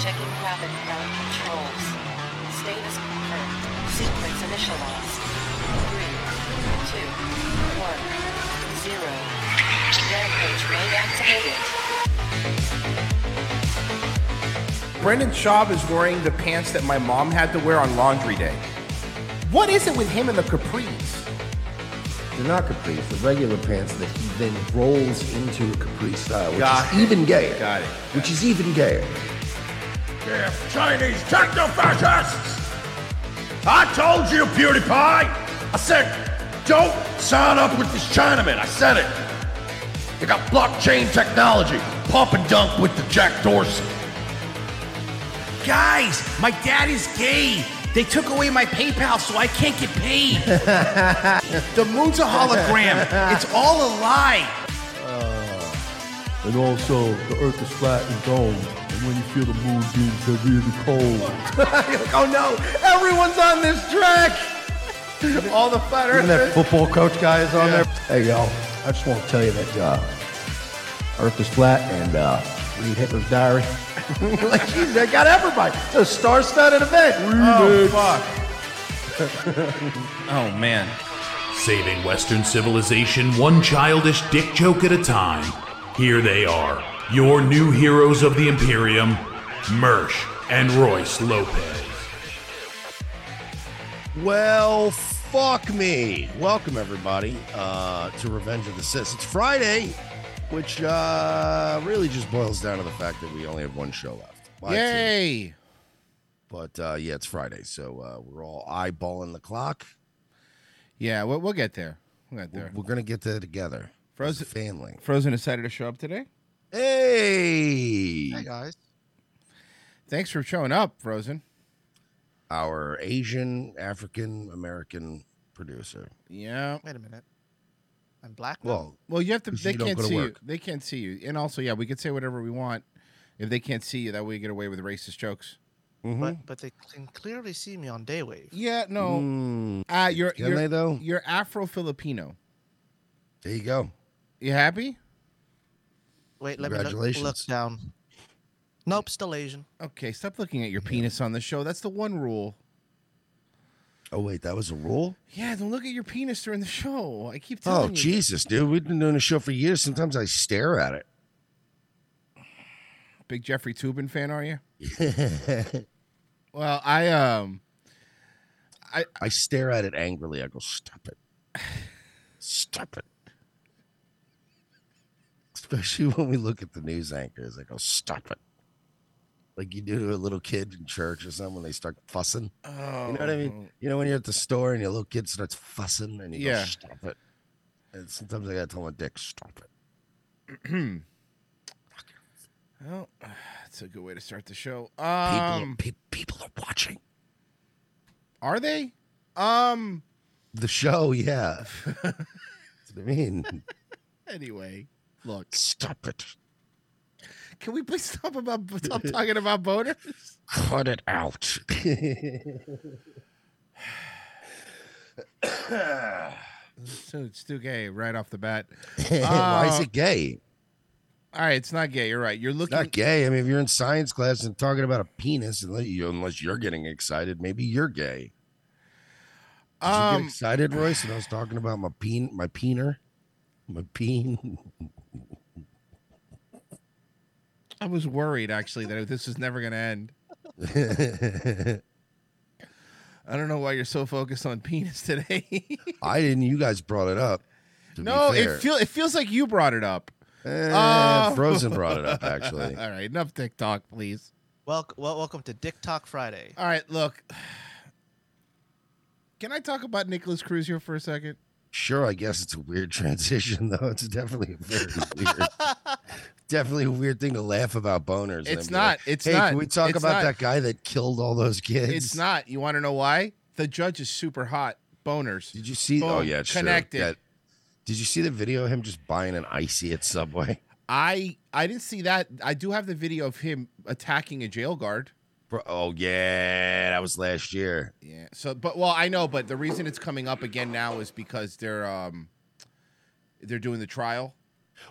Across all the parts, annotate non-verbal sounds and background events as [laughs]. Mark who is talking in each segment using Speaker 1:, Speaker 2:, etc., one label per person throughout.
Speaker 1: and node controls. Status confirmed. Sequence initialized. Three, two, one, zero. Rampage mode activated.
Speaker 2: Brendan Schaub is wearing the pants that my mom had to wear on laundry day. What is it with him and the capris?
Speaker 3: They're not capris, the regular pants that he then rolls into a capri style, which
Speaker 2: Got
Speaker 3: is
Speaker 2: it.
Speaker 3: even gayer.
Speaker 2: Got it.
Speaker 3: Which is even gayer.
Speaker 4: If Chinese techno-fascists! I told you, PewDiePie! I said, don't sign up with this Chinaman. I said it. They got blockchain technology. Pump and dunk with the Jack Dorsey.
Speaker 5: Guys, my dad is gay. They took away my PayPal, so I can't get paid. [laughs] the moon's a
Speaker 2: [laughs]
Speaker 5: hologram. It's all a lie.
Speaker 6: [laughs] And also, the earth is flat and domed. And when you feel the moon beams, they're really cold.
Speaker 2: You're like, [laughs] oh no, everyone's on this track. All the flat
Speaker 3: Even that
Speaker 2: earthers.
Speaker 3: football coach guy is on there. Hey, y'all, I just want to tell you that uh, Earth is flat and uh, read Hitler's diary.
Speaker 5: [laughs]
Speaker 3: like, geez, they got everybody. It's a star studded event.
Speaker 2: Oh fuck.
Speaker 5: Oh, man.
Speaker 7: Saving Western civilization one childish dick joke at a time. Here they are, your new heroes of the Imperium, Mersch and Royce Lopez.
Speaker 4: Well, fuck me. Welcome, everybody, uh, to Revenge of the Sith. It's Friday, which uh, really just boils down to the fact that we only have one show left. Live to-
Speaker 2: Yay.
Speaker 4: But uh, yeah, it's Friday, so uh, we're all eyeballing the clock.
Speaker 2: Yeah, we'll, we'll get there. We'll get there.
Speaker 4: We're gonna get there together.
Speaker 2: Frozen-
Speaker 4: As a family.
Speaker 2: Frozen decided to show up today.
Speaker 4: Hey,
Speaker 8: guys.
Speaker 2: Thanks for showing up, Frozen.
Speaker 4: our Asian African American producer.
Speaker 2: Yeah.
Speaker 8: Wait a minute. I'm black. now?
Speaker 4: Well,
Speaker 2: Well, you have to.
Speaker 4: 'Cause
Speaker 2: They
Speaker 4: you don't
Speaker 2: can't
Speaker 4: go to
Speaker 2: see you.
Speaker 4: work.
Speaker 2: They can't see you. And also, yeah, we could say whatever we want. If they can't see you, that way you get away with racist jokes.
Speaker 4: Mm-hmm.
Speaker 8: but but they can clearly see me on Daywave.
Speaker 2: Yeah, no. Uh, you're
Speaker 4: Mm. Can
Speaker 2: you're,
Speaker 4: they, though?
Speaker 2: You're Afro Filipino.
Speaker 4: there you go.
Speaker 2: You happy?
Speaker 8: Wait, let me look, look
Speaker 4: Congratulations.
Speaker 8: down. Nope, still Asian.
Speaker 2: Okay, stop looking at your penis on the show. That's the one rule.
Speaker 4: Oh wait, that was a rule.
Speaker 2: Yeah, don't look at your penis during the show. I keep
Speaker 4: Oh
Speaker 2: telling you.
Speaker 4: Jesus, dude, we've been doing a show for years. Sometimes I stare at it.
Speaker 2: Big Jeffrey Tubin fan, are you?
Speaker 4: [laughs]
Speaker 2: well, I um,
Speaker 4: I stare at it angrily. I go, stop it, stop it. Especially when we look at the news anchors, I go, stop it. Like you do to a little kid in church or something when they start fussing.
Speaker 2: oh,
Speaker 4: You know what I mean? You know when you're at the store and your little kid starts fussing and you
Speaker 2: Yeah.
Speaker 4: go, "Stop it." And sometimes I gotta tell my dick, "Stop it."
Speaker 2: [clears throat] Well, [sighs] that's a good way to start the show.
Speaker 4: People,
Speaker 2: Um,
Speaker 4: are, pe- people are watching
Speaker 2: are they? Um,
Speaker 4: the
Speaker 2: [laughs]
Speaker 4: show. Yeah, That's what I mean,
Speaker 2: anyway, look.
Speaker 4: stop it.
Speaker 2: Can we please stop about
Speaker 4: [laughs]
Speaker 2: stop talking about boners?
Speaker 4: Cut it
Speaker 2: [laughs]
Speaker 4: out.
Speaker 2: So it's too gay right off the bat.
Speaker 4: [laughs] Why is
Speaker 2: Uh,
Speaker 4: it gay?
Speaker 2: All right, it's not gay. You're right. You're looking.
Speaker 4: Not gay. I mean, if you're in science class and talking about a penis, unless, you, unless you're getting excited, maybe you're gay. Did you get
Speaker 2: um,
Speaker 4: excited, Royce? And I was talking about my peen, my peener, my peen. [laughs]
Speaker 2: I was worried actually that this is never gonna
Speaker 4: [laughs]
Speaker 2: end. I don't know why you're so focused on penis today. [laughs]
Speaker 4: I didn't. You guys brought it up. to be
Speaker 2: no,
Speaker 4: fair.
Speaker 2: it feel it feels like you brought it up.
Speaker 4: Eh,
Speaker 2: Oh. [laughs]
Speaker 4: Frozen brought it up actually.
Speaker 2: All right, enough TikTok, please.
Speaker 8: Welcome, well, welcome to Dick Talk Friday.
Speaker 2: All right, look. Can I talk about Nicholas Cruz here for a second?
Speaker 4: Sure, I guess it's a weird [laughs] transition though. It's definitely a very
Speaker 2: [laughs]
Speaker 4: weird, definitely a weird thing to laugh about boners. and
Speaker 2: It's
Speaker 4: then be like,
Speaker 2: not. It's
Speaker 4: hey,
Speaker 2: not.
Speaker 4: Can we talk
Speaker 2: It's not.
Speaker 4: about that guy that killed all those kids?
Speaker 2: It's not. You want to know why? The judge is super hot. Boners.
Speaker 4: Did you see? oh
Speaker 2: Boom,
Speaker 4: yeah, it's true.
Speaker 2: connected.
Speaker 4: That- did you see the video of him just buying an icy at Subway? [laughs]
Speaker 2: I I didn't see that. I do have the video of him attacking a jail guard.
Speaker 4: Bro, oh yeah, that was last year.
Speaker 2: Yeah. So, but well, I know, but the reason it's coming up again now is because they're um they're doing the trial.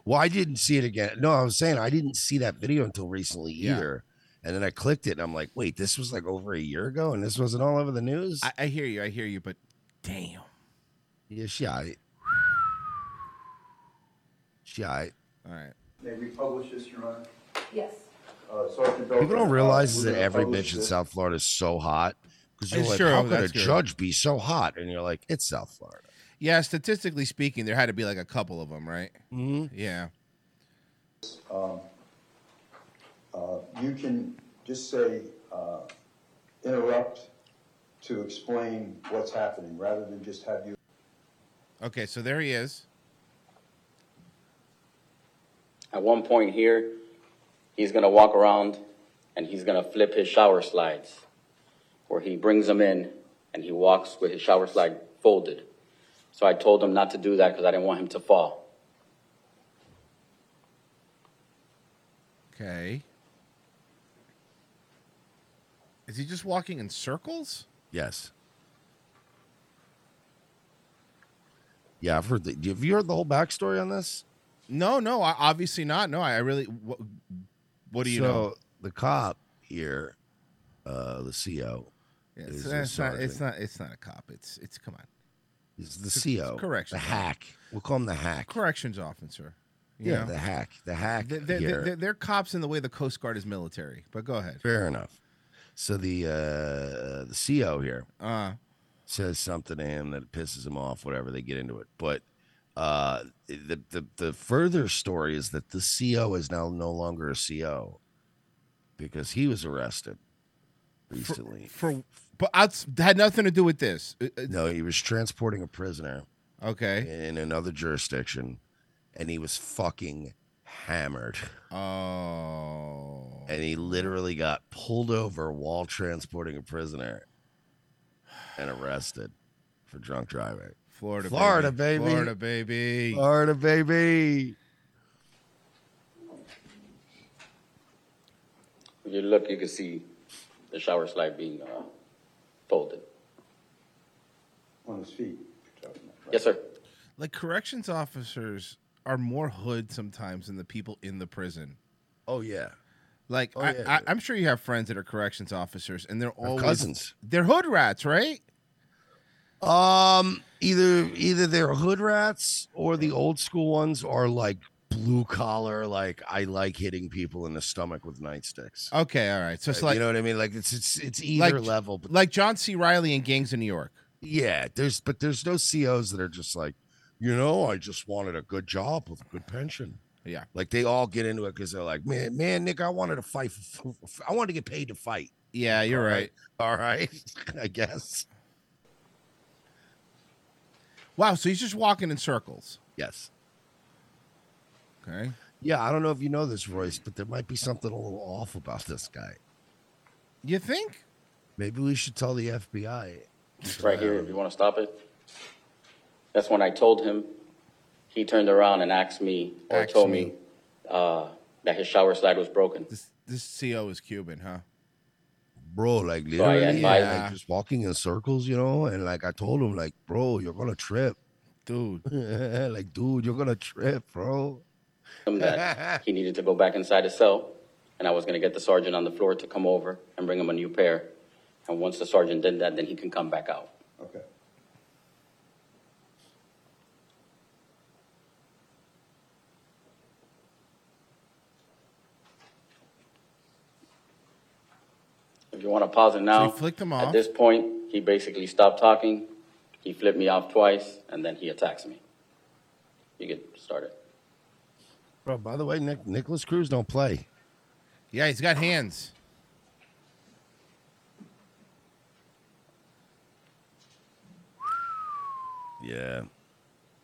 Speaker 4: Well, I didn't see it again. No, I was saying I didn't see that video until recently
Speaker 2: Yeah.
Speaker 4: either. And then I clicked it and I'm like, wait, this was like over a year ago and this wasn't all over the news?
Speaker 2: I, I hear you. I hear you. But damn.
Speaker 4: yeah, she all right. She all right.
Speaker 2: All right.
Speaker 9: May we publish this, Your Honor?
Speaker 10: Yes.
Speaker 9: Uh, Sergeant Doak-
Speaker 4: People don't realize is
Speaker 9: We're
Speaker 4: that
Speaker 9: gonna
Speaker 4: every
Speaker 9: publish
Speaker 4: bitch in
Speaker 9: this.
Speaker 4: South Florida is so hot. Because you're
Speaker 2: It's
Speaker 4: like,
Speaker 2: true,
Speaker 4: how could a
Speaker 2: that's true.
Speaker 4: judge be so hot? And you're like, it's South Florida.
Speaker 2: Yeah, statistically speaking, there had to be like a couple of them, right? Mm-hmm. Yeah.
Speaker 9: Um, uh, You can just say, uh, interrupt to explain what's happening, rather than just have you.
Speaker 2: Okay, so there he is.
Speaker 11: At one point here, he's gonna walk around and he's gonna flip his shower slides, where he brings them in and he walks with his shower slide folded. So I told him not to do that because I didn't want him to fall.
Speaker 2: Okay. Is he just walking in circles?
Speaker 4: Yes. Yeah, I've heard the Have you heard the whole backstory on this?
Speaker 2: No, no, I, obviously not. No, I, I really. What, what do you
Speaker 4: so,
Speaker 2: know?
Speaker 4: The cop here, uh, the CO.
Speaker 2: Yeah,
Speaker 4: is
Speaker 2: It's,
Speaker 4: a
Speaker 2: it's not. It's
Speaker 4: sergeant.
Speaker 2: not. It's not a cop. It's. It's come on.
Speaker 4: He's the CO.
Speaker 2: correction.
Speaker 4: The hack. We'll call him the hack.
Speaker 2: Corrections officer. you
Speaker 4: yeah,
Speaker 2: know.
Speaker 4: the hack. The hack.
Speaker 2: They're, they're,
Speaker 4: here.
Speaker 2: they're- they're cops in the way the Coast Guard is military. But go ahead.
Speaker 4: Fair enough. So the uh, the CO here
Speaker 2: Uh,
Speaker 4: says something to him that pisses him off. Whatever they get into it, but uh, the the the further story is that the CO is now no longer a CO because he was arrested recently.
Speaker 2: for but outs had nothing to do with this. Uh, uh,
Speaker 4: no, he was transporting a prisoner.
Speaker 2: Okay.
Speaker 4: In another jurisdiction, and he was fucking hammered.
Speaker 2: Oh.
Speaker 4: And he literally got pulled over while transporting a prisoner and arrested for drunk driving.
Speaker 2: Florida,
Speaker 4: Florida,
Speaker 2: baby.
Speaker 4: baby.
Speaker 2: Florida, baby.
Speaker 4: Florida, baby.
Speaker 11: If you look, you can see the shower slide being uh, folded.
Speaker 9: On his feet.
Speaker 11: Yes, sir.
Speaker 2: Like corrections officers are more hood sometimes than the people in the prison.
Speaker 4: Oh yeah.
Speaker 2: Like
Speaker 4: Oh,
Speaker 2: I,
Speaker 4: yeah.
Speaker 2: I, I'm sure you have friends that are corrections officers, and they're all
Speaker 4: cousins.
Speaker 2: They're hood rats, right?
Speaker 4: Um, either either they're hood rats or the old school ones are like blue collar. Like I like hitting people in the stomach with nightsticks.
Speaker 2: Okay, all right. So it's
Speaker 4: Uh,
Speaker 2: like
Speaker 4: you know what I mean. Like it's it's it's either level, but
Speaker 2: like John C. Riley in Gangs of New York.
Speaker 4: yeah. There's but there's no COs that are just like, you know, I just wanted a good job with a good pension.
Speaker 2: Yeah.
Speaker 4: Like they all get into it because they're like, man, man, Nick, I wanted to fight. For, for- I wanted to get paid to fight.
Speaker 2: Yeah, you're right.
Speaker 4: All right, [laughs] I guess.
Speaker 2: Wow, so he's just walking in circles.
Speaker 4: Yes.
Speaker 2: Okay.
Speaker 4: Yeah, I don't know if you know this, Royce, but there might be something a little off about this guy.
Speaker 2: You think?
Speaker 4: Maybe we should tell the FBI.
Speaker 11: Right here, if you want to stop it. That's when I told him. He turned around and asked me or
Speaker 2: Asked
Speaker 11: told
Speaker 2: me.
Speaker 11: me, uh, that his shower slide was broken.
Speaker 2: This CO is Cuban, huh?
Speaker 4: Bro, like
Speaker 2: Oh,
Speaker 11: So I
Speaker 4: literally,
Speaker 11: advise-
Speaker 4: like, just walking in circles, you know, and like I told him, like, bro, you're gonna trip,
Speaker 2: dude.
Speaker 4: [laughs] like, dude, you're gonna trip, bro.
Speaker 2: [laughs]
Speaker 11: him that he needed to go back inside his cell, and I was going to get the sergeant on the floor to come over and bring him a new pair. And once the sergeant did that, then he can come back out.
Speaker 9: Okay.
Speaker 11: If you want to pause it now,
Speaker 2: flicked him
Speaker 11: at
Speaker 2: off.
Speaker 11: this point, he basically stopped talking. He flipped me off twice, and then he attacks me. You get started.
Speaker 4: Bro, by the way, Nick Nicholas Cruz don't play.
Speaker 2: Yeah, he's got hands.
Speaker 4: Yeah.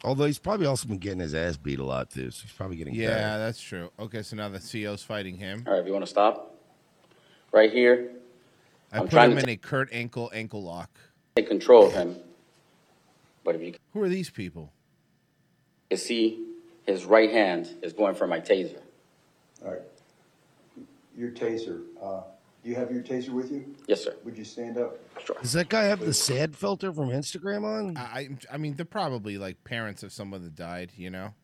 Speaker 4: Although he's probably also been getting his ass beat a lot too, so he's probably getting
Speaker 2: Yeah,
Speaker 4: better.
Speaker 2: that's true. Okay, so now the CO's fighting him.
Speaker 11: All right, if you want to stop, right here,
Speaker 2: I
Speaker 11: I'm
Speaker 2: put
Speaker 11: trying
Speaker 2: him
Speaker 11: to
Speaker 2: in a Kurt Ankle ankle lock.
Speaker 11: take control of him. But if you
Speaker 2: Who are these people?
Speaker 11: can see, his right hand is going for my taser.
Speaker 9: All right. Your taser, uh, do you have your taser with you?
Speaker 11: Yes, sir.
Speaker 9: Would you stand up?
Speaker 4: Does that guy have the sad filter from Instagram on?
Speaker 2: I, I I mean, they're probably like parents of someone that died, you know? [laughs]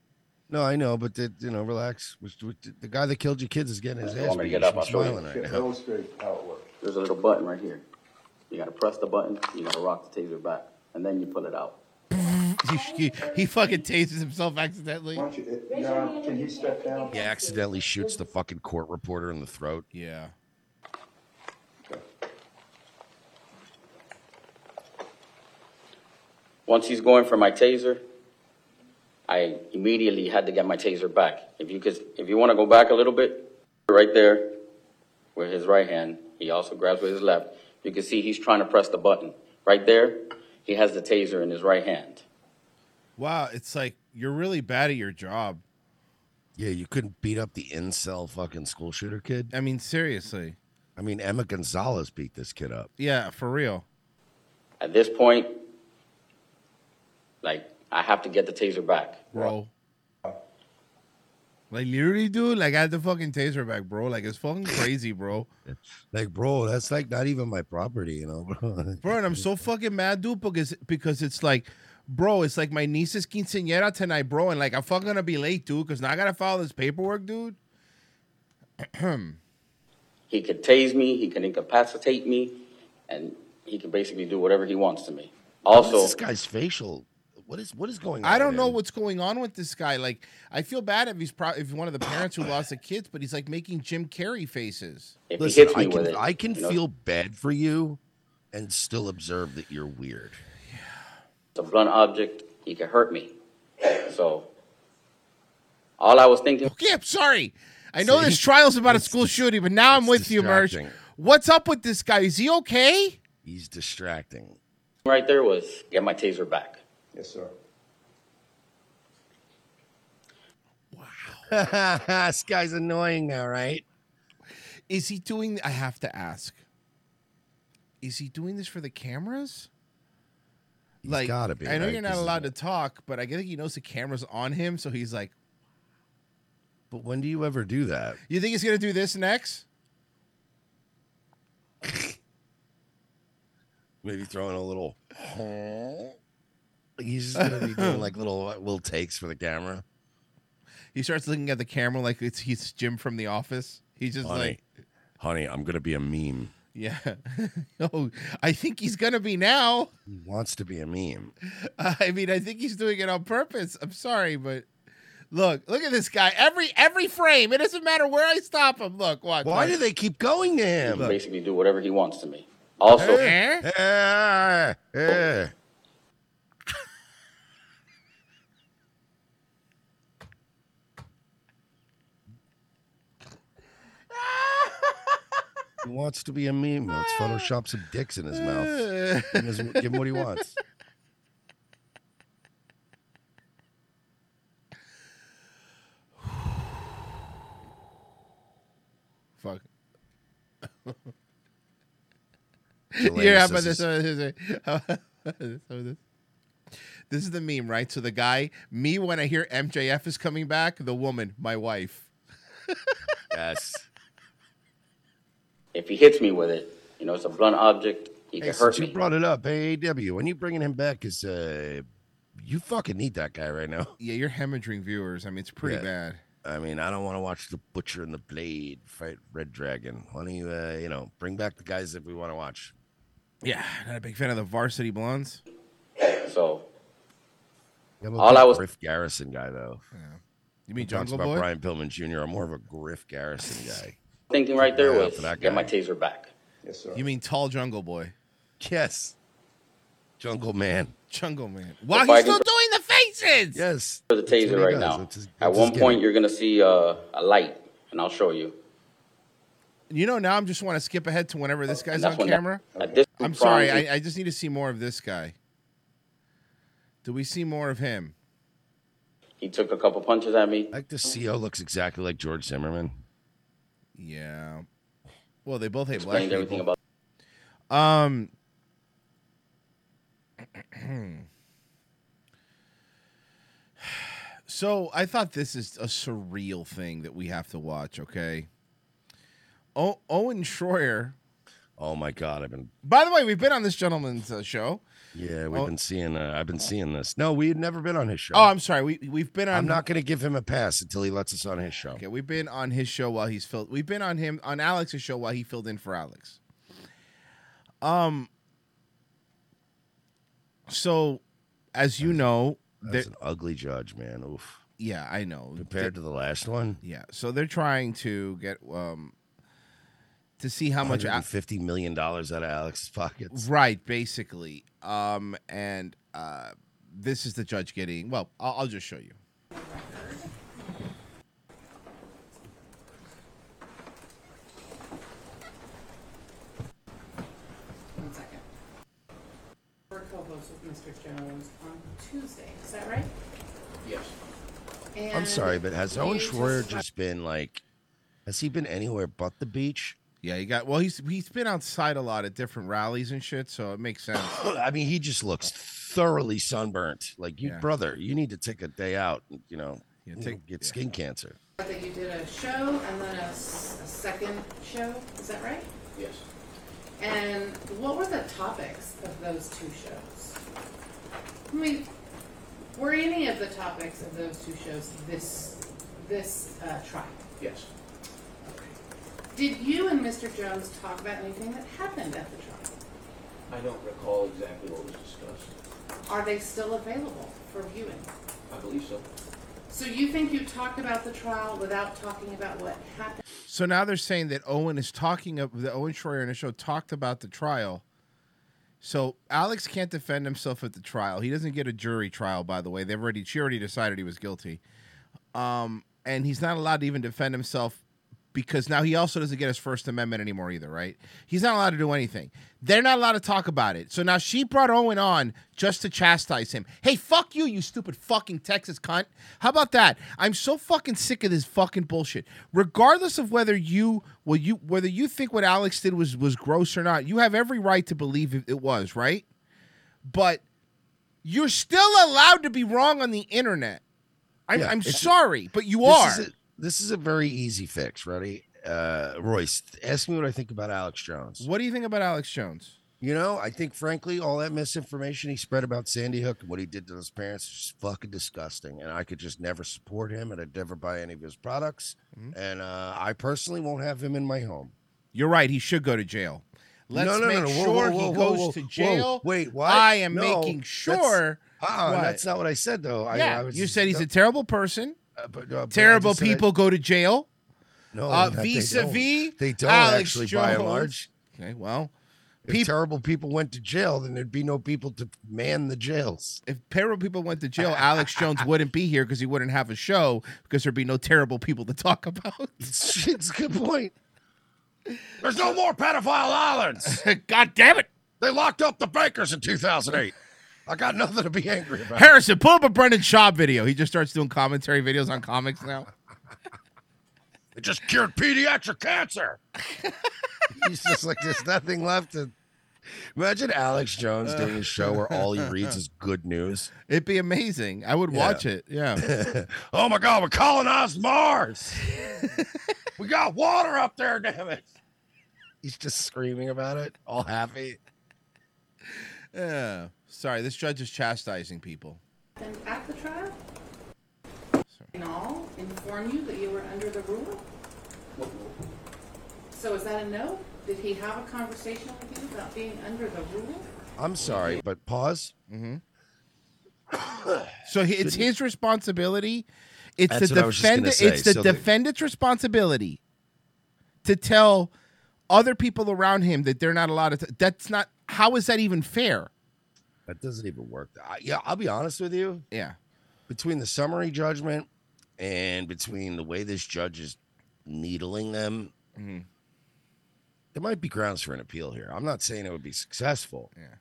Speaker 4: No, I know, but the, you know, relax. Was- was- The guy that killed your kids is getting his
Speaker 11: You
Speaker 4: ass
Speaker 11: want me to
Speaker 4: beat.
Speaker 11: get up?
Speaker 4: I'm
Speaker 11: I'll show you.
Speaker 4: smiling right now.
Speaker 1: Illustrate how it works.
Speaker 11: There's a little button right here. You gotta press the button, you gotta rock the taser back, and then you pull it out.
Speaker 4: He, he, he fucking tasers himself accidentally.
Speaker 1: Now, can he uh, step down?
Speaker 4: He accidentally shoots the fucking court reporter in the throat. Yeah.
Speaker 11: Once he's going for my taser, I immediately had to get my taser back. If you could, if you want to go back a little bit, right there with his right hand, he also grabs with his left. You can see he's trying to press the button. Right there, he has the taser in his right hand.
Speaker 2: Wow, it's like you're really bad at your job.
Speaker 4: Yeah, you couldn't beat up the incel fucking school shooter kid.
Speaker 2: I mean, seriously.
Speaker 4: I mean, Emma Gonzalez beat this kid up.
Speaker 2: Yeah, for real.
Speaker 11: At this point, like I have to get the taser back.
Speaker 2: bro. Like literally, dude. Like I had the fucking taser back, bro. Like it's fucking crazy, bro.
Speaker 4: [laughs] Like, bro, that's like not even my property, you know, bro. [laughs]
Speaker 2: Bro, and I'm so fucking mad, dude, because because it's like, bro, it's like my niece's quinceañera tonight, bro, and like I'm fucking gonna be late, dude, because now I gotta file this paperwork, dude.
Speaker 11: He could tase me, he can incapacitate me, and he can basically do whatever he wants to me.
Speaker 4: What
Speaker 11: Also,
Speaker 4: is this guy's facial. What is what is going on?
Speaker 2: I don't know what's going on with this guy. Like, I feel bad if he's pro- if one of the parents who lost the kids, but he's like making Jim Carrey faces.
Speaker 4: Listen, I can, I can
Speaker 2: you know?
Speaker 4: feel bad for you and still observe that you're weird. [laughs]
Speaker 11: it's a blunt object. He could hurt me. So all I was thinking.
Speaker 2: Okay, I'm sorry. I know this trial's about a school shooting, but now I'm with you, Merch.
Speaker 11: distracting.
Speaker 2: What's up with this guy? Is he okay?
Speaker 4: He's distracting.
Speaker 11: Right there was get my taser back.
Speaker 1: Yes, sir.
Speaker 4: this guy's annoying now, right?
Speaker 2: Is he doing? I have to ask. Is he doing this for the cameras? like,
Speaker 4: gotta be,
Speaker 2: I know
Speaker 4: right?
Speaker 2: you're not
Speaker 4: 'Cause-
Speaker 2: allowed to talk, but I think he knows the cameras on him, so he's like,
Speaker 4: But when do you ever do that?
Speaker 2: "You think he's gonna do this next?"
Speaker 4: Maybe throwing a little. He's just gonna be
Speaker 2: [laughs]
Speaker 4: doing like little uh, little takes for the camera.
Speaker 2: He starts looking at the camera like it's he's Jim from The Office. He's just
Speaker 4: honey,
Speaker 2: like,
Speaker 4: honey, I'm gonna be a meme.
Speaker 2: "Yeah, [laughs] no, I think he's gonna be now."
Speaker 4: He wants to be a meme.
Speaker 2: [laughs] I mean, I think he's doing it on purpose. I'm sorry, but look, look at this guy. Every every frame, it doesn't matter where I stop him. Look, watch. watch.
Speaker 4: keep going to him?
Speaker 11: He can basically do whatever he wants to me. Also,
Speaker 4: He wants to be a meme. Let's Photoshop some dicks in his [laughs] mouth. Give him his- give him what he wants.
Speaker 2: Fuck.
Speaker 4: Delaney
Speaker 2: yeah,
Speaker 4: says
Speaker 2: but this,
Speaker 4: he's-
Speaker 2: this, this, [laughs] this is the meme, right? So the guy, me when I hear MJF is coming back, the woman, my wife. [laughs]
Speaker 4: yes.
Speaker 11: If he hits me with it, you know, it's a blunt object. [laughs] He
Speaker 4: Hey,
Speaker 11: can hurt
Speaker 4: since you
Speaker 11: me.
Speaker 4: brought it up, AAW. When you bringing him back, is uh, you fucking need that guy right now.
Speaker 2: [laughs] Yeah, you're hemorrhaging viewers. I mean, it's pretty
Speaker 4: Yeah.
Speaker 2: bad.
Speaker 4: I mean, I don't want to watch the Butcher and the Blade fight Red Dragon. Why don't you, uh, you know, bring back the guys that we want to watch?
Speaker 2: Yeah, not a big fan of the Varsity Blondes.
Speaker 11: So
Speaker 4: I'm a
Speaker 11: All
Speaker 4: big
Speaker 11: I was-
Speaker 4: Griff Garrison guy though.
Speaker 2: You mean
Speaker 4: Who talks
Speaker 2: Jungle
Speaker 4: about
Speaker 2: Boy?
Speaker 4: Brian Pillman Jr. I'm more of a Griff Garrison guy.
Speaker 11: thinking right there
Speaker 4: Yeah,
Speaker 11: was
Speaker 4: for that
Speaker 11: get my
Speaker 4: guy.
Speaker 11: taser back.
Speaker 1: Yes, sir.
Speaker 2: You mean Tall Jungle Boy?
Speaker 4: Yes. Jungle Man.
Speaker 2: Jungle Man.
Speaker 11: If
Speaker 2: Wow,
Speaker 11: I
Speaker 2: he's
Speaker 11: can
Speaker 2: still doing the faces.
Speaker 4: Yes.
Speaker 11: For the taser
Speaker 4: what he
Speaker 11: right
Speaker 4: does.
Speaker 11: now.
Speaker 4: It's his-
Speaker 11: At
Speaker 4: it's
Speaker 11: one
Speaker 4: his
Speaker 11: point,
Speaker 4: gimmick.
Speaker 11: you're gonna see uh, a light, and I'll show you.
Speaker 2: You know, now I'm just want to skip ahead to whenever this guy's
Speaker 11: that's
Speaker 2: on
Speaker 11: when that-
Speaker 2: camera.
Speaker 11: at this
Speaker 2: I'm
Speaker 11: point,
Speaker 2: sorry,
Speaker 11: Brian-
Speaker 2: I, I just need to see more of this guy. Do we see more of him?
Speaker 11: He took a couple punches at me.
Speaker 4: Like the CO looks exactly like George Zimmerman.
Speaker 2: Yeah. Well, they both hate black
Speaker 11: Explained
Speaker 2: people.
Speaker 11: everything about.
Speaker 2: Um. [clears throat] so I thought this is a surreal thing that we have to watch. Okay. O- Owen Schroyer
Speaker 4: Oh my God, I've been
Speaker 2: By the way, we've been on this gentleman's uh, show.
Speaker 4: yeah, we've
Speaker 2: Oh.
Speaker 4: been seeing. Uh, I've been seeing this. No, we had never been on his show.
Speaker 2: Oh, I'm sorry. We we've been on.
Speaker 4: I'm not going to give him a pass until he lets us on his show.
Speaker 2: Okay, we've been on his show while he's filled. We've been on him on Alex's show while he filled in for Alex. Um. So, as you know,
Speaker 4: That's an ugly judge, man. Oof.
Speaker 2: Yeah, I know.
Speaker 4: Compared to the last one,
Speaker 2: yeah. So they're trying to get um to see how much Al-
Speaker 4: fifty million dollars out of Alex's pockets.
Speaker 2: Right, basically. Um, and uh, this is the judge getting. Well, I'll, I'll just show you.
Speaker 12: One second. We're co-host with Mr. Jones on Tuesday, is that right? Yes.
Speaker 4: I'm sorry, but has Owen Schroyer just been like? Has he been anywhere but the beach?
Speaker 2: Yeah, he got. Well, he's he's been outside a lot at different rallies and shit, so it makes sense.
Speaker 4: [clears throat] I mean, he just looks thoroughly sunburnt. Like you,
Speaker 2: Yeah.
Speaker 4: brother, you need to take a day out. and, You know,
Speaker 2: take-
Speaker 4: get skin cancer.
Speaker 12: That you did a show and then a, s- a second show, is that right? Yes. And what were the topics of those two shows? I mean, were any of the topics of those two shows this, this uh, trial?
Speaker 1: Yes.
Speaker 12: Did you and Mr. Jones talk about anything that happened at the trial?
Speaker 1: I don't recall exactly what was discussed.
Speaker 12: Are they still available for viewing?
Speaker 1: I believe so.
Speaker 12: So you think you talked about the trial without talking about what happened?
Speaker 2: So now they're saying that Owen is talking of the Owen Schroyer in the show talked about the trial. So Alex can't defend himself at the trial. He doesn't get a jury trial, by the way. They've already she already decided he was guilty, um, and he's not allowed to even defend himself because now he also doesn't get his First Amendment anymore either. Right? He's not allowed to do anything. They're not allowed to talk about it. So now she brought Owen on just to chastise him. Hey, fuck you, you stupid fucking Texas cunt. How about that? I'm so fucking sick of this fucking bullshit. Regardless of whether you well you whether you think what Alex did was was gross or not, you have every right to believe it- it was, right? But you're still allowed to be wrong on the internet. I'm,
Speaker 4: Yeah,
Speaker 2: I'm
Speaker 4: it's-
Speaker 2: sorry, but you
Speaker 4: This
Speaker 2: are.
Speaker 4: is a- this is a very easy fix. Ready, uh, Royce? Ask me what I think about Alex Jones.
Speaker 2: What do you think about Alex Jones?
Speaker 4: You know, I think frankly, all that misinformation he spread about Sandy Hook and what he did to his parents is just fucking disgusting. And I could just never support him, and I'd never buy any of his products. And uh, I personally won't have him in my home.
Speaker 2: Mm-hmm. You're right. He should go to jail. Let's
Speaker 4: No, no, no,
Speaker 2: make
Speaker 4: no. Whoa,
Speaker 2: sure
Speaker 4: whoa, whoa,
Speaker 2: he
Speaker 4: whoa,
Speaker 2: goes
Speaker 4: whoa,
Speaker 2: to
Speaker 4: whoa.
Speaker 2: jail.
Speaker 4: Wait, what?
Speaker 2: I am
Speaker 4: No,
Speaker 2: making
Speaker 4: that's-
Speaker 2: sure.
Speaker 4: uh-uh,
Speaker 2: What?
Speaker 4: that's not what I said though. I-
Speaker 2: yeah,
Speaker 4: I was
Speaker 2: you
Speaker 4: just-
Speaker 2: said he's
Speaker 4: no.
Speaker 2: a terrible person.
Speaker 4: but, uh, but I
Speaker 2: terrible
Speaker 4: just said I-
Speaker 2: people go to jail.
Speaker 4: No,
Speaker 2: uh,
Speaker 4: that they don't.
Speaker 2: vis-a-vis
Speaker 4: They don't
Speaker 2: Alex
Speaker 4: actually, by and
Speaker 2: Jones.
Speaker 4: large.
Speaker 2: Okay, well,
Speaker 4: if terrible people went to jail, then there'd be no people to man the jails.
Speaker 2: If terrible people went to jail, Alex Jones wouldn't be here because he wouldn't have a show because there'd be no terrible people to talk
Speaker 4: [laughs]
Speaker 2: about.
Speaker 4: It's a good point. There's no more pedophile islands.
Speaker 2: [laughs] God damn it!
Speaker 4: They locked up the bankers in 2008. I got nothing to be angry about.
Speaker 2: Harrison, pull up a Brendan Schaub video. He just starts doing commentary videos on comics now.
Speaker 4: It just cured
Speaker 2: [laughs]
Speaker 4: pediatric cancer. He's just like there's nothing left to. Imagine Alex Jones doing a show where all he reads is good news.
Speaker 2: It'd be amazing. I would watch it. Yeah.
Speaker 4: [laughs] oh my God, we
Speaker 2: [laughs]
Speaker 4: colonized Mars. we got water up there, damn it. He's just screaming about it, all happy.
Speaker 2: Yeah. Sorry, this judge is chastising people.
Speaker 12: And at the trial? And all inform you that you were under the rule? So is that a no? Did he have a conversation with you about being under the rule?
Speaker 4: I'm sorry, but pause.
Speaker 2: Mm-hmm. So he- it's his responsibility. It's
Speaker 4: That's
Speaker 2: the
Speaker 4: what I was just gonna
Speaker 2: defendant.
Speaker 4: say.
Speaker 2: It's the
Speaker 4: So the-
Speaker 2: defendant's responsibility to tell other people around him that they're not allowed to. that's not. How is that even fair?
Speaker 4: That doesn't even work. I, yeah, I'll be honest with you.
Speaker 2: Yeah.
Speaker 4: Between the summary judgment and between the way this judge is needling them,
Speaker 2: Mm-hmm.
Speaker 4: there might be grounds for an appeal here. I'm not saying it would be successful.
Speaker 2: Yeah.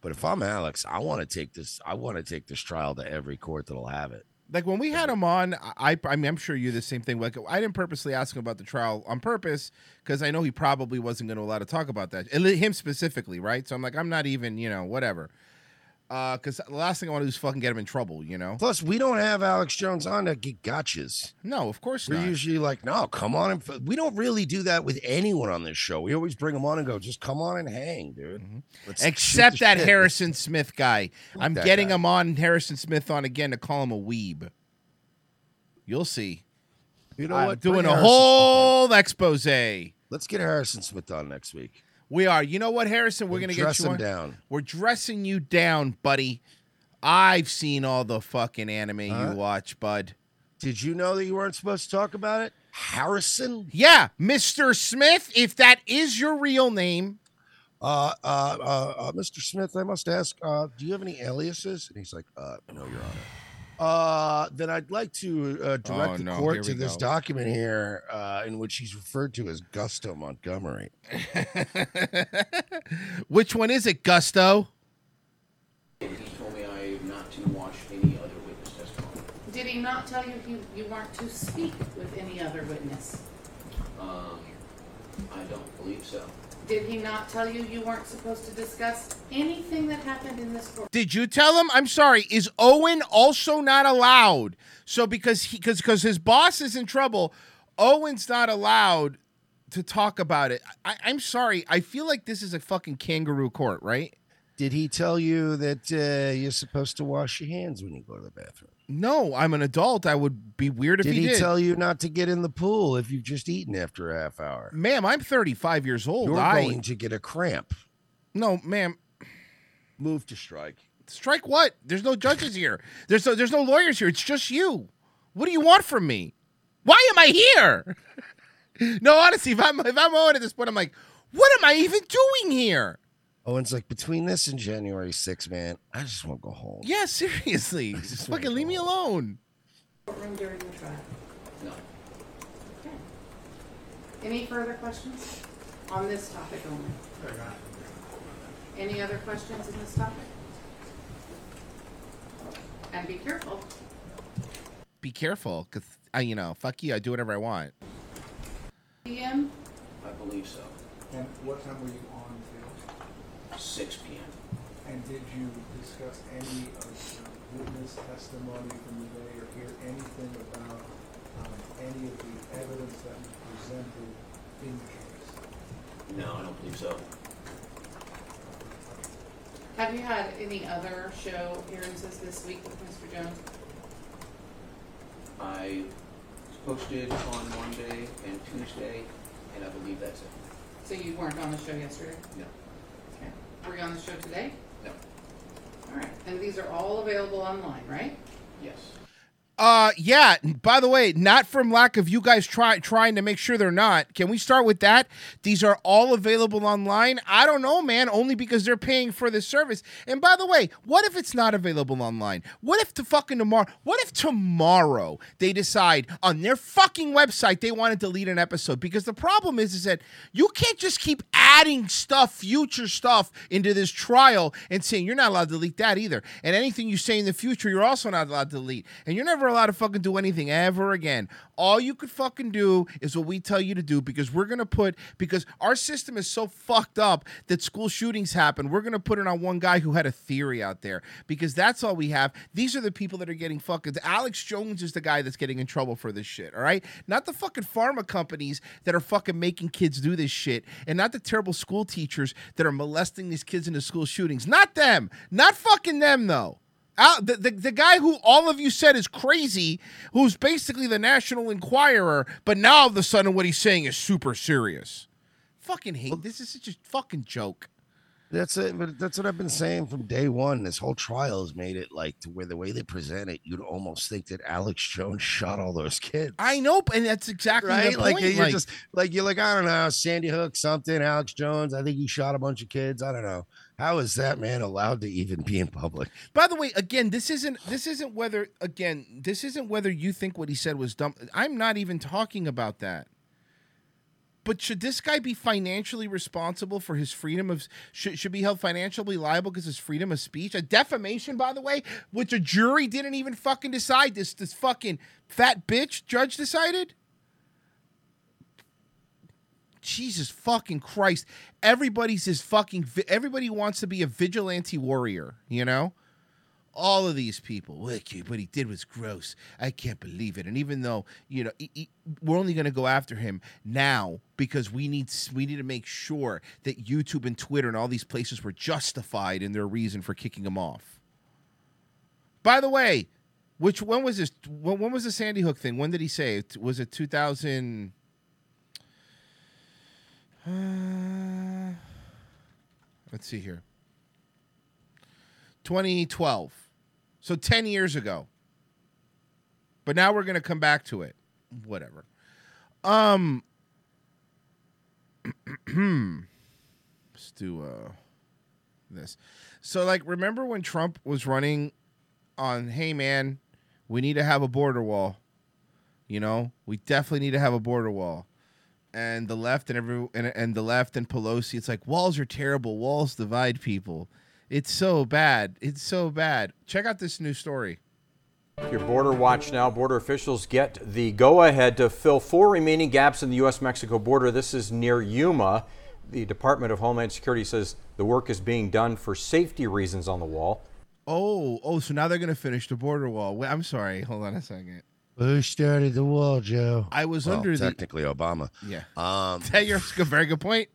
Speaker 4: But if I'm Alex, I want to take this. I want to take this trial to every court that'll have it.
Speaker 2: Like when we had him on, I, I mean, I'm sure you did the same thing. Like I didn't purposely ask him about the trial on purpose because I know he probably wasn't going to allow to talk about that, and him specifically, right? So I'm like, I'm not even, you know, whatever. because the last thing I want to do is fucking get him in trouble. You know.
Speaker 4: Plus, we don't have Alex Jones on to get gotchas.
Speaker 2: No, of course
Speaker 4: We're
Speaker 2: not.
Speaker 4: usually like, no, come on. And f-. We don't really do that with anyone on this show. We always bring them on and go, just come on and hang, dude. Let's
Speaker 2: Mm-hmm.
Speaker 4: shoot
Speaker 2: Except
Speaker 4: the
Speaker 2: that
Speaker 4: shit.
Speaker 2: Harrison Smith guy.
Speaker 4: Fuck
Speaker 2: I'm
Speaker 4: that
Speaker 2: getting
Speaker 4: guy.
Speaker 2: him on Harrison Smith on again to call him a weeb. You'll see.
Speaker 4: You know
Speaker 2: I'm
Speaker 4: what?
Speaker 2: Doing
Speaker 4: Bring
Speaker 2: a
Speaker 4: Harrison
Speaker 2: whole expose.
Speaker 4: Let's get Harrison Smith on next week.
Speaker 2: We are. You know what, Harrison? We're
Speaker 4: And
Speaker 2: gonna
Speaker 4: dress
Speaker 2: get you
Speaker 4: him
Speaker 2: on-
Speaker 4: down.
Speaker 2: We're dressing you down, buddy. I've seen all the fucking anime
Speaker 4: Huh?
Speaker 2: you watch, bud.
Speaker 4: Did you know that you weren't supposed to talk about it? Harrison?
Speaker 2: Yeah, Mr. Smith, if that is your real name.
Speaker 4: Uh, uh, uh, uh, Mr. Smith, I must ask, uh, do you have any aliases? And he's like, uh, no, Your Honor. Uh, then I'd like to uh, direct
Speaker 2: Oh,
Speaker 4: the
Speaker 2: no,
Speaker 4: court
Speaker 2: here
Speaker 4: to
Speaker 2: we
Speaker 4: this
Speaker 2: go.
Speaker 4: document here uh, in which he's referred to as
Speaker 2: [laughs]
Speaker 4: Gusto Montgomery.
Speaker 2: Which one is it, Gusto?
Speaker 11: And he told me I am not to watch any other witness testimony.
Speaker 12: Did he not tell you you, you weren't to speak with any other witness?
Speaker 11: Um, I don't believe so.
Speaker 12: Did he not tell you you weren't supposed to discuss anything that happened in this court?
Speaker 2: Did you tell him? I'm sorry. Is Owen also not allowed? So because he because because his boss is in trouble, Owen's not allowed to talk about it. I, I'm sorry. I feel like this is a fucking kangaroo court, right?
Speaker 4: Did he tell you that uh, you're supposed to wash your hands when you go to the bathroom?
Speaker 2: No, I'm an adult. I would be weird if
Speaker 4: Did
Speaker 2: he,
Speaker 4: he
Speaker 2: did.
Speaker 4: tell you not to get in the pool if you've just eaten after a half hour?
Speaker 2: ma'am? I'm 35 years old.
Speaker 4: You're
Speaker 2: I
Speaker 4: going to get a cramp.
Speaker 2: no, ma'am.
Speaker 4: Move to strike.
Speaker 2: Strike what? There's no judges here. There's no, there's no lawyers here. It's just you. What do you want from me? Why am I here? [laughs] no, honestly, if I'm if I'm Owen at this point, I'm like, what am I even doing here?
Speaker 4: Owen's Oh, like, between this and January 6th, man, I just want to go home.
Speaker 2: Yeah,
Speaker 4: [laughs]
Speaker 2: seriously. Just fucking leave me alone.
Speaker 12: Courtroom during the trial.
Speaker 11: No.
Speaker 12: Any further questions on this topic only?
Speaker 4: [laughs]
Speaker 12: Any other questions on this topic? And be careful.
Speaker 2: Be careful, cause I, you know, fuck you. I do whatever I want.
Speaker 12: PM,
Speaker 11: I believe so.
Speaker 1: And what time were you on the field?
Speaker 11: 6 p.m.
Speaker 1: And did you discuss any of the witness testimony from the day or hear anything about um, any of the evidence that was presented in the case?
Speaker 11: No, I don't believe so.
Speaker 12: have you had any other show appearances this week with Mr. Jones?
Speaker 11: I posted on Monday and Tuesday, and I believe that's it.
Speaker 12: So you weren't on the show yesterday?
Speaker 11: No.
Speaker 12: Okay. Were you on the show today?
Speaker 11: No.
Speaker 12: All right. And these are all available online, right?
Speaker 11: Yes.
Speaker 2: Uh, yeah. and By the way, not from lack of you guys try trying to make sure they're not. Can we start with that? These are all available online. I don't know, man. Only because they're paying for this service. And by the way, what if it's not available online? What if to fucking tomorrow? What if tomorrow they decide on their fucking website they want to delete an episode? Because the problem is, is that you can't just keep adding stuff, future stuff, into this trial and saying you're not allowed to delete that either. And anything you say in the future, you're also not allowed to delete. And you're never allowed to fucking do anything ever again. All you could fucking do is what we tell you to do because we're gonna put because our system is so fucked up that school shootings happen. We're gonna put it on one guy who had a theory out there because that's all we have. These are the people that are getting fucking. Alex Jones is the guy that's getting in trouble for this shit. All right, not the fucking pharma companies that are fucking making kids do this shit, and not the terrible school teachers that are molesting these kids in the school shootings. Not them. Not fucking them though. Al, the, the, the guy who all of you said is crazy, who's basically the National Enquirer, but now all of a sudden what he's saying is super serious. Fucking hate. this is such a fucking joke.
Speaker 4: That's it. But that's what I've been saying from day one. This whole trial has made it like to where the way they present it, you'd almost think that Alex Jones [laughs] shot all those kids.
Speaker 2: I know, and that's exactly the
Speaker 4: Right? Like
Speaker 2: point,
Speaker 4: you're just like you're like, I don't know, Sandy Hook, something, Alex Jones. I think he shot a bunch of kids. I don't know. How is that man allowed to even be in public?
Speaker 2: By the way, again, this isn't this isn't whether again this isn't whether you think what he said was dumb. I'm not even talking about that. But should this guy be financially responsible for his freedom of should, should be held financially liable because his freedom of speech? A defamation, by the way, which a jury didn't even fucking decide. This this fucking fat bitch judge decided. Jesus fucking Christ. Everybody's this fucking vi- everybody wants to be a vigilante warrior, you know? all of these people. Look, what he did was gross. I can't believe it. And even though you know he- he- we're only going to go after him now because we need s- we need to make sure that YouTube and Twitter and all these places were justified in their reason for kicking him off. By the way, which when was this? When, when was the Sandy Hook thing? When did he say it? Was it two thousand? Uh, let's see here. 2012. So 10 years ago. But now we're going to come back to it. Whatever. Um [clears throat] let's do uh this. So like remember when Trump was running on hey man, we need to have a border wall. You know, we definitely need to have a border wall. And the left and every and, and the left and Pelosi, it's like walls are terrible. Walls divide people. It's so bad. It's so bad. Check out this new story.
Speaker 13: Your border watch now. Border officials get the go ahead to fill four remaining gaps in the U.S. Mexico border. This is near Yuma. The Department of Homeland Security says the work is being done for safety reasons on the wall.
Speaker 2: Oh, oh, so now they're gonna finish the border wall. Wait, I'm sorry. Hold on a second.
Speaker 4: Who started the wall, Joe?
Speaker 2: I was
Speaker 4: Well,
Speaker 2: under the
Speaker 4: technically Obama.
Speaker 2: Yeah.
Speaker 4: Um,
Speaker 2: [laughs] That you're a very good point.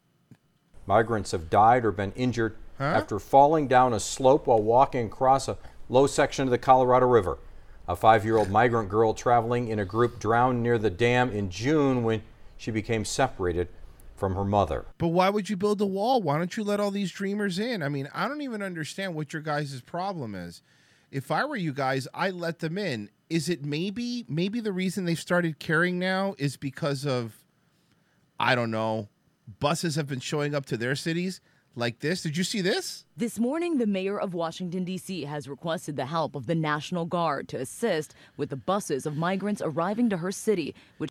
Speaker 13: Migrants have died or been injured after falling down a slope while walking across a low section of the Colorado River. A five year old migrant girl traveling in a group drowned near the dam in June when she became separated from her mother.
Speaker 2: But why would you build a wall? Why don't you let all these dreamers in? I mean, I don't even understand what your guys' problem is. If I were you guys, I let them in. Is it maybe maybe the reason they've started caring now is because of I don't know, buses have been showing up to their cities like this. Did you see this?
Speaker 14: This morning, the mayor of Washington, D.C. has requested the help of the National Guard to assist with the buses of migrants arriving to her city, which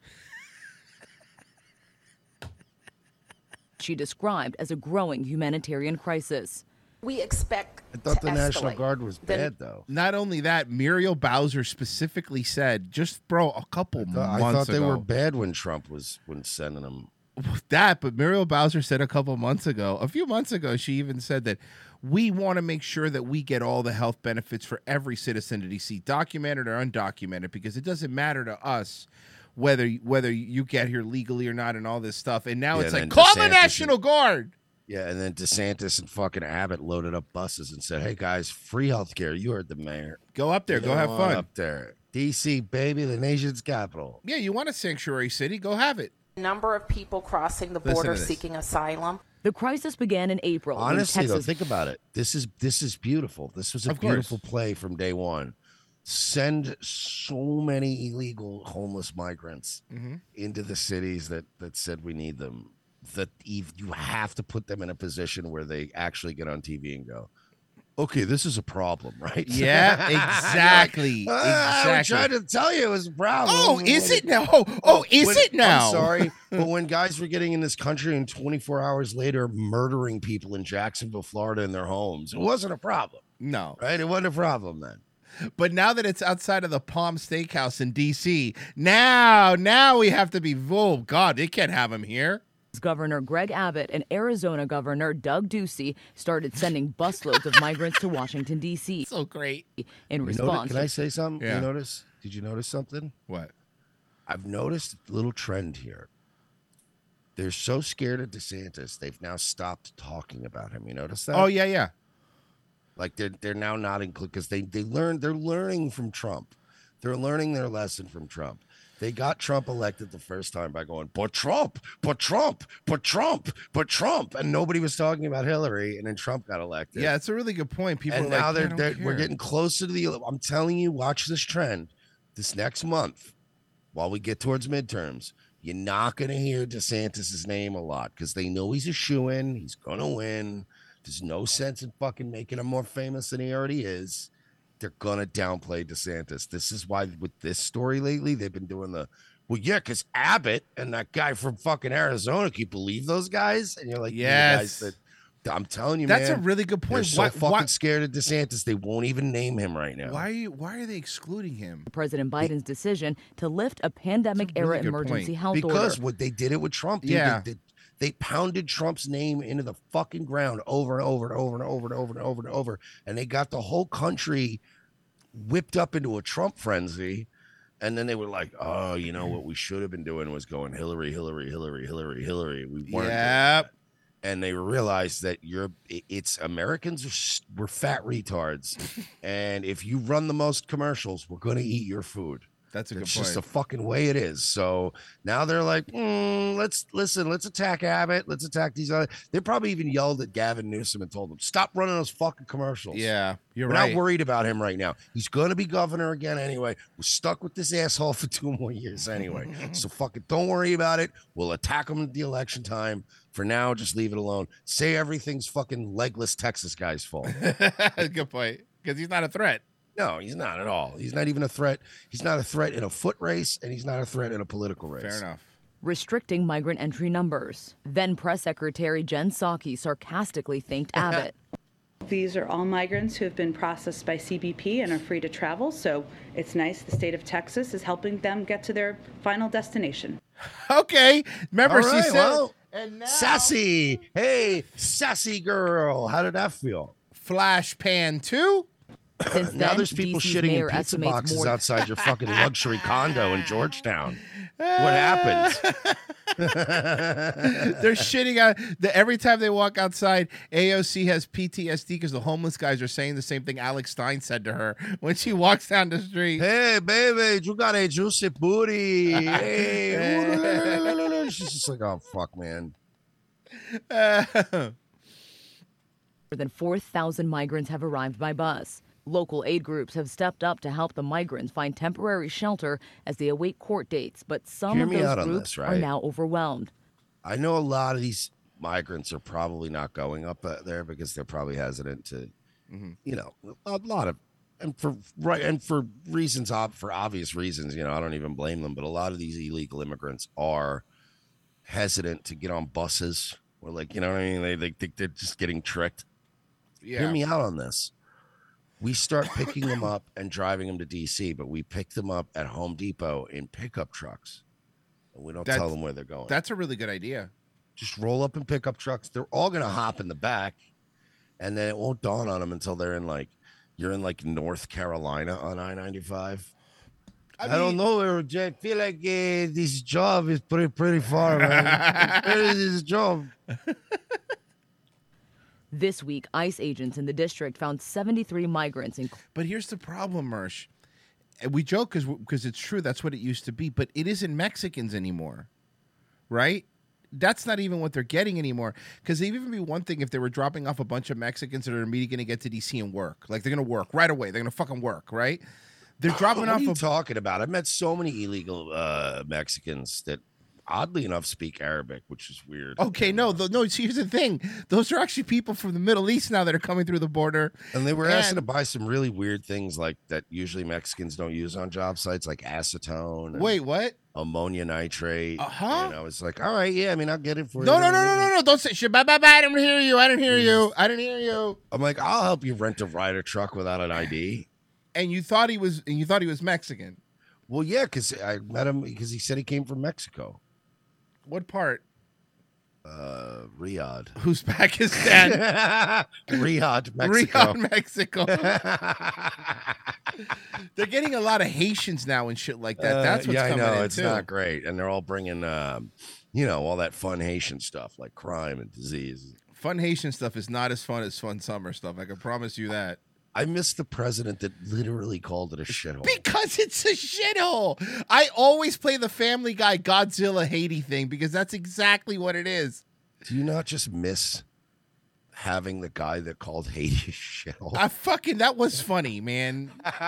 Speaker 14: she described as a growing humanitarian crisis.
Speaker 15: We expect
Speaker 4: I
Speaker 15: thought the National Guard
Speaker 4: was
Speaker 15: Then- bad,
Speaker 4: though.
Speaker 2: Not only that, Muriel Bowser specifically said, just bro, a couple
Speaker 4: I
Speaker 2: months
Speaker 4: thought they
Speaker 2: ago.
Speaker 4: were bad when Trump was when sending them.
Speaker 2: that, but Muriel Bowser said a couple months ago, a few months ago, she even said that we want to make sure that we get all the health benefits for every citizen in DC, documented or undocumented, because it doesn't matter to us whether whether you get here legally or not and all this stuff. And now
Speaker 4: Yeah,
Speaker 2: it's like
Speaker 4: and then
Speaker 2: call the
Speaker 4: DeSantis-
Speaker 2: National Guard.
Speaker 4: Yeah, and then DeSantis and fucking Abbott loaded up buses and said, "Hey guys, free healthcare. You heard the mayor.
Speaker 2: Go up there.
Speaker 4: You
Speaker 2: Go have
Speaker 4: want
Speaker 2: fun."
Speaker 4: up there. D.C. baby, the nation's capital.
Speaker 2: Yeah, you want a sanctuary city? Go have it.
Speaker 15: number of people crossing the
Speaker 4: Listen to
Speaker 15: border
Speaker 4: this.
Speaker 15: seeking asylum.
Speaker 14: The crisis began in April. when
Speaker 4: Honestly, though,
Speaker 14: Texas
Speaker 4: think about it. This is this is beautiful. This was a
Speaker 14: Of course.
Speaker 4: beautiful play from day one. Send so many illegal homeless migrants
Speaker 2: Mm-hmm.
Speaker 16: Mhm.
Speaker 4: into the cities that that said we need them. That eve- you have to put them in a position where they actually get on TV and go, "Okay, this is a problem, [laughs] right?"
Speaker 2: Yeah,
Speaker 4: You're like, [laughs]
Speaker 2: exactly,
Speaker 4: "Ah, I was
Speaker 2: exactly.
Speaker 4: trying to tell you it was a problem.
Speaker 2: Oh, is it now? Oh, oh, is [laughs]
Speaker 4: when-
Speaker 2: it now?
Speaker 4: I'm sorry, but when guys were getting in this country and 24 hours later murdering people in Jacksonville, Florida, in their homes, it wasn't a problem.
Speaker 2: No,
Speaker 4: right? It wasn't a problem then.
Speaker 2: But now that it's outside of the Palm Steakhouse in D.C., now now we have to be. Oh God, they can't have him here.
Speaker 14: Governor Greg Abbott and Arizona Governor Doug Ducey started sending busloads of migrants to Washington, D.C.
Speaker 2: So great.
Speaker 14: In
Speaker 4: You noti-
Speaker 14: response,
Speaker 4: can I say something?
Speaker 14: Yeah.
Speaker 4: You notice? Did you notice something?
Speaker 2: What?
Speaker 4: I've noticed a little trend here. They're so scared of DeSantis, they've now stopped talking about him. You notice that?
Speaker 2: Oh yeah, yeah.
Speaker 4: Like they're they're now not included because they they learned they're learning from Trump. They're learning their lesson from Trump. They got Trump elected the first time by going, but Trump, but Trump, but Trump, but Trump, and nobody was talking about Hillary, and then Trump got elected.
Speaker 2: Yeah, it's a really good point. People
Speaker 4: and
Speaker 2: are
Speaker 4: now
Speaker 2: like,
Speaker 4: they're,
Speaker 2: "I don't
Speaker 4: they're we're
Speaker 2: care."
Speaker 4: getting closer to the. ele- I'm telling you, watch this trend. This next month, while we get towards midterms, you're not going to hear DeSantis's name a lot because they know he's a shoe in. He's going to win. There's no sense in fucking making him more famous than he already is. They're going to downplay DeSantis. This is why, with this story lately, they've been doing the. Well, yeah, because Abbott and that guy from fucking Arizona, can you believe those guys? And you're like,
Speaker 2: Yes.
Speaker 4: yeah, guys that I'm telling you,
Speaker 2: That's a
Speaker 4: man,
Speaker 2: really good
Speaker 4: they're
Speaker 2: point.
Speaker 4: so
Speaker 2: Why-
Speaker 4: fucking
Speaker 2: why-
Speaker 4: scared of DeSantis, they won't even name him right now.
Speaker 2: Why are you? Why are they excluding him?
Speaker 14: President Biden's decision to lift a pandemic era
Speaker 4: Good
Speaker 14: emergency
Speaker 4: point.
Speaker 14: health order.
Speaker 4: because what they did it with Trump. Dude.
Speaker 14: Yeah.
Speaker 4: They, they, they pounded Trump's name into the fucking ground over and over and over and over and over and over and over and over, and they got the whole country whipped up into a Trump frenzy. And then they were like, oh, you know what we should have been doing was going Hillary, Hillary, Hillary, Hillary, Hillary. We weren't. doing
Speaker 2: Yep.
Speaker 4: that. And they realized that you're, i- it's Americans are, s- we're fat retards. and if you run the most commercials, we're going to eat your food.
Speaker 2: That's a
Speaker 4: It's
Speaker 2: good
Speaker 4: just
Speaker 2: point.
Speaker 4: the fucking way it is. So now they're like, "Mm, let's listen, let's attack Abbott, let's attack these other. They probably even yelled at Gavin Newsom and told him, stop running those fucking commercials.
Speaker 2: Yeah, you're
Speaker 4: We're
Speaker 2: right. [laughs]
Speaker 4: not worried about him right now. He's going to be governor again anyway. We're stuck with this asshole for [laughs] two more years anyway.
Speaker 2: [laughs]
Speaker 4: so fucking don't worry about it. We'll attack him at the election time. For now, just leave it alone. Say everything's fucking legless Texas
Speaker 2: [laughs]
Speaker 4: guy's fault.
Speaker 2: Good point. Because he's not a threat.
Speaker 4: No, he's not at all. He's not even a threat. He's not a threat in a foot race, and he's not a threat in a political race. Fair
Speaker 2: enough.
Speaker 14: restricting migrant entry numbers. Then Press Secretary Jen Psaki sarcastically
Speaker 4: [laughs]
Speaker 14: thanked Abbott.
Speaker 16: These are all migrants who have been processed by CBP and are free to travel, so it's nice the state of Texas is helping them get to their final destination.
Speaker 2: [laughs] Okay.
Speaker 16: Remember, she said-
Speaker 2: and now-
Speaker 4: sassy. Hey, sassy girl. How did that feel?
Speaker 2: Flash pan two.
Speaker 4: now
Speaker 2: then,
Speaker 4: there's people
Speaker 2: DC's
Speaker 4: shitting
Speaker 2: mayor
Speaker 4: in pizza
Speaker 2: estimates
Speaker 4: boxes
Speaker 2: more-
Speaker 4: outside
Speaker 2: [laughs]
Speaker 4: your fucking luxury condo in Georgetown. What
Speaker 2: [laughs]
Speaker 4: happened?
Speaker 2: They're shitting out. The, every time they walk outside, AOC has PTSD because the homeless guys are saying the same thing Alex Stein said to her when she walks down the street.
Speaker 4: Hey, baby, you got a
Speaker 2: [laughs]
Speaker 4: juicy booty.
Speaker 2: Hey.
Speaker 4: Hey, she's just like, oh fuck, man.
Speaker 14: More than 4,000 migrants have arrived by bus. Local aid groups have stepped up to help the migrants find temporary shelter as they await court dates, but some
Speaker 4: Hear
Speaker 14: of
Speaker 4: me
Speaker 14: those
Speaker 4: out on
Speaker 14: groups
Speaker 4: this,
Speaker 14: are
Speaker 4: right?
Speaker 14: now overwhelmed.
Speaker 4: I know a lot of these migrants are probably not going up uh, there because they're probably hesitant to,
Speaker 2: Mm-hmm.
Speaker 4: you know, a lot of, and for right and for reasons ob- for obvious reasons, you know, I don't even blame them. But a lot of these illegal immigrants are hesitant to get on buses or like, you know what I mean? They they think they're just getting tricked.
Speaker 2: Yeah.
Speaker 4: Hear me out on this. We start picking them up and driving them to DC, but we pick them up at Home Depot in pickup trucks, and we don't tell
Speaker 2: That's-
Speaker 4: them where they're going
Speaker 2: That's a really good idea.
Speaker 4: just roll up in pickup trucks. They're all gonna hop in the back, and then it won't dawn on them until they're in like you're in like North Carolina on I ninety five. I, don't know. Eric, I feel like uh, this job is pretty pretty far. Man. [laughs] Where is this job?
Speaker 14: [laughs] This week, ICE agents in the district found 73 migrants, including
Speaker 2: But here's the problem, Mersh. And We joke because it's true. That's what it used to be, but it isn't Mexicans anymore, right? That's not even what they're getting anymore. Because it'd even be one thing if they were dropping off a bunch of Mexicans that are immediately going to get to DC and work. Like they're going to work right away. They're going to fucking work, [laughs] right? They're dropping
Speaker 4: what
Speaker 2: off.
Speaker 4: Are you
Speaker 2: a-
Speaker 4: talking about? I met so many illegal uh, Mexicans that, oddly enough, speak Arabic, which is weird.
Speaker 2: Okay, no, th- no. see, Here's the thing: those are actually people from the Middle East now that are coming through the border.
Speaker 4: And they were asking to buy some really weird things like that usually Mexicans don't use on job sites, like acetone. and
Speaker 2: Wait, what?
Speaker 4: Ammonia nitrate.
Speaker 2: Uh-huh.
Speaker 4: And I was like, all right, yeah, I mean, I'll get it for
Speaker 2: No,
Speaker 4: you. Mm.
Speaker 2: no, no, no, no, no! Don't say shit. Bye, bye, bye! I didn't hear you. I didn't hear you. I didn't hear you.
Speaker 4: I'm like, I'll help you rent a rider truck without an ID.
Speaker 2: And you thought he was, and you thought he was Mexican.
Speaker 4: Well, yeah, because I met him because he said he came from Mexico,
Speaker 2: What part?
Speaker 4: uh, Riyadh.
Speaker 2: Who's Pakistan?
Speaker 4: [laughs] Riyadh, Mexico.
Speaker 2: Riyadh,
Speaker 4: [laughs]
Speaker 2: Mexico. [laughs] They're getting a lot of Haitians now and shit like that.
Speaker 4: Uh,
Speaker 2: That's what's
Speaker 4: yeah,
Speaker 2: coming
Speaker 4: I know
Speaker 2: in
Speaker 4: it's
Speaker 2: too.
Speaker 4: not great, and they're all bringing, um, you know, all that fun Haitian stuff like crime and disease.
Speaker 2: Fun Haitian stuff is not as fun as fun summer stuff. I can promise you that.
Speaker 4: I miss the president that literally called it a shithole.
Speaker 2: Because it's a shithole. I always play the Family Guy Godzilla Haiti thing because that's exactly what it is.
Speaker 4: Do you not just miss having the guy that called Haiti a shithole?
Speaker 2: I fucking that was funny, man.
Speaker 4: [laughs]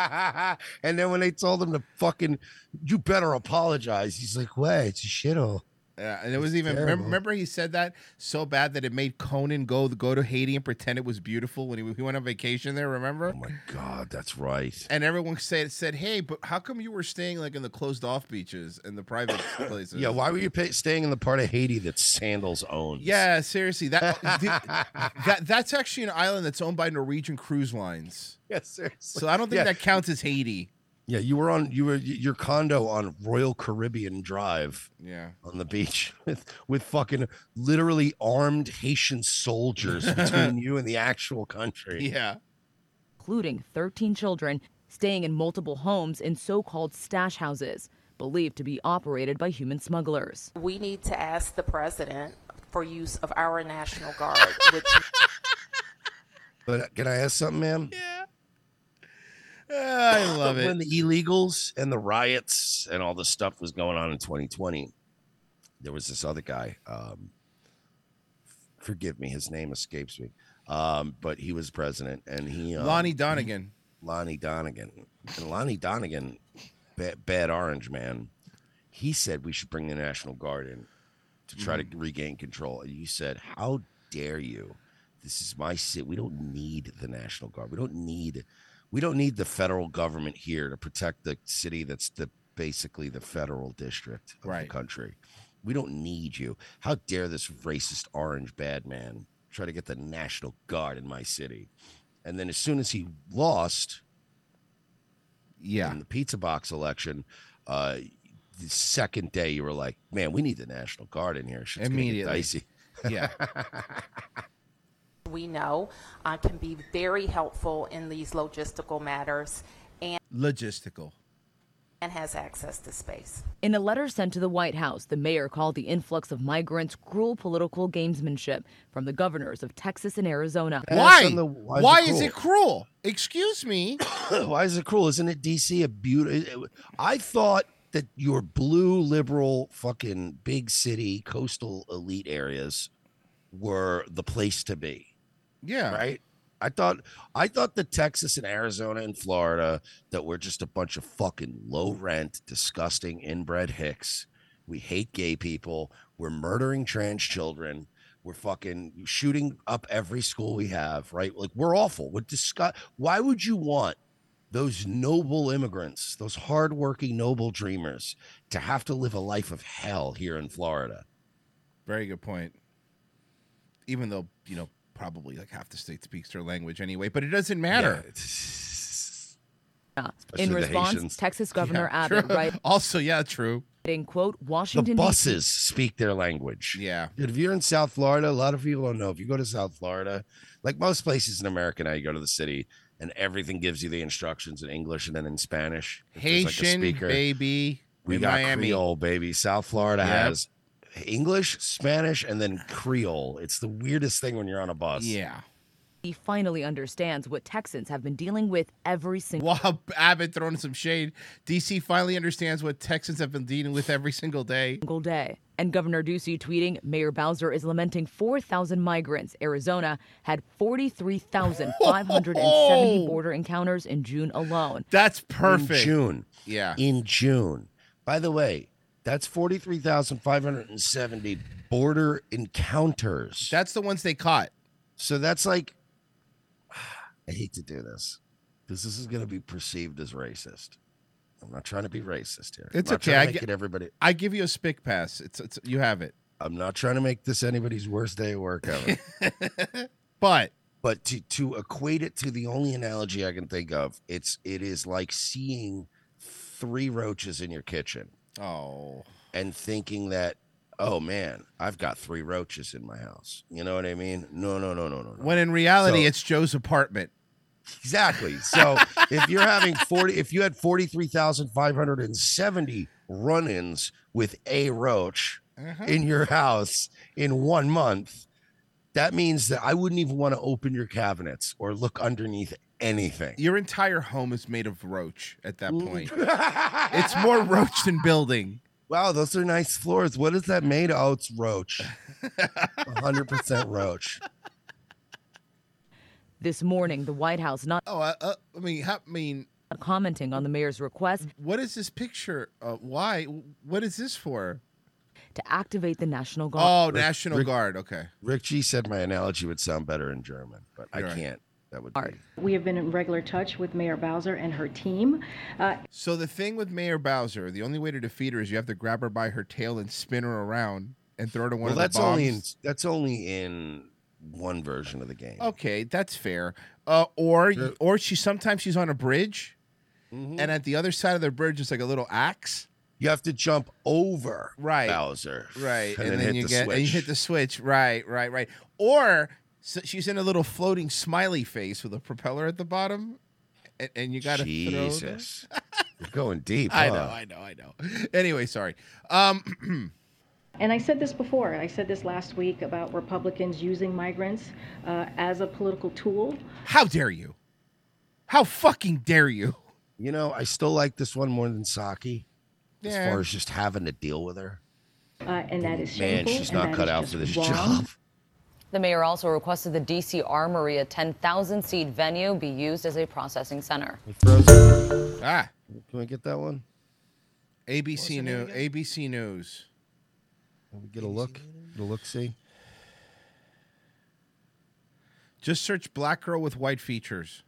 Speaker 4: and then when they told him to fucking, you better apologize. He's like, "What? It's a shithole."
Speaker 2: Yeah, and it was even remember,
Speaker 4: terrible.
Speaker 2: remember he said that so bad that it made Conan go go to Haiti and pretend it was beautiful when he, he went on vacation there. Remember? Oh
Speaker 4: my God, that's right.
Speaker 2: And everyone said said, "Hey, but how come you were staying like in the closed off beaches and the private
Speaker 4: [coughs]
Speaker 2: places?"
Speaker 4: Yeah, why were you pay- staying in the part of Haiti that sandals own?
Speaker 2: Yeah, seriously, that the- that that's actually an island that's owned by Norwegian Cruise
Speaker 4: [laughs]
Speaker 2: Lines.
Speaker 4: Yes, seriously.
Speaker 2: So I don't think
Speaker 4: Yeah.
Speaker 2: that counts as Haiti.
Speaker 4: Yeah, you were on you were y- your condo on Royal Caribbean Drive.
Speaker 2: Yeah.
Speaker 4: On the beach [laughs] with with fucking literally armed
Speaker 2: [laughs]
Speaker 4: Haitian soldiers between you and the actual country.
Speaker 14: 13 children, staying in multiple homes in so called stash houses, believed to be operated by human smugglers.
Speaker 15: We need to ask the president for use of our National Guard, which
Speaker 4: But can I ask something, ma'am?
Speaker 2: Yeah. Ah,
Speaker 4: [laughs]
Speaker 2: I love
Speaker 4: When
Speaker 2: it.
Speaker 4: the illegals and the riots and all the stuff was going on in 2020, there was this other guy. Um, forgive me, his name escapes me. Um, but he was president, and he um,
Speaker 2: Lonnie Donegan.
Speaker 4: Lonnie Donegan, and Lonnie Donegan, bad, bad orange man. He said we should bring the National Guard in to try to regain control. And you said, "How dare you? This is my city. We don't need the National Guard. We don't need, we don't need the federal government here to protect the city that's the basically the federal district of the country. We don't need you. How dare this racist orange bad man try to get the National Guard in my city?" And then as soon as he lost,
Speaker 2: yeah,
Speaker 4: in the pizza box election, uh, the second day you were like, "Man, we need the National Guard in here." Shit's gonna get
Speaker 2: Immediately.
Speaker 4: dicey. [laughs]
Speaker 2: Yeah.
Speaker 15: we know uh, can be very helpful in these logistical matters and,
Speaker 2: Logistical.
Speaker 15: and has access to space.
Speaker 14: In a letter sent to the White House, the mayor called the influx of migrants cruel political gamesmanship from the governors of Texas and Arizona.
Speaker 2: Why? why, is it cruel? Excuse me.
Speaker 4: [coughs] Why is it cruel? Isn't it DC a beautiful? I thought that your blue liberal fucking big city coastal elite areas were the place to be.
Speaker 2: Yeah.
Speaker 4: Right. I thought I thought the Texas and Arizona and Florida that we're just a bunch of fucking low rent, disgusting inbred hicks. We hate gay people. We're murdering trans children. We're fucking shooting up every school we have, right? Like we're awful. We're disgust. Why would you want those noble immigrants, those hardworking noble dreamers, to have to live a life of hell here in Florida?
Speaker 2: Very good point. Even though, you know, probably like half the state speaks their language anyway, but it doesn't
Speaker 4: [laughs]
Speaker 2: matter.
Speaker 14: In response, Texas Governor Abbott writes,
Speaker 2: [laughs] Also, yeah, true.
Speaker 14: in quote,
Speaker 4: The
Speaker 14: Washington, D.C.
Speaker 4: buses speak their language.
Speaker 2: Yeah.
Speaker 4: Dude, if you're in South Florida, a lot of people don't know. If you go to South Florida, like most places in America now, you go to the city and everything gives you the instructions in English and then in Spanish. if there's, like, a
Speaker 2: Haitian
Speaker 4: speaker.
Speaker 2: baby.
Speaker 4: We
Speaker 2: in
Speaker 4: got
Speaker 2: Miami.
Speaker 4: Creole, baby. South Florida
Speaker 2: Yep.
Speaker 4: has English, Spanish, and then Creole. It's the weirdest thing when you're on a bus.
Speaker 2: Yeah.
Speaker 14: he finally understands what Texans have been dealing with every single
Speaker 2: While [laughs] Abbott throwing some shade, DC finally understands what Texans have been dealing with every single day.
Speaker 14: single day. And Governor Ducey tweeting, Mayor Bowser is lamenting 4,000 migrants. Arizona had 43,570 border encounters in June alone.
Speaker 2: That's
Speaker 4: In
Speaker 2: perfect.
Speaker 4: June.
Speaker 2: Yeah.
Speaker 4: In June. By the way, that's 43,570 border encounters.
Speaker 2: That's the ones they caught.
Speaker 4: So that's like, [sighs] I hate to do this because this is going to be perceived as racist. I'm not trying to be racist here.
Speaker 2: It's
Speaker 4: I'm not
Speaker 2: okay.
Speaker 4: trying
Speaker 2: I
Speaker 4: to make
Speaker 2: gi-
Speaker 4: it everybody.
Speaker 2: I give you a spick pass. It's, it's you have it.
Speaker 4: I'm not trying to make this anybody's worst day at work ever.
Speaker 2: [laughs] but
Speaker 4: but to to equate it to the only analogy I can think of, it's it is like seeing three roaches in your kitchen.
Speaker 2: Oh.
Speaker 4: And thinking that, oh man, I've got three roaches in my house. You know what I mean? No, no, no, no, no. no.
Speaker 2: When in reality,
Speaker 4: So-
Speaker 2: it's Joe's apartment.
Speaker 4: Exactly. [laughs] So if you're having [laughs] 40, if you had 43,570 run ins with a roach
Speaker 2: Uh-huh.
Speaker 4: in your house in one month, that means that I wouldn't even want to open your cabinets or look underneath anything.
Speaker 2: Your entire home is made of roach at that
Speaker 4: [laughs]
Speaker 2: point. it's more roach than building.
Speaker 4: Wow, those are nice floors. What is that made? of? Oh,
Speaker 2: [laughs]
Speaker 4: it's roach. 100% roach.
Speaker 14: This morning, the White House not
Speaker 2: oh, uh, uh, I mean, ha- I mean,
Speaker 14: commenting on the mayor's request
Speaker 2: What is this picture? Uh, why? What is this for?
Speaker 14: to activate the National
Speaker 2: Oh,
Speaker 14: Guard.
Speaker 2: National Guard. Okay.
Speaker 4: Rick G said my analogy would sound better in German, but I can't. That would be.
Speaker 17: We have been in regular touch with Mayor Bowser and her team. Uh,
Speaker 2: So the thing with Mayor Bowser, the only way to defeat her is you have to grab her by her tail and spin her around and throw her to one
Speaker 4: Well,
Speaker 2: of the
Speaker 4: that's
Speaker 2: bombs.
Speaker 4: only in that's only in one version of the game.
Speaker 2: Okay, that's fair. Uh, or or she sometimes she's on a bridge,
Speaker 4: Mm-hmm.
Speaker 2: and at the other side of the bridge is like a little axe.
Speaker 4: Mm. You have to jump over
Speaker 2: right
Speaker 4: Bowser,
Speaker 2: right,
Speaker 4: and
Speaker 2: and,
Speaker 4: then
Speaker 2: then,
Speaker 4: hit
Speaker 2: you
Speaker 4: the
Speaker 2: get and you
Speaker 4: switch.
Speaker 2: hit the switch. Right, right, right. Or so she's in a little floating smiley face with a propeller at the bottom, and, and you got to
Speaker 4: Jesus.
Speaker 2: [laughs]
Speaker 4: You're going deep.
Speaker 2: I
Speaker 4: huh?
Speaker 2: know, I know, I know. Anyway, sorry. Um,
Speaker 17: [clears throat] And I said this before, I said this last week about Republicans using migrants uh, as a political tool.
Speaker 2: how dare you? How fucking dare you?
Speaker 4: You know, I still like this one more than Saki. As
Speaker 17: Yeah.
Speaker 4: far as just having to deal with her.
Speaker 17: Uh, and that is
Speaker 4: Man,
Speaker 17: shameful.
Speaker 4: she's
Speaker 17: and that
Speaker 4: not
Speaker 17: is
Speaker 4: cut out
Speaker 17: just
Speaker 4: for this
Speaker 17: wrong.
Speaker 4: job.
Speaker 18: The mayor also requested the D.C. Armory, a 10,000 seat venue, be used as a processing center.
Speaker 2: Ah.
Speaker 4: Can we get that one?
Speaker 2: ABC News. ABC News.
Speaker 4: Get a look. Get a look. See.
Speaker 2: Just search black girl with white
Speaker 4: [laughs]
Speaker 2: features.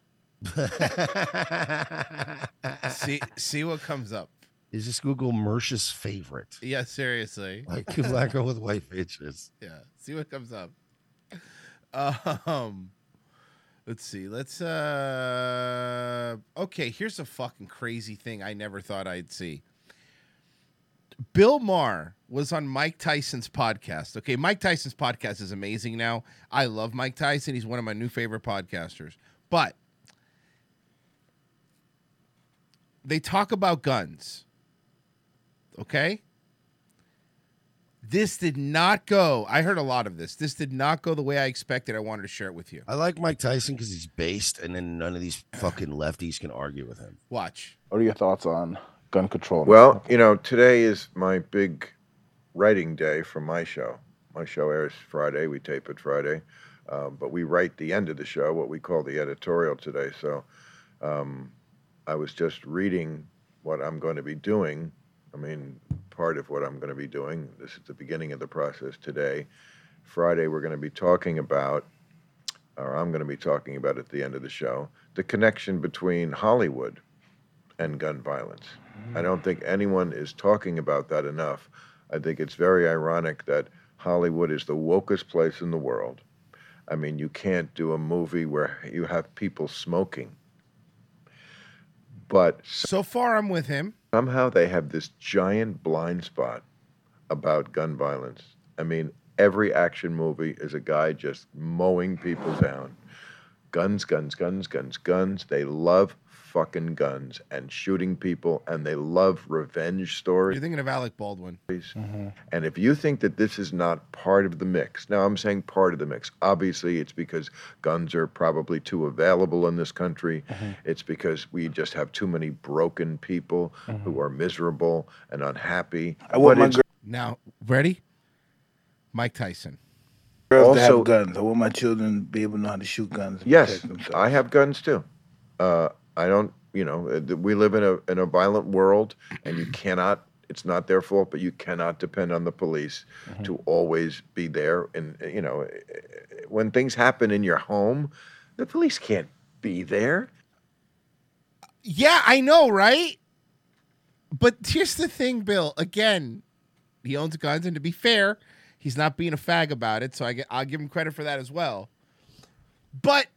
Speaker 2: see see what comes up.
Speaker 4: Is this Google Mersh's favorite?
Speaker 2: Yeah, seriously.
Speaker 4: Like [laughs] black girl with white features.
Speaker 2: Yeah, see what comes up. Um, let's see. Let's uh. Okay, here's a fucking crazy thing I never thought I'd see. Bill Maher was on Mike Tyson's podcast. Okay, Mike Tyson's podcast is amazing now. I love Mike Tyson. He's one of my new favorite podcasters. But they talk about guns. Okay? This did not go. I heard a lot of this. This did not go the way I expected. I wanted to share it with you.
Speaker 4: I like Mike Tyson because he's based, and then none of these fucking lefties can argue with him.
Speaker 2: Watch.
Speaker 19: What are your thoughts on gun control?
Speaker 20: Well, you know, today is my big writing day for my show. My show airs Friday. We tape it Friday, um, but we write the end of the show, what we call the editorial today. So, um, I was just reading what I'm going to be doing. I mean, part of what I'm going to be doing. This is the beginning of the process today. Friday, we're going to be talking about, or I'm going to be talking about at the end of the show, the connection between Hollywood and gun violence. I don't think anyone is talking about that enough. I think it's very ironic that Hollywood is the wokest place in the world. I mean, you can't do a movie where you have people smoking. But
Speaker 2: so far, I'm with him.
Speaker 20: Somehow they have this giant blind spot about gun violence. I mean, every action movie is a guy just mowing people down. Guns, guns, guns, guns, guns. They love fucking guns and shooting people, and they love revenge stories.
Speaker 2: You're thinking of Alec Baldwin.
Speaker 20: And if you think that this is not part of the mix, now I'm saying part of the mix. Obviously, it's because guns are probably too available in this country. It's because we just have too many broken people who are miserable and unhappy.
Speaker 19: I want my gir-
Speaker 2: Now, ready? Mike Tyson.
Speaker 19: Girls to
Speaker 20: Also-
Speaker 19: have guns. I want my children [laughs] to be able to know how to shoot guns. and
Speaker 20: Yes,
Speaker 19: protect them.
Speaker 20: I have guns too. Uh, I don't, you know, uh, th- we live in a in a violent world, and you cannot. It's not their fault, but you cannot depend on the police to always be there. And uh, you know, uh, uh, when things happen in your home, the police can't be there.
Speaker 2: Yeah, I know, right? But here's the thing, Bill. Again, he owns guns, and to be fair, he's not being a fag about it. So I get, I'll give him credit for that as well. But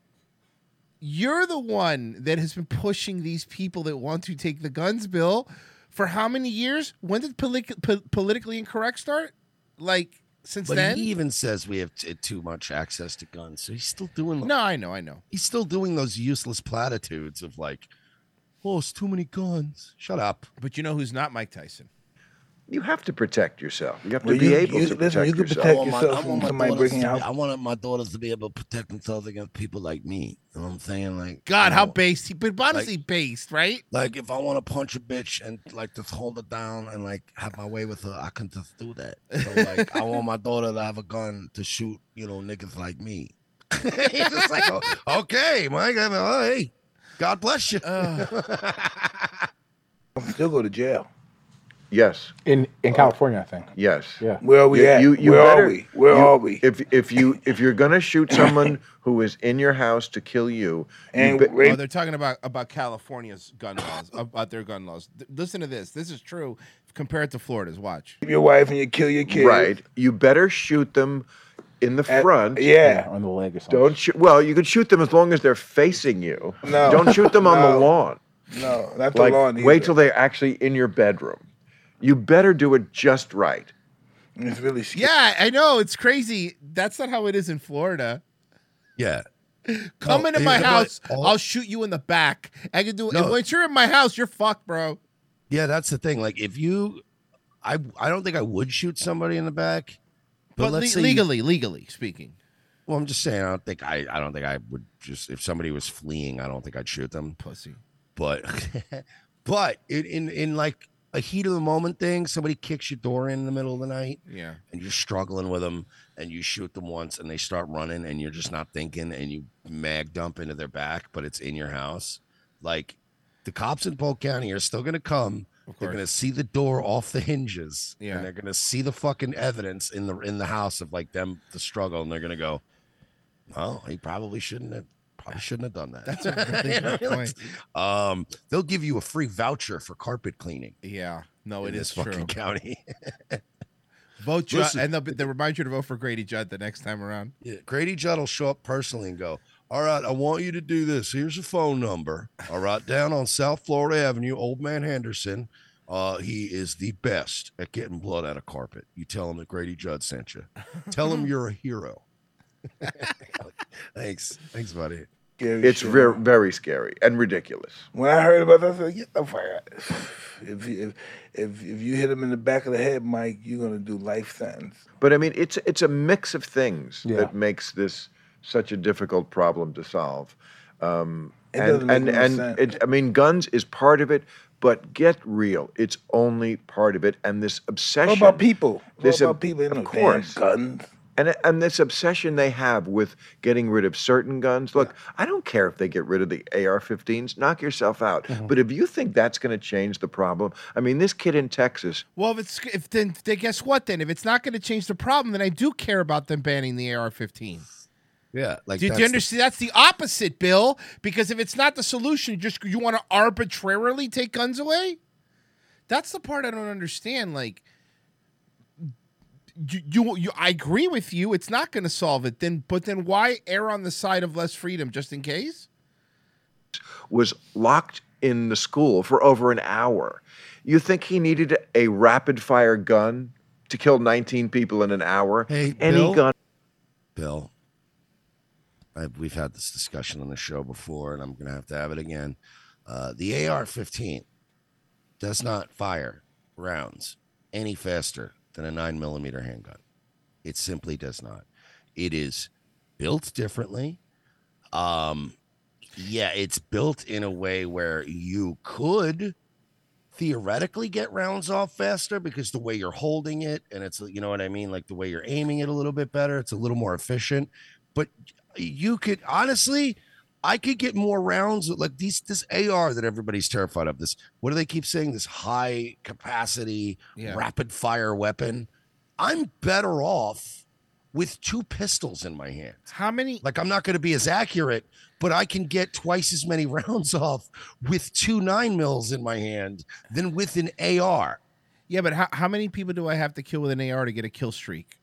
Speaker 2: you're the one that has been pushing these people that want to take the guns, Bill, for how many years? When did politi- po- politically incorrect start? Like since
Speaker 4: But
Speaker 2: then?
Speaker 4: he even says we have t- too much access to guns, so he's still doing.
Speaker 2: No, I know, I know.
Speaker 4: He's still doing those useless platitudes of like, "Oh, it's too many guns." Shut up.
Speaker 2: But you know who's not Mike Tyson?
Speaker 20: You have to protect yourself. You have
Speaker 19: Well,
Speaker 20: to be
Speaker 19: you-
Speaker 20: able
Speaker 19: you-
Speaker 20: to
Speaker 19: listen,
Speaker 20: protect
Speaker 19: you can
Speaker 20: yourself.
Speaker 19: protect
Speaker 4: I want my-
Speaker 19: yourself
Speaker 4: I
Speaker 19: from
Speaker 4: want my
Speaker 19: somebody
Speaker 4: daughters
Speaker 19: breaking
Speaker 4: to
Speaker 19: your
Speaker 4: be-
Speaker 19: house.
Speaker 4: I want my daughters to be able to protect themselves against people like me. You know what I'm saying? Like
Speaker 2: God,
Speaker 4: you
Speaker 2: how
Speaker 4: know,
Speaker 2: based? He, but honestly, based, right?
Speaker 4: Like if I want to punch a bitch and like just hold her down and like have my way with her, I can just do that. So like I want my daughter to have a gun to shoot, you know, niggas like me. It's just like, oh, okay, Mike. I mean, oh, hey, God bless you. [laughs]
Speaker 19: I'll Uh. still go to jail.
Speaker 20: Yes.
Speaker 19: In in California, I think.
Speaker 20: Yes.
Speaker 19: Yeah. Where are we at? Where are we? Where are we?
Speaker 20: If if you if you're gonna shoot someone [laughs] who is in your house to kill you, you be-
Speaker 2: oh, they're talking about about California's gun laws, about their gun laws. Th- listen to this. This is true. Compare it to Florida's. Watch.
Speaker 19: Your wife and you kill your kids.
Speaker 20: Right. You better shoot them in the front.
Speaker 19: yeah. Yeah,
Speaker 20: On the leg or something. Don't shoot. Well, you could shoot them as long as they're facing you.
Speaker 19: No.
Speaker 20: Don't shoot them on the
Speaker 19: [laughs] No.
Speaker 20: lawn.
Speaker 19: No, not the
Speaker 20: like,
Speaker 19: lawn.
Speaker 20: Wait
Speaker 19: either.
Speaker 20: till they're actually in your bedroom. You better do it just right.
Speaker 19: It's really
Speaker 2: Yeah, I know. It's crazy. That's not how it is in Florida.
Speaker 4: Yeah.
Speaker 2: Come
Speaker 10: No,
Speaker 2: into
Speaker 10: you
Speaker 2: my
Speaker 10: know
Speaker 2: house.
Speaker 10: what? All-
Speaker 2: I'll shoot you in the back. I can do it.
Speaker 4: No.
Speaker 2: Once you're in my house, you're fucked, bro.
Speaker 4: Yeah, that's the thing. Like if you, I I don't think I would shoot somebody in the back, but,
Speaker 2: But
Speaker 4: let's
Speaker 2: le-
Speaker 4: say-
Speaker 2: legally, legally speaking.
Speaker 4: Well, I'm just saying. I don't think I. I don't think I would just if somebody was fleeing. I don't think I'd shoot them.
Speaker 2: Pussy.
Speaker 4: But, [laughs] but in in, in like a heat of the moment thing, somebody kicks your door in, in the middle of the night.
Speaker 2: Yeah.
Speaker 4: And you're struggling with them, and you shoot them once, and they start running, and you're just not thinking, and you mag dump into their back, but it's in your house. Like the cops in Polk County are still gonna come. They're gonna see the door off the hinges,
Speaker 2: Yeah.
Speaker 4: and they're gonna see the fucking evidence in the in the house of like them the struggle, and they're gonna go, "Well, he probably shouldn't have probably shouldn't have done that."
Speaker 2: That's a really
Speaker 4: You know, [laughs]
Speaker 2: good
Speaker 4: like, Um, they'll give you a free voucher for carpet cleaning.
Speaker 2: Yeah. No,
Speaker 4: in
Speaker 2: it
Speaker 4: this
Speaker 2: is
Speaker 4: fucking
Speaker 2: true.
Speaker 4: county. [laughs]
Speaker 2: Vote Judd,
Speaker 4: Listen.
Speaker 2: and they'll, be- they'll remind you to vote for Grady Judd the next time around.
Speaker 4: Yeah, Grady Judd will show up personally and go, All right, I want you to do this. Here's a phone number. All right, down on South Florida Avenue, Old Man Henderson. Uh, he is the best at getting blood out of carpet. You tell him that Grady Judd sent you. Tell
Speaker 2: [laughs]
Speaker 4: him you're a hero. Thanks. Thanks, buddy.
Speaker 20: It's very, very scary and ridiculous.
Speaker 19: [laughs] When I heard about that, I was like, get the fuck out. If you, if, if, if you hit him in the back of the head, Mike, you're going to do life sentence.
Speaker 20: But I mean, it's it's a mix of things
Speaker 19: Yeah.
Speaker 20: that makes this such a difficult problem to solve. Um,
Speaker 19: It
Speaker 20: and
Speaker 19: doesn't make
Speaker 20: and
Speaker 19: no
Speaker 20: and
Speaker 19: sense.
Speaker 20: it, I mean, guns is part of it, but get real, it's only part of it. And this obsession.
Speaker 19: What about people? What
Speaker 20: This
Speaker 19: about
Speaker 20: ob-
Speaker 19: people? They
Speaker 20: Of
Speaker 19: know damn
Speaker 20: course,
Speaker 19: guns.
Speaker 20: And, and this obsession they have with getting rid of certain guns. Look, I don't care if they get rid of the AR 15s, knock yourself out.
Speaker 19: Mm-hmm.
Speaker 20: But if you think that's going to change the problem, I mean, this kid in Texas
Speaker 2: Well, if it's if then, then guess what? Then if it's not going to change the problem, then I do care about them banning the AR-15.
Speaker 4: Yeah.
Speaker 2: do, do
Speaker 4: Like that's
Speaker 2: you
Speaker 4: the-
Speaker 2: understand? That's the opposite, Bill. Because if it's not the solution, you just you want to arbitrarily take guns away. That's the part I don't understand. Like, you, you, you I agree with you. It's not going to solve it. Then, but then why err on the side of less freedom just in case?
Speaker 20: was locked in the school for over an hour. You think he needed a rapid fire gun to kill 19 people in an hour?
Speaker 4: Hey,
Speaker 20: Any
Speaker 4: Bill?
Speaker 20: gun.
Speaker 4: Bill, I, we've had this discussion on the show before, and I'm going to have to have it again. Uh, the AR 15 does not fire rounds any faster than a 9 millimeter handgun. It simply does not. It is built differently. Um, yeah, it's built in a way where you could theoretically get rounds off faster because the way you're holding it and it's you know what I mean like the way you're aiming it a little bit better it's a little more efficient but you could honestly I could get more rounds with, like these this AR that everybody's terrified of this what do they keep saying this high capacity
Speaker 2: Yeah.
Speaker 4: rapid fire weapon I'm better off with two pistols in my hand
Speaker 2: how many
Speaker 4: like I'm not going to be as accurate but I can get twice as many [laughs] rounds off with two nine mils in my hand than with an AR.
Speaker 2: Yeah, but how, how many people do I have to kill with an AR to get a kill streak?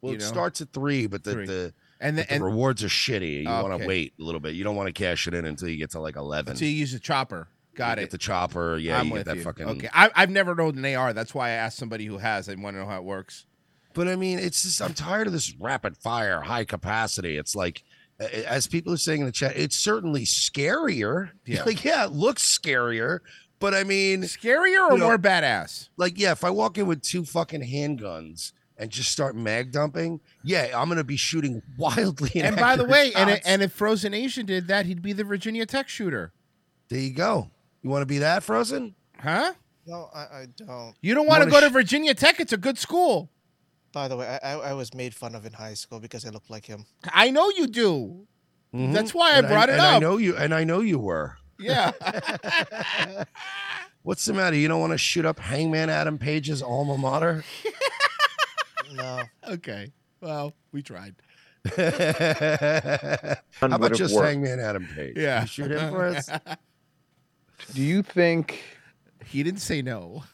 Speaker 4: Well,
Speaker 2: you
Speaker 4: it
Speaker 2: know?
Speaker 4: starts at three, but the
Speaker 2: Three.
Speaker 4: the
Speaker 2: And the-
Speaker 4: but the
Speaker 2: and-
Speaker 4: rewards are shitty. You want
Speaker 2: Okay.
Speaker 4: to wait a little bit. You don't want to cash it in until you get to like eleven.
Speaker 2: So you use a chopper. Got
Speaker 4: You
Speaker 2: it.
Speaker 4: Get the chopper. Yeah,
Speaker 2: I'm
Speaker 4: you
Speaker 2: with
Speaker 4: get that
Speaker 2: you.
Speaker 4: fucking.
Speaker 2: Okay, I, I've never known an AR. That's why I asked somebody who has. I want to know how it works.
Speaker 4: But I mean, it's just I'm tired of this rapid fire, high capacity. It's like, a- a- as people are saying in the chat, it's certainly scarier.
Speaker 2: Yeah.
Speaker 4: [laughs] Like, yeah, it looks scarier. But I mean,
Speaker 2: scarier or more badass?
Speaker 4: Like, yeah, if I walk in with two fucking handguns and just start mag dumping, yeah, I'm gonna be shooting [laughs] wildly.
Speaker 2: and by the way, and,
Speaker 4: inaccurate
Speaker 2: i-
Speaker 4: shots.
Speaker 2: and if Frozen Asian did that, he'd be the Virginia Tech shooter.
Speaker 4: There you go. You want to be that Frozen?
Speaker 2: Huh?
Speaker 8: No, I, I don't.
Speaker 2: You don't want to
Speaker 8: Wanna
Speaker 2: go to
Speaker 8: sh-
Speaker 2: Virginia Tech? It's a good school.
Speaker 8: By the way, I, I, I was made fun of in high school because I looked like him.
Speaker 2: I know you do.
Speaker 4: Mhm.
Speaker 2: That's why I
Speaker 4: And
Speaker 2: brought it
Speaker 4: and I
Speaker 2: up.
Speaker 4: know you, and I know you were.
Speaker 8: [laughs]
Speaker 2: Yeah.
Speaker 4: What's the matter? You don't want to shoot up Hangman Adam Page's alma mater? [laughs]
Speaker 8: no.
Speaker 2: [laughs] Okay. Well, we tried.
Speaker 4: How
Speaker 19: None
Speaker 4: about
Speaker 19: would've
Speaker 4: just
Speaker 19: worked.
Speaker 4: Hangman Adam Page?
Speaker 2: Yeah.
Speaker 4: You shoot him for
Speaker 19: [laughs]
Speaker 4: us.
Speaker 19: Do you think
Speaker 2: he didn't say no?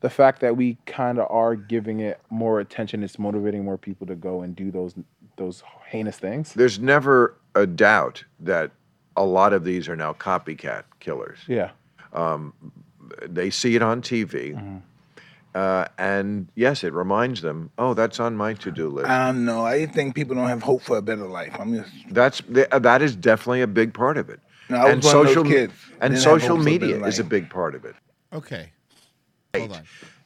Speaker 19: The fact that we kind of are giving it more attention is motivating more people to go and do those those heinous things.
Speaker 20: There's never a doubt that a lot of these are now copycat killers.
Speaker 19: Yeah.
Speaker 20: Um, they see it on TV. Uh, and yes, it reminds them, oh, that's on my to-do list.
Speaker 21: I don't know. I think people don't have hope for a better life. I'm just
Speaker 20: That's uh, that is definitely a big part of it.
Speaker 21: No, I was
Speaker 20: and
Speaker 21: one of those
Speaker 20: social
Speaker 21: kids.
Speaker 20: and
Speaker 21: Didn't have
Speaker 20: social
Speaker 21: hope for a
Speaker 20: media
Speaker 21: better
Speaker 20: is a
Speaker 21: life.
Speaker 20: big part of it.
Speaker 2: Okay. Hold on.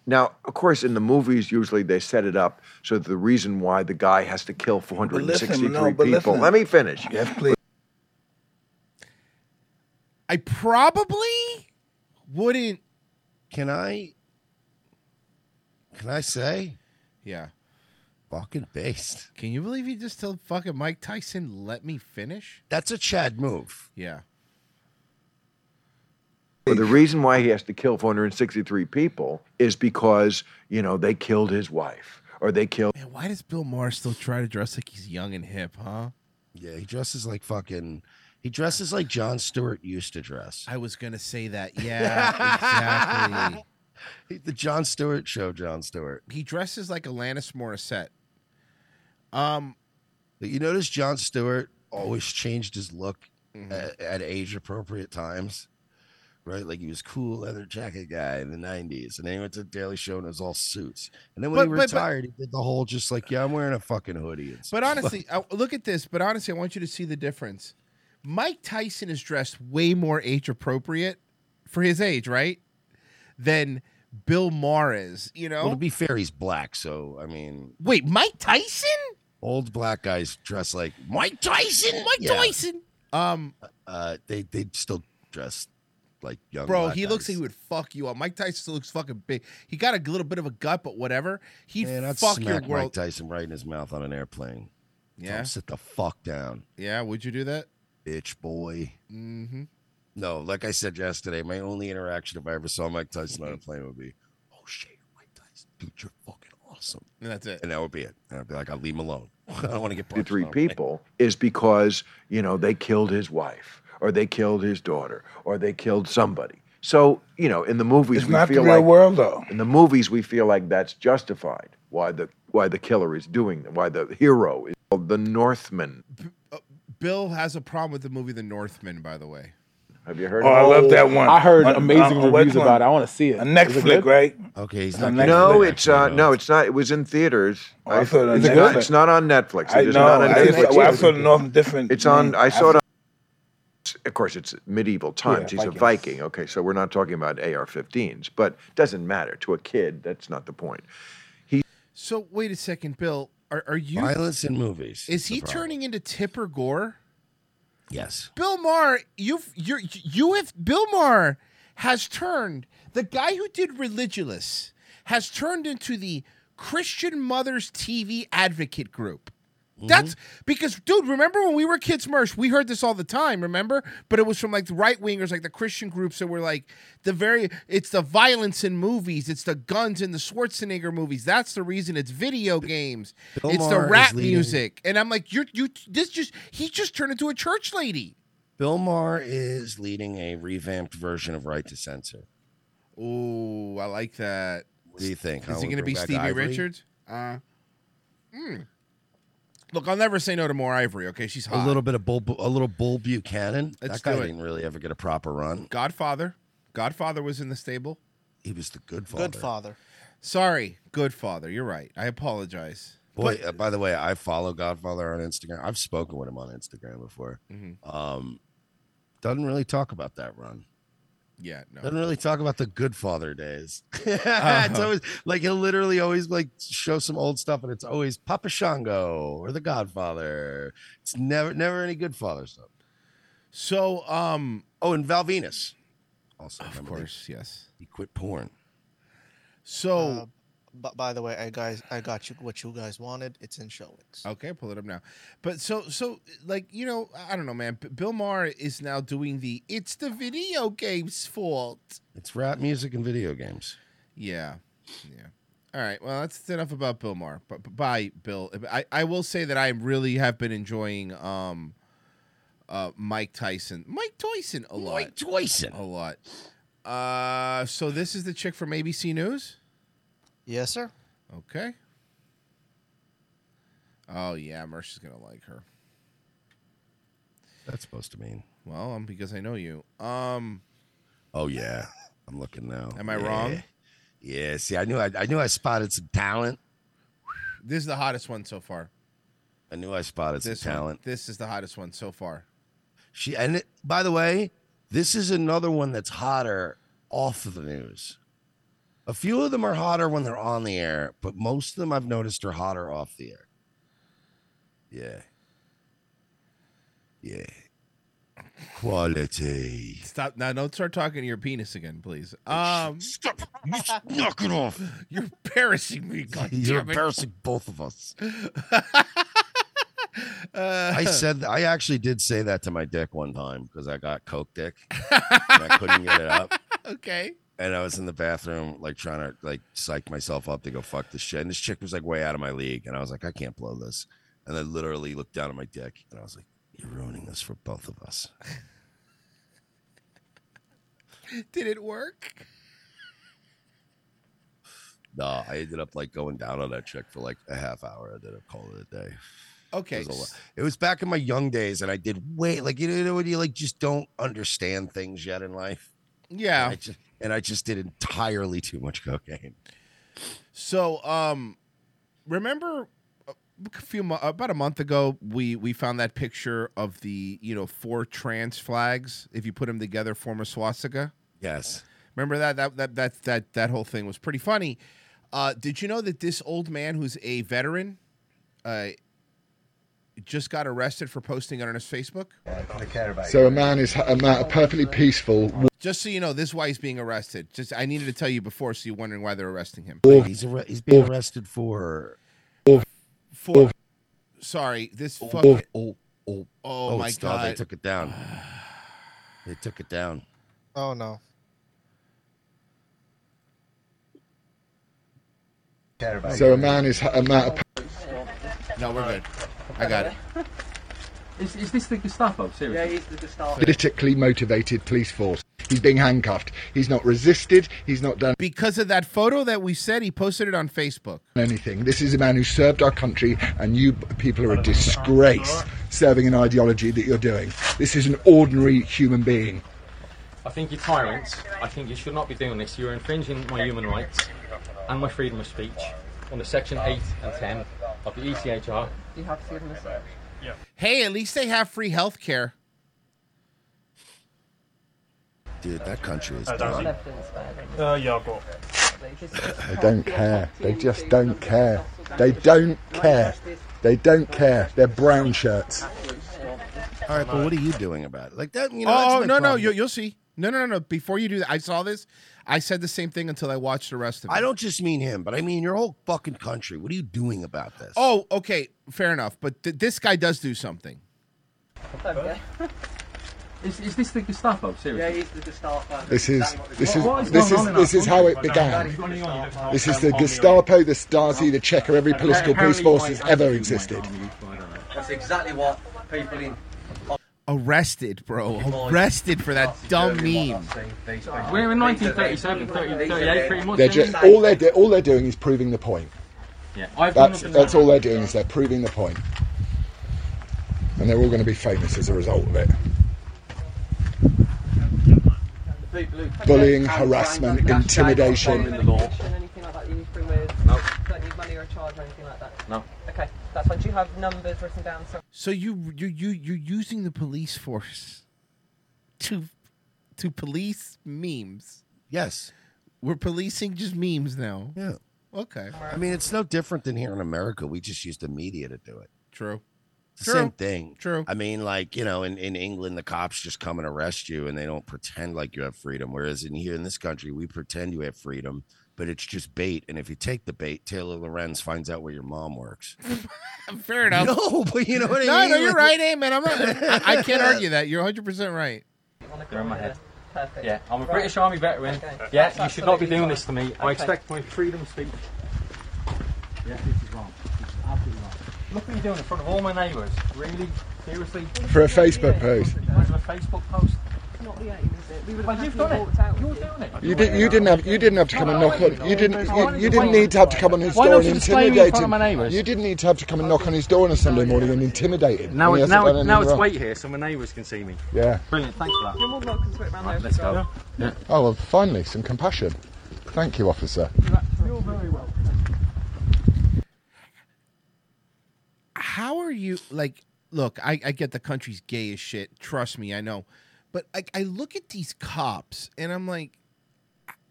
Speaker 20: Now, of course, in the movies, usually they set it up so that the reason why the guy has to kill 463
Speaker 21: no, but
Speaker 20: people.
Speaker 21: listen.
Speaker 20: Let me finish.
Speaker 21: Yes, please.
Speaker 2: I probably wouldn't.
Speaker 4: Can I? Can I say?
Speaker 2: Yeah.
Speaker 4: Fucking based.
Speaker 2: Can you believe he just told fucking Mike Tyson, let me finish?
Speaker 4: That's a Chad move.
Speaker 2: Yeah.
Speaker 20: But the reason why he has to kill 463 people is because, you know, they killed his wife or they killed.
Speaker 2: Man, why does Bill Maher still try to dress like he's young and hip, huh?
Speaker 4: Yeah, he dresses like fucking. He dresses like John Stewart used to dress.
Speaker 2: I was gonna say that.
Speaker 4: [laughs]
Speaker 2: Yeah, exactly.
Speaker 4: the John Stewart show. John Stewart.
Speaker 2: He dresses like Alanis Morissette. Um,
Speaker 4: But you notice John Stewart always changed his look
Speaker 2: Mm-hmm.
Speaker 4: at, at age appropriate times, right? Like he was cool leather jacket guy in the '90s, and then he went to Daily Show and it was all suits. And then when
Speaker 2: But-
Speaker 4: he
Speaker 2: but- but-
Speaker 4: retired, he did the whole just like, yeah, I'm wearing a fucking hoodie. It's
Speaker 2: But honestly, I, look at this. But honestly, I want you to see the difference. Mike Tyson is dressed way more age appropriate for his age, right? Than Bill Maher is. You know.
Speaker 4: Well, to be fair, he's black, so I mean,
Speaker 2: Wait, Mike Tyson?
Speaker 4: old black guys dress like Mike Tyson.
Speaker 2: Mike
Speaker 4: Yeah.
Speaker 2: Tyson. Um,
Speaker 4: Uh, they they still dress like young.
Speaker 2: bro,
Speaker 4: black
Speaker 2: he looks
Speaker 4: guys.
Speaker 2: like he would fuck you up. Mike Tyson still looks fucking big. He got a little bit of a gut, but whatever. He'd
Speaker 4: Man, I'd
Speaker 2: fuck your
Speaker 4: smack Mike
Speaker 2: world.
Speaker 4: Tyson right in his mouth on an airplane. Tell him,
Speaker 2: Yeah?
Speaker 4: sit the fuck down,
Speaker 2: yeah, would you do that?
Speaker 4: bitch boy.
Speaker 2: Mm-hmm.
Speaker 4: No, like I said yesterday, my only interaction if I ever saw Mike Tyson on a plane would be, "Oh shit, you're Mike Tyson, dude, you're fucking awesome,"
Speaker 2: and that's it.
Speaker 4: and that would be it. [laughs] And I'd be like, "I'll leave him alone. I don't want to get punched."
Speaker 20: 63
Speaker 4: on a plane."
Speaker 20: people is because, you know, they killed his wife or they killed his daughter or they killed somebody. So, you know, in the movies,
Speaker 21: It's
Speaker 20: we
Speaker 21: not the
Speaker 20: feel
Speaker 21: real
Speaker 20: like,
Speaker 21: world, though.
Speaker 20: In the movies, we feel like that's justified. Why the why the killer is doing that? Why the hero is called the Northman?
Speaker 2: Bill has a problem with the movie The Northman, by the way.
Speaker 20: Have you heard?
Speaker 21: Oh, I
Speaker 20: of it?
Speaker 21: love that one.
Speaker 19: I heard
Speaker 21: On-
Speaker 19: amazing
Speaker 21: on- on which
Speaker 19: reviews
Speaker 21: one?
Speaker 19: about it. I want to see it.
Speaker 21: A neck
Speaker 19: Is it
Speaker 21: flick,
Speaker 19: good?
Speaker 21: right?
Speaker 4: Okay, he's
Speaker 21: not
Speaker 20: No, it's uh, no, it's not. It was in theaters.
Speaker 21: Oh, I thought it was
Speaker 20: it's,
Speaker 21: on
Speaker 20: not,
Speaker 21: Netflix.
Speaker 20: it's not on Netflix.
Speaker 21: I
Speaker 20: It is not
Speaker 21: know.
Speaker 20: on
Speaker 21: I
Speaker 20: Netflix.
Speaker 21: saw- well, I saw the Northern different.
Speaker 20: It's on. I saw it. On, of course, it's medieval times.
Speaker 21: Yeah,
Speaker 20: He's a
Speaker 21: Vikings.
Speaker 20: Viking. Okay, so we're not talking about AR-15s, but doesn't matter to a kid. That's not the point.
Speaker 2: So wait a second, Bill. Are, are you
Speaker 4: Violence in movies
Speaker 2: Is
Speaker 4: is
Speaker 2: he
Speaker 4: the problem.
Speaker 2: turning into Tipper Gore?
Speaker 4: Yes.
Speaker 2: Bill Maher, you've you're you have Bill Maher has turned the guy who did Religious has turned into the Christian Mothers TV advocate group.
Speaker 4: Mm-hmm.
Speaker 2: That's because, dude, remember when we were kids, Mersh, we heard this all the time, remember? But it was from like the right wingers, like the Christian groups that were like the very, it's the violence in movies, it's the guns in the Schwarzenegger movies. That's the reason it's video games,
Speaker 4: Bill
Speaker 2: it's
Speaker 4: Maher
Speaker 2: the
Speaker 4: is
Speaker 2: rap
Speaker 4: leading-
Speaker 2: music. And I'm like, you're, you, this just, he just turned into a church lady.
Speaker 4: Bill Maher is leading a revamped version of Right to Censor.
Speaker 2: Ooh, I like that.
Speaker 4: What do you think?
Speaker 2: Is
Speaker 4: huh?
Speaker 2: it
Speaker 4: We
Speaker 2: going to be
Speaker 4: bring back
Speaker 2: Stevie
Speaker 4: Ivory?
Speaker 2: Richards? Uh, hmm. Look, I'll never say no to more Ivory. Okay, she's hot.
Speaker 4: A little bit of bull, a little bull Buchanan.
Speaker 2: Let's
Speaker 4: that guy
Speaker 2: do it.
Speaker 4: didn't really ever get a proper run.
Speaker 2: Godfather. Godfather was in the stable.
Speaker 4: He was the good father.
Speaker 8: Good father.
Speaker 2: Sorry, good father. You're right. I apologize.
Speaker 4: Boy, uh, by the way, I follow Godfather on Instagram. I've spoken with him on Instagram before.
Speaker 2: Mm-hmm.
Speaker 4: Um, doesn't really talk about that run.
Speaker 2: Yeah, no.
Speaker 4: Doesn't really talk about the Good Father days. [laughs] it's
Speaker 2: Uh-huh.
Speaker 4: always like he'll literally always like show some old stuff, and it's always Papa Shango or the Godfather. It's never never any Good Father stuff.
Speaker 2: So, um,
Speaker 4: oh, and Val Venus. Also,
Speaker 2: Of course, yes.
Speaker 4: He quit porn.
Speaker 2: So,
Speaker 8: Uh, but by the way, I guys, I got you what you guys wanted. It's in showings.
Speaker 2: Okay, pull it up now. But so so like you know I don't know man. B- Bill Maher is now doing the it's the video game's fault.
Speaker 4: It's rap music and video games.
Speaker 2: Yeah, yeah. All right. Well, that's enough about Bill Maher. B- b- bye, Bill. I I will say that I really have been enjoying um, uh, Mike Tyson, Mike Tyson a lot, Mike
Speaker 4: Tyson
Speaker 2: a lot. Uh, so this is the chick from ABC News.
Speaker 8: Yes, sir.
Speaker 2: Okay. Oh yeah, Merch is gonna like her.
Speaker 4: That's supposed to mean.
Speaker 2: Well, um, because I know you. Um.
Speaker 4: Oh yeah, I'm looking now.
Speaker 2: Am I
Speaker 4: Yeah.
Speaker 2: wrong?
Speaker 4: Yeah, see, I knew I, I knew I spotted some talent.
Speaker 2: This is the hottest one so far.
Speaker 4: I knew I spotted
Speaker 2: This
Speaker 4: some
Speaker 2: one-
Speaker 4: talent.
Speaker 2: This is the hottest one so far.
Speaker 4: She and it, by the way, this is another one that's hotter off of the news. A few of them are hotter when they're on the air, but most of them I've noticed are hotter off the air. Yeah. Yeah. Quality.
Speaker 2: Stop now! Don't start talking to your penis again, please. Um,
Speaker 4: stop! Knock it off!
Speaker 2: [laughs] You're embarrassing me. God
Speaker 4: You're
Speaker 2: damn it.
Speaker 4: embarrassing both of us.
Speaker 2: [laughs] Uh, [laughs]
Speaker 4: I said I actually did say that to my dick one time because I got coke dick. and I couldn't get it up.
Speaker 2: okay.
Speaker 4: and I was in the bathroom, like trying to like psych myself up to go fuck this shit. And this chick was like way out of my league, and I was like, I can't blow this. And I literally looked down at my dick, and I was like, You're ruining this for both
Speaker 2: [laughs]
Speaker 4: of us.
Speaker 2: Did it work?
Speaker 4: No, I ended up like going down on that chick for like a half hour. I did a call it a day.
Speaker 2: Okay.
Speaker 4: It was, a lot. It was back in my young days, and I did way like you know when you like just don't understand things yet in life.
Speaker 2: Yeah.
Speaker 4: And I just, and I just did entirely too much cocaine.
Speaker 2: So, um, remember uh, a few mo- about a month ago, we we found that picture of the you know four trans flags. If you put them together, form a swastika.
Speaker 4: Yes.
Speaker 2: Remember that that that that that that whole thing was pretty funny. Uh, did you know that this old man who's a veteran, uh, just got arrested for posting it on his Facebook?
Speaker 22: So a man is a, man, a perfectly peaceful wa-
Speaker 2: Just so you know, this is why he's being arrested. Just I needed to tell you before, so you're wondering why they're arresting him.
Speaker 4: he's arre- he's being arrested for
Speaker 2: For sorry, this fucking
Speaker 4: oh oh
Speaker 2: oh, my
Speaker 4: it's still-
Speaker 2: god!
Speaker 4: They took it down. They took it down.
Speaker 8: Oh no.
Speaker 22: So a man is a man. A,
Speaker 2: No, we're good. I got it.
Speaker 23: Is, is this the Gestapo? Seriously? Yeah, he's the Gestapo.
Speaker 22: politically motivated police force. He's being handcuffed. He's not resisted. He's not done
Speaker 2: because of that photo that we said he posted it on Facebook.
Speaker 22: anything. This is a man who served our country, and you b- people are a disgrace serving an ideology that you're doing. This is an ordinary human being.
Speaker 23: I think you're tyrants. I think you should not be doing this. You're infringing my human rights and my freedom of speech under Section 8 and 10 of the E ECHR.
Speaker 15: You have freedom of speech.
Speaker 23: Yeah.
Speaker 2: Hey, at least they have free health care.
Speaker 4: Dude, that country is
Speaker 23: Uh,
Speaker 4: done.
Speaker 23: Uh, yeah, I've got.
Speaker 22: They don't care. They just don't care. They don't care. They don't care. They're brown shirts.
Speaker 4: All right, but what are you doing about it? Like that, you know. that's
Speaker 2: oh
Speaker 4: my
Speaker 2: no, no,
Speaker 4: problem.
Speaker 2: you, you'll see. No, no, no, no. Before you do that, I saw this. I said the same thing until I watched the rest of it.
Speaker 4: I don't just mean him, but I mean your whole fucking country. What are you doing about this?
Speaker 2: Oh, okay, fair enough. But th- this guy does do something.
Speaker 23: Okay. [laughs] Is, is this the Gestapo? Seriously? Yeah, he's the Gestapo.
Speaker 22: This is this is
Speaker 23: What
Speaker 22: this
Speaker 23: going
Speaker 22: is
Speaker 23: on in
Speaker 22: this
Speaker 23: our
Speaker 22: is how it
Speaker 23: country?
Speaker 22: began. This is the
Speaker 23: Army
Speaker 22: Gestapo, the Stasi, the Cheka, every political police force that's ever existed.
Speaker 23: That's exactly what people in.
Speaker 2: Arrested, bro. Arrested for that dumb meme.
Speaker 23: We're in 1937, 30, 38, pretty much.
Speaker 22: They're
Speaker 23: isn't
Speaker 22: just,
Speaker 23: it?
Speaker 22: all they're do, all they're doing is proving the point.
Speaker 23: Yeah, I've done
Speaker 22: That's
Speaker 23: nothing
Speaker 22: that's
Speaker 23: wrong.
Speaker 22: all they're doing is they're proving the point, and they're all going to be famous as a result of it. Bullying, harassment, intimidation.
Speaker 7: anything like that you need to bring with? No. Don't need money or a charge or anything like that?
Speaker 23: No.
Speaker 7: Okay, that's fine. Do you have numbers written down? So
Speaker 2: So you you you you're using the police force to to police memes.
Speaker 4: Yes.
Speaker 2: We're policing just memes now.
Speaker 4: Yeah.
Speaker 2: Okay.
Speaker 4: I mean, it's no different than here in America. We just use the media to do it.
Speaker 2: True.
Speaker 4: It's the
Speaker 2: True.
Speaker 4: same thing.
Speaker 2: True.
Speaker 4: I mean, like, you know, in, in England, the cops just come and arrest you and they don't pretend like you have freedom. Whereas in here in this country, we pretend you have freedom, but it's just bait. And if you take the bait, Taylor Lorenz finds out where your mom works.
Speaker 2: Fair enough.
Speaker 4: No, [laughs] but you know what I
Speaker 2: No, no,
Speaker 4: mean?
Speaker 2: you're
Speaker 4: Like-
Speaker 2: right, hey man. I'm
Speaker 4: [laughs]
Speaker 2: not, I, I can't argue that. You're 100 percent right.
Speaker 23: They're in my head.
Speaker 7: Perfect.
Speaker 23: Yeah, I'm a
Speaker 7: Right.
Speaker 23: British Army veteran.
Speaker 7: Okay.
Speaker 23: Yeah,
Speaker 7: That's
Speaker 23: you should not be
Speaker 7: absolutely
Speaker 23: doing
Speaker 7: fine.
Speaker 23: this to me. I
Speaker 7: Okay.
Speaker 23: expect my freedom of speech. Yeah, this is wrong. This is absolutely wrong. Look what you're doing in front of all my neighbours. Really? Seriously?
Speaker 22: For a Facebook post.
Speaker 23: Because of a Facebook post?
Speaker 7: not the aim, is it? We would
Speaker 23: Well,
Speaker 7: have
Speaker 23: you've
Speaker 7: had
Speaker 23: done
Speaker 7: you
Speaker 23: it.
Speaker 7: walked out.
Speaker 23: You're doing it.
Speaker 22: You, did, you didn't have you didn't have to come and knock on you didn't you, you didn't need to have to come on his
Speaker 23: Why
Speaker 22: door
Speaker 23: don't
Speaker 22: and
Speaker 23: you display me in
Speaker 22: intimidate
Speaker 23: front of my
Speaker 22: him. You didn't need to have to come and knock on his door on a Sunday morning and intimidate him.
Speaker 23: Now,
Speaker 22: when he
Speaker 23: it,
Speaker 22: hasn't
Speaker 23: now,
Speaker 22: done
Speaker 23: it, now
Speaker 22: anything
Speaker 23: it's
Speaker 22: wrong.
Speaker 23: wait here so my neighbours can see me.
Speaker 22: Yeah.
Speaker 23: Brilliant, thanks for that.
Speaker 7: You're more than welcome to it round there.
Speaker 23: Let's go.
Speaker 22: Oh well, finally some compassion. Thank you, officer.
Speaker 24: You're very welcome.
Speaker 2: How are you? Like, look, I, I get the country's gay as shit. Trust me, I know. But I, I look at these cops and I'm like,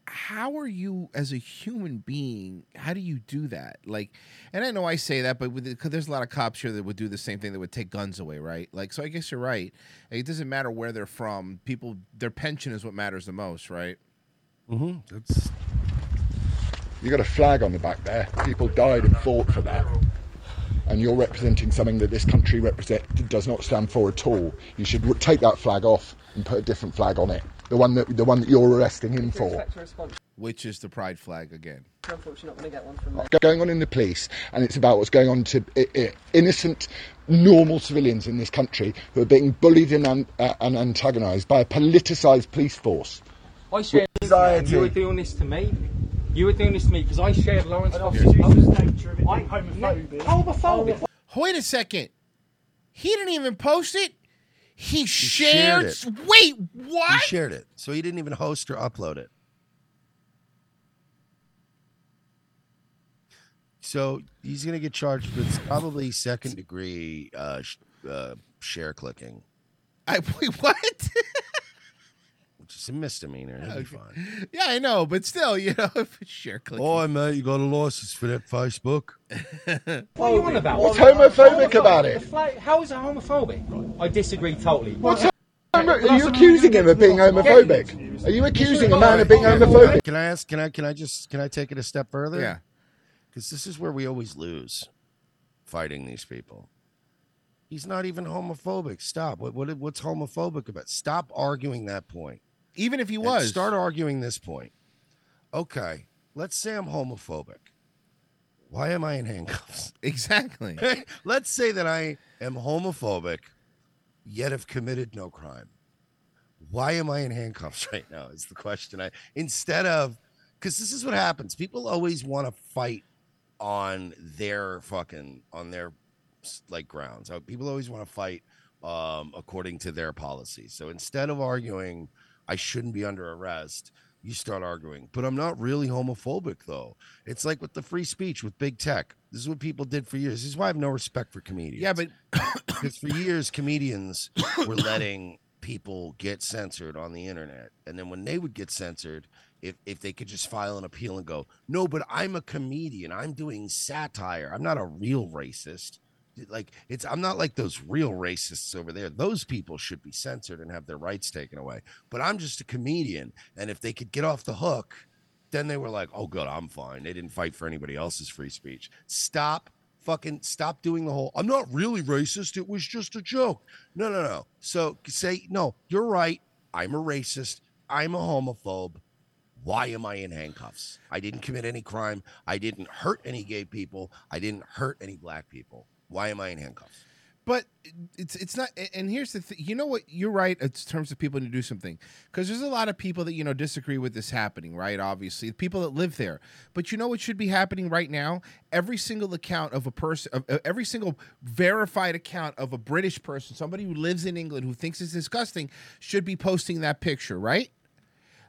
Speaker 2: how are you as a human being? How do you do that? Like, and I know I say that, but with, cause there's a lot of cops here that would do the same thing that would take guns away, right? Like, so I guess you're right. It doesn't matter where they're from. People, their pension is what matters the most, right?
Speaker 4: Mm-hmm. That's
Speaker 22: You got a flag on the back there. People died and fought for that. And you're representing something that this country represent does not stand for at all. You should re- take that flag off and put a different flag on it. The one that the one that you're arresting him
Speaker 7: Do you
Speaker 22: for.
Speaker 7: expect a response?
Speaker 2: Which is the pride flag again.
Speaker 7: Unfortunately, not going to get one from me.
Speaker 22: What's going on in the police, and it's about what's going on to i- i- innocent, normal civilians in this country who are being bullied and, un- uh, and antagonised by a politicised police force.
Speaker 23: I shared this with you.
Speaker 22: Anxiety.
Speaker 23: you were doing this to me. You were doing this to me because I shared Lawrence Fox's post. I-
Speaker 24: homophobic.
Speaker 23: Homophobic.
Speaker 2: Wait a second. He didn't even post it. He,
Speaker 4: shared
Speaker 2: shared.
Speaker 4: it.
Speaker 2: s- Wait, what?
Speaker 4: He shared it, so he didn't even host or upload it. So he's gonna get charged with probably second degree uh, sh- uh, share clicking,
Speaker 2: I wait, what?
Speaker 4: which is a misdemeanor. He'll be fine.
Speaker 2: yeah, I know, but still, you know, [laughs] share click.
Speaker 4: Oh, mate, you got a license for that Facebook?
Speaker 23: What are you on about?
Speaker 22: What's homophobic about it?
Speaker 23: The flag- How is it homophobic? I disagree totally.
Speaker 22: What's Are you accusing him of being homophobic? Are you accusing a man of being homophobic?
Speaker 4: Can I ask? Can I? Can I just? Can I take it a step further?
Speaker 2: Yeah.
Speaker 4: Because this is where we always lose, fighting these people. He's not even homophobic. Stop. What? What? What's homophobic about? Stop arguing that point.
Speaker 2: Even if he
Speaker 4: And
Speaker 2: was.
Speaker 4: start arguing this point. Okay. Let's say I'm homophobic. Why am I in handcuffs?
Speaker 2: [laughs] Exactly.
Speaker 4: [laughs] Let's say that I am homophobic, yet have committed no crime. Why am I in handcuffs [laughs] right now? Is the question I instead of because this is what happens. People always want to fight on their fucking on their s- like grounds. Uh, People always want to fight um, according to their policies. So instead of arguing, I shouldn't be under arrest. You start arguing, but I'm not really homophobic though. It's like with the free speech with big tech. This is what people did for years. This is why I have no respect for comedians.
Speaker 2: Yeah, but
Speaker 4: because for years
Speaker 2: [coughs]
Speaker 4: comedians were letting people get censored on the internet and then when they would get censored if, if they could just file an appeal and go no but i'm a comedian i'm doing satire i'm not a real racist like it's i'm not like those real racists over there those people should be censored and have their rights taken away but i'm just a comedian and if they could get off the hook then they were like oh good i'm fine they didn't fight for anybody else's free speech stop fucking stop doing the whole i'm not really racist it was just a joke no no no so say no you're right i'm a racist i'm a homophobe why am i in handcuffs i didn't commit any crime i didn't hurt any gay people i didn't hurt any black people why am i in handcuffs
Speaker 2: But it's it's not. a- And here's the thing. You know what? You're right. In terms of people to do something, because there's a lot of people that you know disagree with this happening, right? Obviously, people that live there. But you know what should be happening right now? Every single account of a person, of, of every single verified account of a British person, somebody who lives in England who thinks it's disgusting, should be posting that picture, right?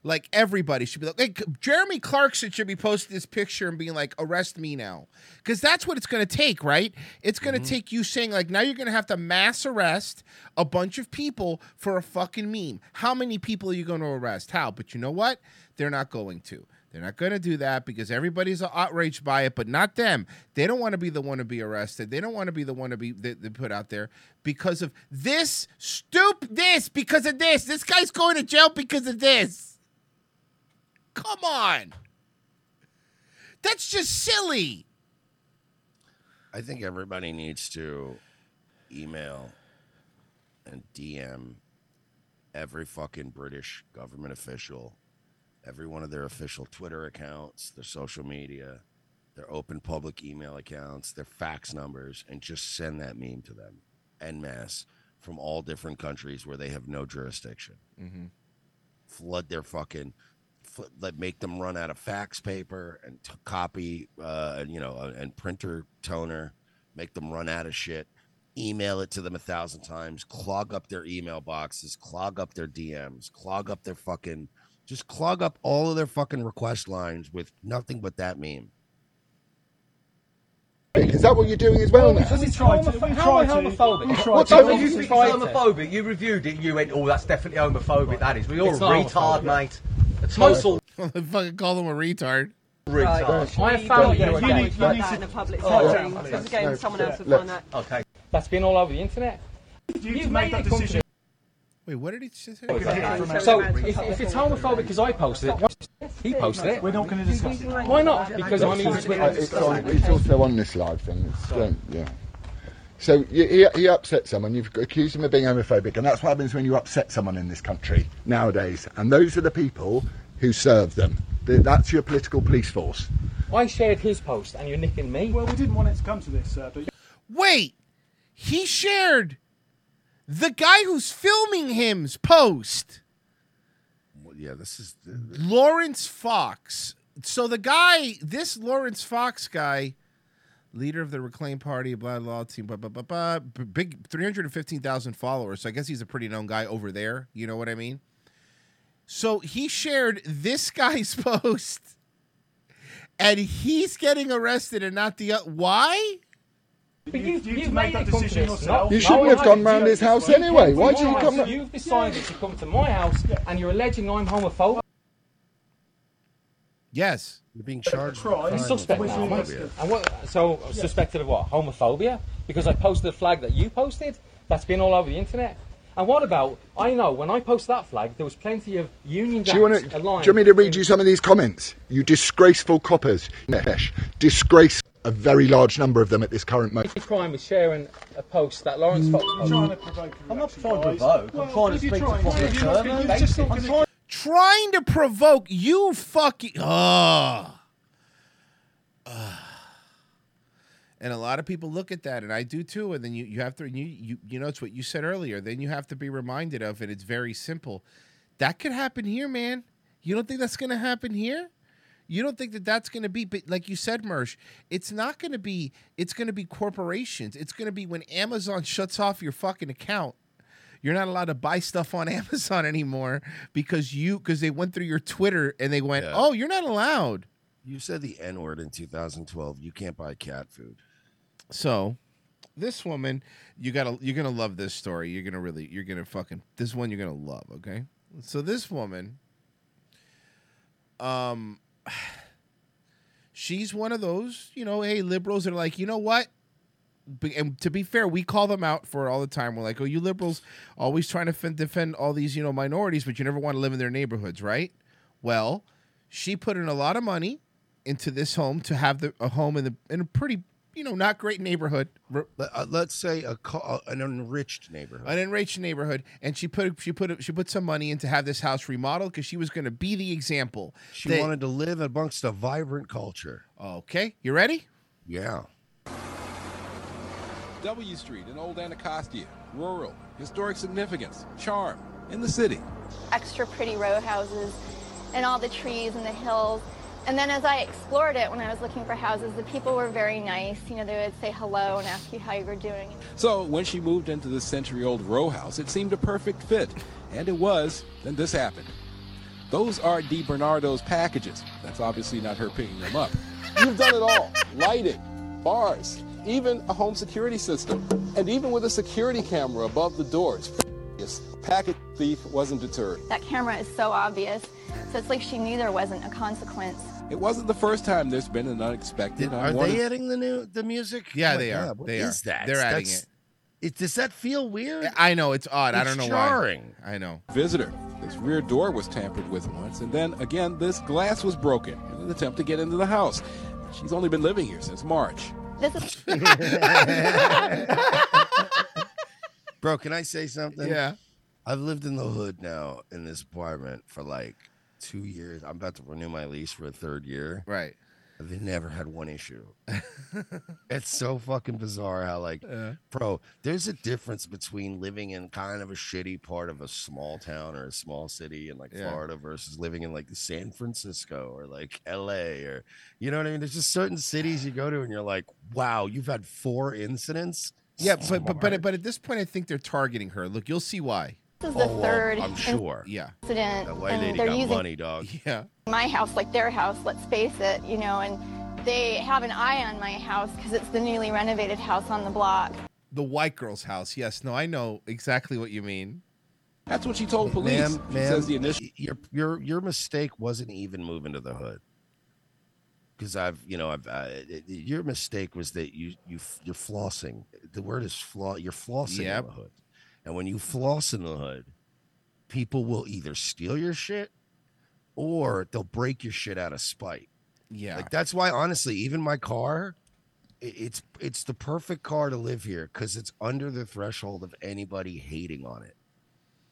Speaker 2: Like everybody should be like, like Jeremy Clarkson should be posting this picture and being like, arrest me now. Because that's what it's going to take, right? It's going to take you saying, like, now you're going to have to mass arrest a bunch of people for a fucking meme. How many people are you going to arrest? How? But you know what? They're not going to. They're not going to do that because everybody's outraged by it, but not them. They don't want to be the one to be arrested. They don't want to be the one to be th- th- put out there because of this stoop this because of this. This guy's going to jail because of this. Come on. That's just silly.
Speaker 4: I think everybody needs to email and DM every fucking British government official, every one of their official Twitter accounts, their social media, their open public email accounts, their fax numbers, and just send that meme to them en masse from all different countries where they have no jurisdiction
Speaker 2: Mm-hmm.
Speaker 4: flood their fucking fl- like make them run out of fax paper and t- copy uh and, you know uh, and printer toner make them run out of shit email it to them a thousand times clog up their email boxes clog up their dms clog up their fucking Just clog up all of their fucking request lines with nothing but that meme.
Speaker 22: Is that what you're doing as well now?
Speaker 1: Because he's trying to. How am I homophobic?
Speaker 22: What
Speaker 1: So
Speaker 22: type of
Speaker 1: you
Speaker 22: music
Speaker 1: think it's
Speaker 22: is that?
Speaker 1: homophobic? You reviewed it. You went, "Oh, that's definitely homophobic. That is. We all
Speaker 23: It's not
Speaker 1: retard,
Speaker 23: homophobic.
Speaker 1: mate. A total
Speaker 2: fucking call him a retard.
Speaker 1: retard."
Speaker 23: I found
Speaker 1: Well,
Speaker 23: it.
Speaker 1: you
Speaker 23: You
Speaker 1: need-
Speaker 23: need,
Speaker 1: you
Speaker 7: Like that in a public setting, because again, someone else would find that.
Speaker 23: Okay. That's been all over the internet. You, made that decision.
Speaker 2: Wait, what did he just say?
Speaker 23: Oh, So if, if it's homophobic because I posted it, why- he posted it. We're not going to discuss it. Why not? Because I'm
Speaker 22: It's-
Speaker 23: English.
Speaker 22: Uh, it's- it's on- it's also on this live thing. It's, um, yeah. So you, he, he upset someone, you've accused him of being homophobic, and that's what happens when you upset someone in this country nowadays. And those are the people who serve them. Th- That's your political police force.
Speaker 23: I shared his post and you're nicking me. Well, we didn't want it to come to this, sir, but
Speaker 2: Wait, he shared the guy who's filming him's post.
Speaker 4: Well, yeah, this is
Speaker 2: Lawrence Fox. So the guy, this Lawrence Fox guy, leader of the Reclaim Party, blah blah blah, team, blah blah blah, blah b- big three hundred and fifteen thousand followers. So I guess he's a pretty known guy over there. You know what I mean? So he shared this [laughs] guy's post, and he's getting arrested, and not the other. Why?
Speaker 23: But you, you, made that decision yourself.
Speaker 22: You shouldn't have gone round his house anyway. Why did you come round-
Speaker 23: You've decided to come to my house and you're alleging I'm homophobic.
Speaker 2: Yes.
Speaker 4: You're being charged.
Speaker 23: I'm suspect now, am I? And what, so suspected of what? Homophobia? Because I posted a flag that you posted? That's been all over the internet. And what about, I know, when I posted that flag, there was plenty of Union
Speaker 22: Do
Speaker 23: Jacks
Speaker 22: you, want to, do you
Speaker 23: aligned.
Speaker 22: want me to read you some of these comments? You disgraceful coppers. Yes, Disgrace a very large number of them at this current moment.
Speaker 23: His crime is sharing a post that Lawrence Fox posted. I'm not trying to provoke. I'm trying to speak to public
Speaker 2: trying to provoke you [laughs] fucking Ugh. Ugh. and a lot of people look at that and i do too and then you, you have to you, you you know it's what you said earlier then you have to be reminded of it it's very simple that could happen here man you don't think that's going to happen here you don't think that that's going to be but like you said mersh it's not going to be it's going to be corporations it's going to be when amazon shuts off your fucking account you're not allowed to buy stuff on [laughs] Amazon anymore because you because they went through your Twitter and they went, "Oh, you're not allowed."
Speaker 4: You said the N word in 2012. You can't buy cat food.
Speaker 2: So, this woman, you gotta, you're gonna love this story. You're gonna really, you're gonna fucking this one. You're gonna love. Okay. So this woman, um, she's one of those, you know, hey, liberals are like, you know what? Be- And to be fair, we call them out for it all the time. We're like, oh, you liberals always trying to fin- defend all these, you know, minorities, but you never want to live in their neighborhoods, right? Well, she put in a lot of money into this home to have the, a home in the in a pretty you know not great neighborhood. Let,
Speaker 4: us uh, say a uh, an enriched neighborhood.
Speaker 2: An enriched neighborhood, and she put she put she put some money in to have this house remodeled because she was going to be the example.
Speaker 4: She wanted to live amongst a vibrant culture.
Speaker 2: Okay, you ready?
Speaker 4: Yeah.
Speaker 25: W Street in Old Anacostia, rural, historic significance, charm, in the city.
Speaker 26: extra pretty row houses and all the trees and the hills. And then as I explored it when I was looking for houses, the people were very nice. You know, they would say hello and ask you how you were doing.
Speaker 25: So when she moved into the century old row house, it seemed a perfect fit. And it was, then this happened. Those are Di Bernardo's packages. That's obviously not her picking them up. You've done it all lighting, bars, even a home security system. And even with a security camera above the doors, this package thief wasn't deterred.
Speaker 26: That camera is so obvious. So it's like she knew there wasn't a consequence.
Speaker 25: It wasn't the first time there's been an unexpected.
Speaker 4: Are they adding the new the music?
Speaker 25: Yeah,
Speaker 4: my
Speaker 25: they are.
Speaker 4: what
Speaker 25: They
Speaker 4: is
Speaker 25: are.
Speaker 4: that?
Speaker 25: They're adding
Speaker 4: That's- it. Does that feel weird?
Speaker 2: I know it's odd. I
Speaker 25: It's
Speaker 2: don't know
Speaker 25: jarring.
Speaker 2: why. I know.
Speaker 25: Visitor. This rear door was tampered with once, and then again, this glass was broken in an attempt to get into the house. She's only been living here since March.
Speaker 26: This
Speaker 4: [laughs]
Speaker 26: is.
Speaker 4: Bro, can I say something?
Speaker 26: Yeah.
Speaker 4: I've lived in the hood now in this apartment for like two years. I'm about to renew my lease for a third year.
Speaker 2: Right.
Speaker 4: They never had one issue. [laughs] it's so fucking bizarre how like bro, there's a difference between living in kind of a shitty part of a small town or a small city in like
Speaker 2: Yeah.
Speaker 4: Florida versus living in like San Francisco or like LA or you know what I mean? There's just certain cities you go to and you're like, wow, you've had four incidents.
Speaker 2: Yeah, but but but, but at this point, I think they're targeting her. Look, you'll see why.
Speaker 26: This is the
Speaker 4: Oh, well,
Speaker 26: third
Speaker 4: I'm sure.
Speaker 2: Yeah.
Speaker 26: incident,
Speaker 4: That white
Speaker 26: and
Speaker 4: lady
Speaker 26: they're
Speaker 4: got
Speaker 26: using
Speaker 4: money, dog.
Speaker 2: Yeah.
Speaker 26: my house like their house, let's face it, you know, and they have an eye on my house because it's the newly renovated house on the block.
Speaker 2: The white girl's house. Yes. No, I know exactly what you mean.
Speaker 25: That's what she told
Speaker 4: Ma'am, ma'am, y- your your your mistake wasn't even moving to the hood. Because I've, you know, I've, I, it- it- your mistake was that you you f- you're flossing. The word is flaw. You're flossing
Speaker 2: Yep.
Speaker 4: in the hood, and when you floss in the hood, people will either steal your shit or they'll break your shit out of spite.
Speaker 2: Yeah.
Speaker 4: Like that's why honestly, even my car, i- it's it's the perfect car to live here because it's under the threshold of anybody hating on it.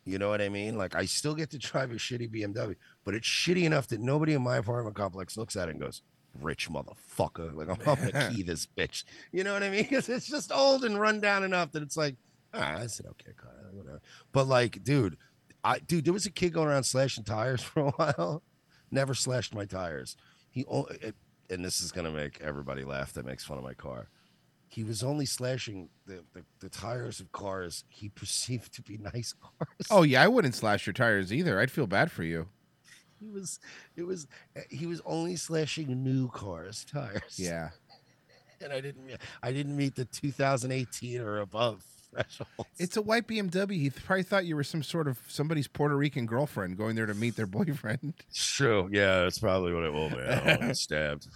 Speaker 4: You know what I mean? Like I still get to drive a shitty BMW, but it's shitty enough that nobody in my apartment complex looks at it and goes, "Rich motherfucker!" Like I'm gonna key this bitch. You know what I mean? 'Cause it's just old and run down enough that it's like, ah, that's an okay car, whatever. But like, dude, I dude, there was a kid going around slashing tires [laughs] for a while. Never slashed my tires. He, o- it- and this is gonna make everybody laugh that makes fun of my car. He was only slashing the, the, the tires of cars he [laughs] perceived to be nice cars.
Speaker 2: Oh yeah, I wouldn't slash your tires either. I'd feel bad for you.
Speaker 4: He was, it was, he was only slashing new cars tires. [laughs]
Speaker 2: Yeah.
Speaker 4: and I didn't, me- I didn't meet the 2018 or above [laughs] threshold.
Speaker 2: It's a white BMW. He probably thought you were some sort of somebody's Puerto Rican girlfriend going there to meet their boyfriend.
Speaker 4: True. Oh, Yeah, that's probably what it will
Speaker 2: I [laughs]
Speaker 4: be.
Speaker 2: don't wanna get
Speaker 4: stabbed.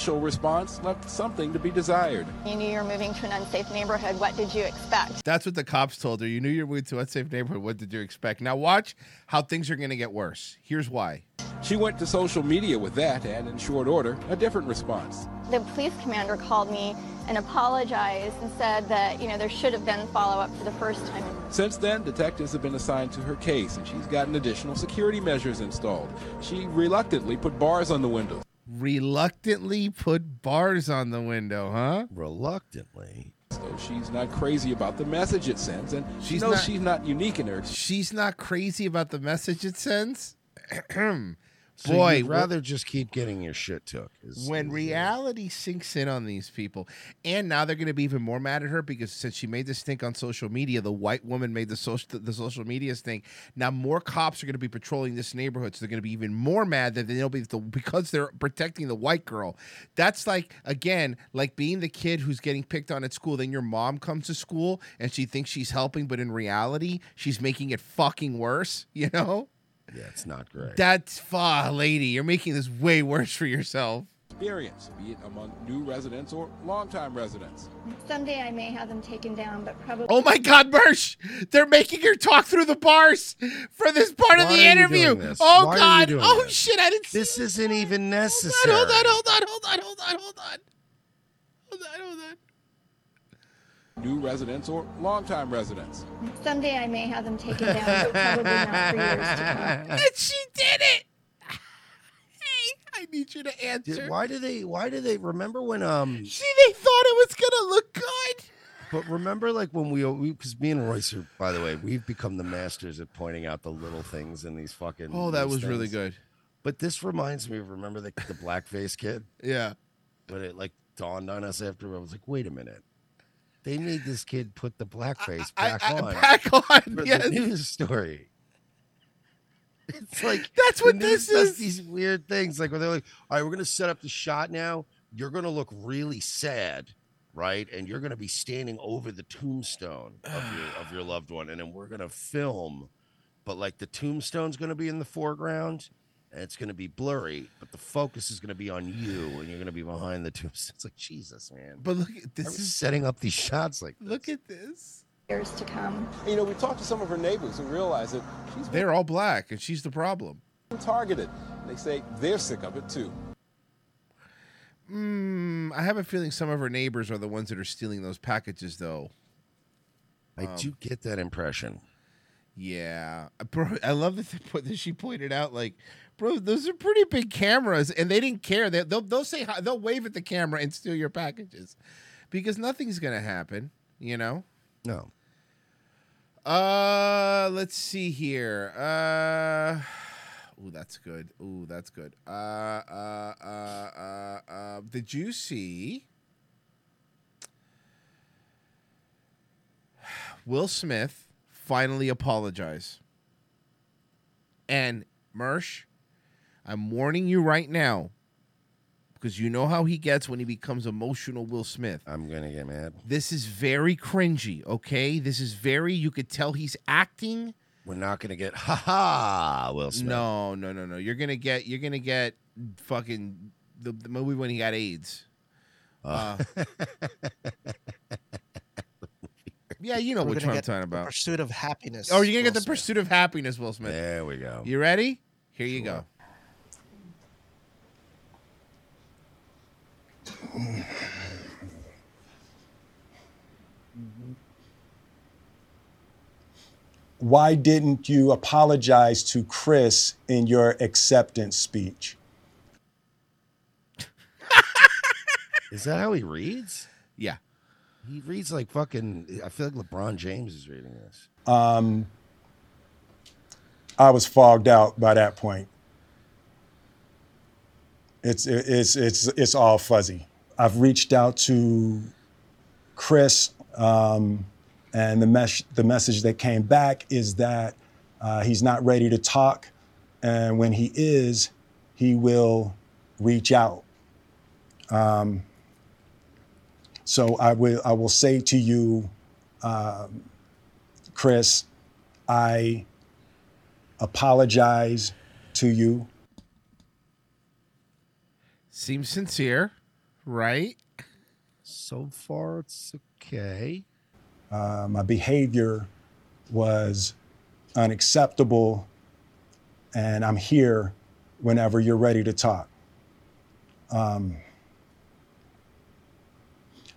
Speaker 25: Initial response left something to be desired.
Speaker 26: You knew you were moving to an unsafe neighborhood. What did you expect?
Speaker 2: That's what the cops told her. You knew you were moved to unsafe neighborhood. What did you expect? Now watch how things are going to get worse. Here's why.
Speaker 25: She went to social media with that, and in short order, a different response.
Speaker 26: The police commander called me and apologized and said that, you know, there should have been follow up for the first time.
Speaker 25: Since then, detectives have been assigned to her case, and she's gotten additional security measures installed. She reluctantly put bars on the windows.
Speaker 2: Reluctantly put bars on the window, huh?
Speaker 4: Reluctantly.
Speaker 25: So she's not crazy about the message it sends, and she
Speaker 2: She's
Speaker 25: knows
Speaker 2: not-
Speaker 25: she's not unique in her.
Speaker 2: She's not crazy about the message it sends. [clears throat]
Speaker 4: So
Speaker 2: Boy,
Speaker 4: you'd
Speaker 2: wh-
Speaker 4: rather just keep getting your shit took. Is,
Speaker 2: when reality sinks in on these people and now they're going to be even more mad at her because since she made this stink on social media the white woman made the social the social media stink now more cops are going to be patrolling this neighborhood so they're going to be even more mad that they'll be the, because they're protecting the white girl that's like again like being the kid who's getting picked on at school then your mom comes to school and she thinks she's helping but in reality she's making it fucking worse [laughs] you know
Speaker 4: yeah, it's not great.
Speaker 2: that's fa lady you're making this way worse for yourself
Speaker 25: experience, be it among new residents or longtime residents.
Speaker 26: Someday I may have them taken down, but probably.
Speaker 2: Oh my God, Mersh! They're making her talk through the bars for this part of
Speaker 4: Why
Speaker 2: the
Speaker 4: are you
Speaker 2: interview.
Speaker 4: doing this?
Speaker 2: Oh
Speaker 4: Why are you
Speaker 2: God!
Speaker 4: doing
Speaker 2: Oh
Speaker 4: this?
Speaker 2: shit! I didn't.
Speaker 4: This isn't even necessary.
Speaker 2: Hold on! Hold on! Hold on! Hold on! Hold on! Hold on! Hold on!
Speaker 25: New residents or longtime residents.
Speaker 26: Someday I may have them taken down, but [laughs] probably not for years to come.
Speaker 2: [laughs] And she did it. Hey, I need you to answer.
Speaker 4: Did- why do they? Why do they? Remember when? Um.
Speaker 2: See, they thought it was gonna look good.
Speaker 4: But remember, like when we, because me and Royce are, by the way, we've become the masters at pointing out the little things in these fucking.
Speaker 2: Oh, that
Speaker 4: these
Speaker 2: was really
Speaker 4: things.
Speaker 2: good.
Speaker 4: But this reminds me of remember the the blackface kid.
Speaker 2: Yeah.
Speaker 4: But it like dawned on us after I was like, wait a minute, they made this kid put the blackface back
Speaker 2: I-
Speaker 4: on.
Speaker 2: back on,
Speaker 4: for
Speaker 2: yes.
Speaker 4: The news story. It's like
Speaker 2: [laughs] That's
Speaker 4: the
Speaker 2: what
Speaker 4: news
Speaker 2: this
Speaker 4: does
Speaker 2: is.
Speaker 4: These weird things, like where they're like, "All right, we're gonna set up the shot now. You're gonna look really sad, right? And you're gonna be standing over the tombstone of your
Speaker 2: [sighs]
Speaker 4: of your loved one, and then we're gonna film, but like the tombstone's gonna be in the foreground." And it's going to be blurry, but the focus is going to be on you, and you're going to be behind the tombstone. [laughs] It's like Jesus, man.
Speaker 2: But look,
Speaker 4: this is setting up these shots. Like,
Speaker 2: [laughs] Look at this.
Speaker 26: Years to come.
Speaker 25: You know, we talked to some of her neighbors who realize that she's
Speaker 2: They're all black, and she's the problem.
Speaker 25: been targeted. They say they're sick of it too.
Speaker 2: Mm, I have a feeling some of her neighbors are the ones that are stealing those packages, though. Um,
Speaker 4: I do get that impression.
Speaker 2: Yeah, Uh, bro. I love that they put that she pointed out, like, bro, those are pretty big cameras, and they didn't care. They, they'll they'll say hi, they'll wave at the camera and steal your packages, because nothing's gonna happen, you know.
Speaker 4: No.
Speaker 2: Uh, let's see here. Uh, ooh, that's good. Ooh, that's good. Uh, uh, uh, uh, uh did you see? Will Smith finally apologize. And Mersh, I'm warning you right now because you know how he gets when he becomes emotional Will Smith.
Speaker 4: I'm going to get mad.
Speaker 2: This is very cringy, okay? This is very, you could tell he's acting.
Speaker 4: We're not going to get, ha ha, Will Smith.
Speaker 2: No, no, no, no. You're going to get, you're going to get fucking the, the movie when he got AIDS.
Speaker 4: Oh. [laughs]
Speaker 2: Uh. yeah, you know
Speaker 8: We're
Speaker 2: which
Speaker 8: gonna
Speaker 2: one I'm
Speaker 8: get
Speaker 2: talking
Speaker 8: The
Speaker 2: about.
Speaker 8: Pursuit of happiness.
Speaker 2: Oh, you're going to
Speaker 8: Will
Speaker 2: get The
Speaker 8: Smith.
Speaker 2: Pursuit of Happiness, Will Smith.
Speaker 4: There we go.
Speaker 2: You ready? Here you go.
Speaker 9: Mm-hmm. Why didn't you apologize to Chris in your acceptance speech?
Speaker 4: Is that how he reads?
Speaker 2: Yeah.
Speaker 4: He reads like fucking, I feel like LeBron James is reading this.
Speaker 9: Um, I was fogged out by that point. It's it's it's it's all fuzzy. I've reached out to Chris, um, and the mes- the message that came back is that uh, he's not ready to talk, and when he is, he will reach out. Um, so I will I will say to you. Um, Chris, I apologize to you.
Speaker 2: Seems sincere, right?
Speaker 4: So far, it's okay.
Speaker 9: Uh, my behavior was unacceptable, and I'm here whenever you're ready to talk. Um,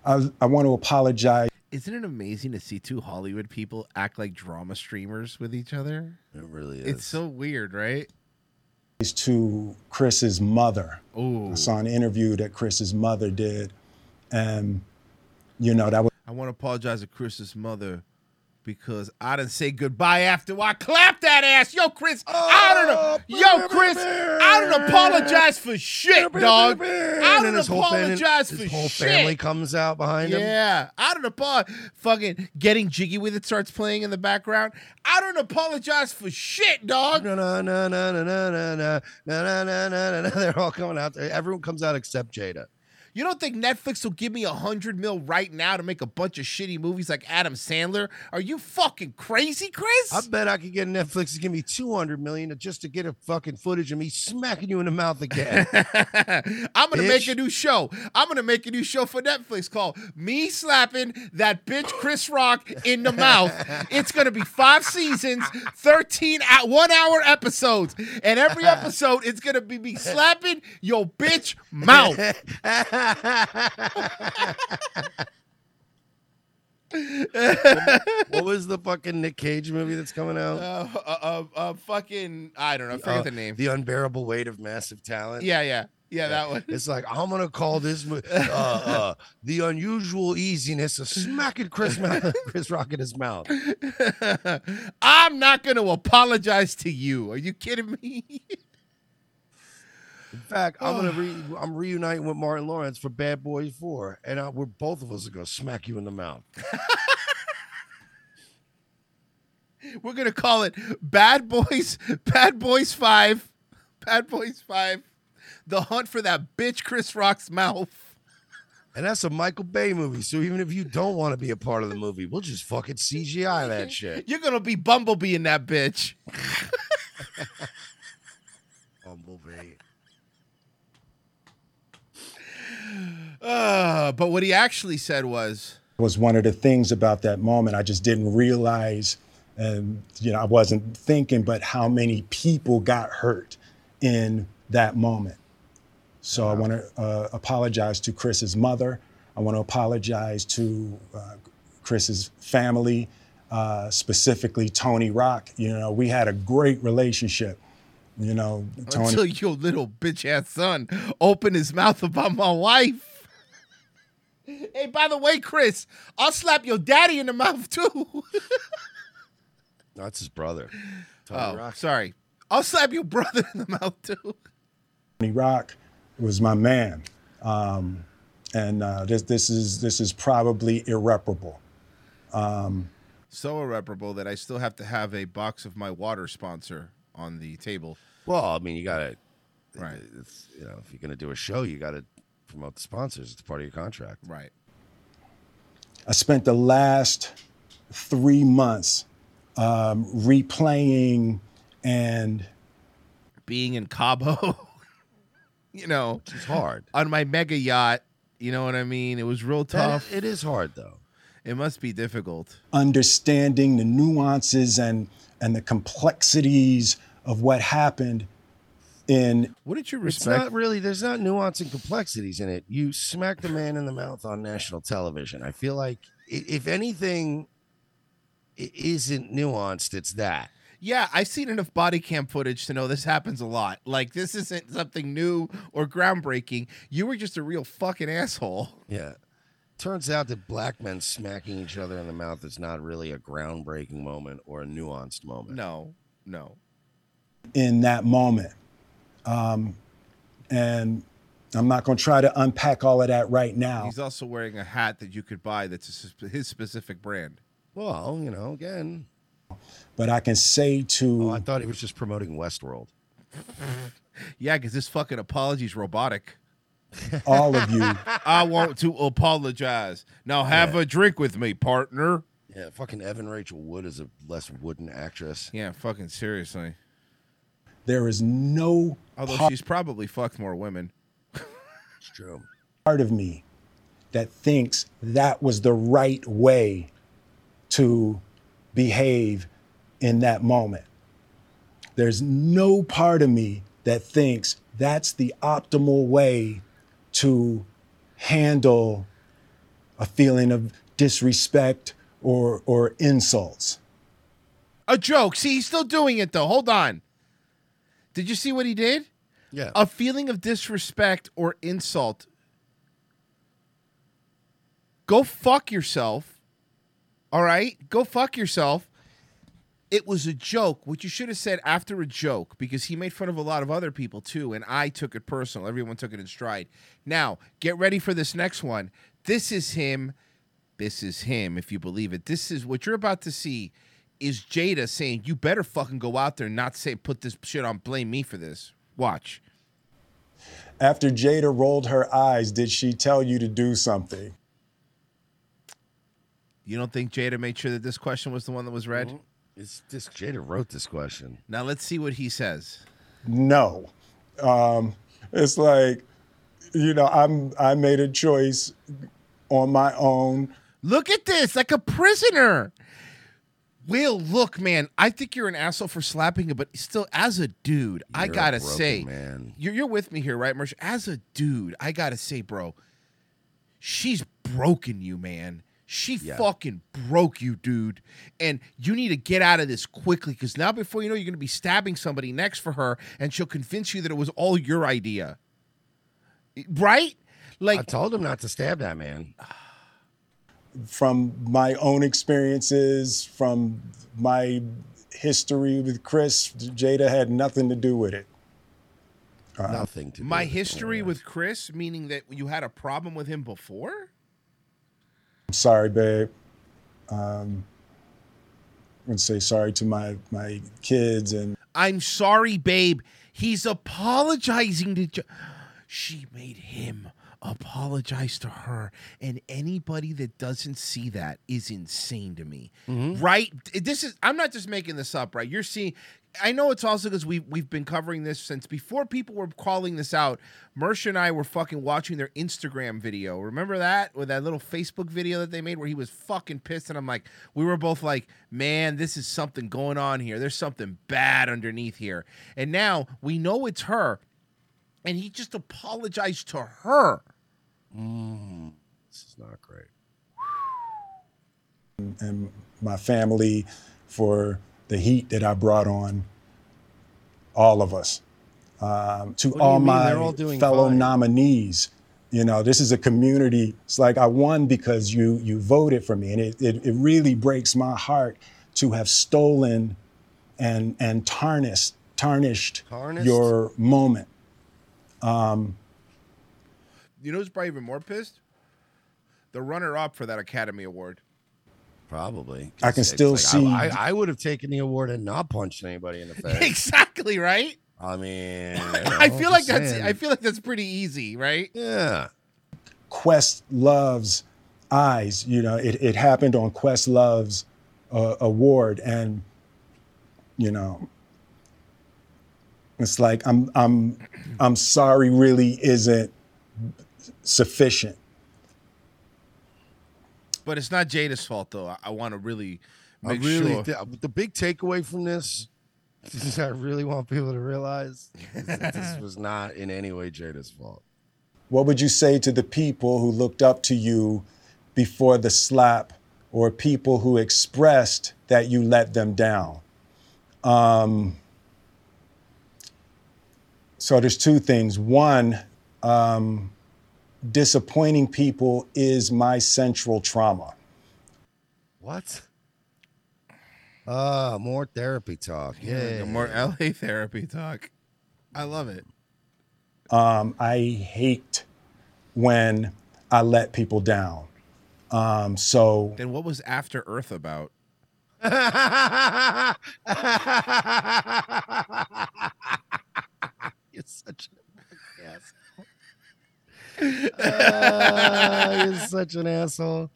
Speaker 9: I, I want to apologize.
Speaker 2: Isn't it amazing to see two Hollywood people act like drama streamers with each other?
Speaker 4: It really
Speaker 2: is. It's so weird, right?
Speaker 9: is to Chris's mother.
Speaker 2: Ooh.
Speaker 9: I saw an interview that Chris's mother did, and you know that was
Speaker 2: I want to apologize to Chris's mother because I didn't say goodbye after I clapped that ass. Yo, Chris,
Speaker 4: Oh,
Speaker 2: I don't know. Yo, Chris, I don't apologize for shit, dog. I
Speaker 4: And then
Speaker 2: don't
Speaker 4: his whole fam-
Speaker 2: apologize for
Speaker 4: his whole
Speaker 2: shit.
Speaker 4: family comes out behind him.
Speaker 2: Yeah, I don't apologize. Fucking getting jiggy with it starts playing in the background. I don't apologize for shit, dog.
Speaker 4: No, no, no, no, no, no, no, no, no, no, no, no. [laughs] They're all coming out there. Everyone comes out except Jada.
Speaker 2: You don't think Netflix will give me a hundred mil right now to make a bunch of shitty movies like Adam Sandler? Are you fucking crazy, Chris? [laughs]
Speaker 4: I bet I could get Netflix to give me two hundred million to- just to get a fucking footage of me smacking you in the
Speaker 2: [laughs]
Speaker 4: mouth again.
Speaker 2: I'm gonna make a new show. I'm gonna make a new show for Netflix called Me Slapping That Bitch Chris Rock in the Mouth. It's gonna be five seasons, 13 at one hour episodes. And every episode it's gonna be me slapping your bitch mouth.
Speaker 4: what was the fucking Nick Cage movie that's coming
Speaker 2: uh,
Speaker 4: out?
Speaker 2: uh, uh, uh, fucking I don't know, I forget
Speaker 4: Uh,
Speaker 2: the name.
Speaker 4: The unbearable weight of massive talent.
Speaker 2: Yeah, yeah. Yeah, that one.
Speaker 4: It's like I'm gonna call
Speaker 2: [laughs]
Speaker 4: this mo- uh, uh, the unusual easiness of smacking Chris mouth, [laughs] Chris Rock in his mouth.
Speaker 2: I'm not going to apologize to you. Are you kidding me?
Speaker 4: In fact,
Speaker 2: [sighs]
Speaker 4: I'm gonna re- I'm reuniting with Martin Lawrence for Bad Boys Four, and I, we're both of us are gonna smack you in
Speaker 2: [laughs]
Speaker 4: the mouth.
Speaker 2: [laughs] We're gonna call it Bad Boys, Bad Boys Five, Bad Boys Five, the hunt for that bitch Chris Rock's mouth.
Speaker 4: And that's a Michael Bay movie, so even if you don't want to be a part of the movie, we'll just fucking CGI that shit.
Speaker 2: You're gonna be Bumblebee in that bitch. [laughs]
Speaker 4: Bumblebee.
Speaker 2: Uh, but what he actually said was,
Speaker 9: was one of the things about that moment. I just didn't realize, and you know, I wasn't thinking, but how many people got hurt in that moment. So I want to uh, apologize to Chris's mother. I want to apologize to uh, Chris's family, uh, specifically Tony Rock. You know, we had a great relationship. You know, Tony.
Speaker 2: "Until your little bitch ass son opened his mouth about my wife." [laughs] hey, by the way, Chris, I'll slap your daddy in the mouth too.
Speaker 4: No, that's his brother. Tony
Speaker 2: oh,
Speaker 4: Rock.
Speaker 2: sorry. I'll slap your brother in the mouth too.
Speaker 9: Tony Rock was my man, um, and uh, this this is this is probably irreparable. Um,
Speaker 2: so irreparable that I still have to have a box of my water sponsor on the table.
Speaker 4: Well, I mean, you got to, right? It's, you know, if you're going to do a show, you got to promote the sponsors. It's part of your contract,
Speaker 2: right?
Speaker 9: I spent the last three months um, replaying and
Speaker 2: being in Cabo, [laughs] you know,
Speaker 4: it's hard
Speaker 2: on my mega yacht. You know what I mean? It was real
Speaker 4: That-
Speaker 2: tough.
Speaker 4: it is hard though.
Speaker 2: It must be difficult.
Speaker 9: understanding the nuances and and the complexities of what happened in
Speaker 2: What did you
Speaker 4: It's not really. There's not nuance and complexities in it. You smacked a man in the mouth on national television. I feel like i- if anything, it isn't nuanced. It's that.
Speaker 2: Yeah, I've seen enough body cam footage to know this happens a lot. Like this isn't something new or groundbreaking. You were just a real fucking asshole.
Speaker 4: Yeah. Turns out that black men smacking each other in the mouth is not really a groundbreaking moment or a nuanced moment.
Speaker 2: No, no.
Speaker 9: in that moment. Um, and I'm not going to try to unpack all of that right now.
Speaker 2: He's also wearing a hat that you could buy that's a sp- his specific brand. [laughs]
Speaker 4: Well, you know, again. Oh,
Speaker 9: But I can say to
Speaker 4: I thought he was just promoting Westworld.
Speaker 2: Yeah, because this fucking apology's robotic.
Speaker 9: [laughs] all of you,
Speaker 2: [laughs] I want to apologize. Now have a drink with me, partner.
Speaker 4: Yeah, fucking Evan Rachel Wood is a less wooden actress.
Speaker 2: Yeah, fucking seriously.
Speaker 9: there is no
Speaker 2: Although
Speaker 9: part,
Speaker 2: she's probably fucked more women.
Speaker 4: it's true.
Speaker 9: part of me that thinks that was the right way to behave in that moment. There's no part of me that thinks that's the optimal way to handle a feeling of disrespect or, or insults.
Speaker 2: A joke. See, he's still doing it though. Hold on. Did you see what he did?
Speaker 4: Yeah.
Speaker 2: A feeling of disrespect or insult. Go fuck yourself. All right? Go fuck yourself. It was a joke. What you should have said after a joke, because he made fun of a lot of other people too, and I took it personal. Everyone took it in stride. Now, get ready for this next one. This is him. This is him, if you believe it. This is what you're about to see is Jada saying, You better fucking go out there and not say put this shit on blame me for this. Watch.
Speaker 9: After Jada rolled her eyes, did she tell you to do something?
Speaker 2: You don't think Jada made sure that this question was the one that was read?
Speaker 4: It's this Jada wrote this question.
Speaker 2: Now let's see what he says.
Speaker 9: no. Um, it's like, you know, I'm I made a choice on my own.
Speaker 2: Look at this, like a prisoner. Will, look, man, I think you're an asshole for slapping him, but still, as a dude, I
Speaker 4: You're a
Speaker 2: gotta
Speaker 4: broken
Speaker 2: say,
Speaker 4: man.
Speaker 2: You're, you're with me here, right, Merch? As a dude, I gotta say, bro, she's broken you, man. She
Speaker 4: Yeah.
Speaker 2: fucking broke you, dude. And you need to get out of this quickly because now, before you know, it, you're gonna be stabbing somebody next for her, and she'll convince you that it was all your idea, right? Like I
Speaker 4: told him not to stab that man.
Speaker 9: From my own experiences, from my history with Chris, Jada had nothing to do with it. Uh,
Speaker 4: Nothing to
Speaker 2: My history with Chris, meaning that you had a problem with him before?
Speaker 9: I'm sorry, babe. Um, I'm gonna say sorry to my my kids and
Speaker 2: I'm sorry, babe. He's apologizing to. Jo- she made him apologize to her, and anybody that doesn't see that is insane to me. Right? This is. I'm not just making this up. Right? You're seeing. I know it's also because we we've been covering this since before people were calling this out. Mersh and I were fucking watching their Instagram video. Remember that with that little Facebook video that they made where he was fucking pissed, and I'm like, we were both like, man, this is something going on here. There's something bad underneath here, and now we know it's her, and he just apologized to her.
Speaker 4: Mm, this is not great.
Speaker 9: and my family for the heat that I brought on all of us. Um, to
Speaker 4: What do you
Speaker 9: all
Speaker 4: mean?
Speaker 9: my
Speaker 4: They're all doing
Speaker 9: fellow
Speaker 4: fine.
Speaker 9: nominees, you know, this is a community. It's like I won because you you voted for me, and it it, it really breaks my heart to have stolen and and tarnished tarnished,
Speaker 4: Tarnished?
Speaker 9: your moment. Um,
Speaker 2: You know who's probably even more pissed? The runner-up for that Academy Award.
Speaker 4: Probably.
Speaker 9: I can
Speaker 4: It's
Speaker 9: still see-
Speaker 4: I, I, I would have taken the award and not punched anybody
Speaker 2: [laughs]
Speaker 4: in the face.
Speaker 2: [laughs] exactly right.
Speaker 4: I
Speaker 2: [laughs]
Speaker 4: mean,
Speaker 2: I feel like that's I feel like that's pretty easy, right?
Speaker 4: Yeah.
Speaker 9: Quest Love's eyes. You know, it, it happened on Quest Love's uh, award, and you know, it's like I'm I'm I'm sorry really isn't sufficient.
Speaker 2: But it's not Jada's fault though. I, I want to really
Speaker 4: I
Speaker 2: make
Speaker 4: really
Speaker 2: sure.
Speaker 4: the, the big takeaway from this is I really want people to
Speaker 2: [laughs]
Speaker 4: realize is that this was not in any way Jada's fault.
Speaker 9: What would you say to the people who looked up to you before the slap or people who expressed that you let them down? Um, so there's two things. One, um, disappointing people is my central trauma.
Speaker 4: What? Ah, more therapy talk.
Speaker 2: Yeah,
Speaker 4: Yeah,
Speaker 2: more LA [laughs] therapy talk. I love it.
Speaker 9: Um, I hate when I let people down. Um, so
Speaker 2: Then what was After Earth about?
Speaker 4: You're such an
Speaker 2: [laughs]
Speaker 4: asshole. Ah, you're such an asshole.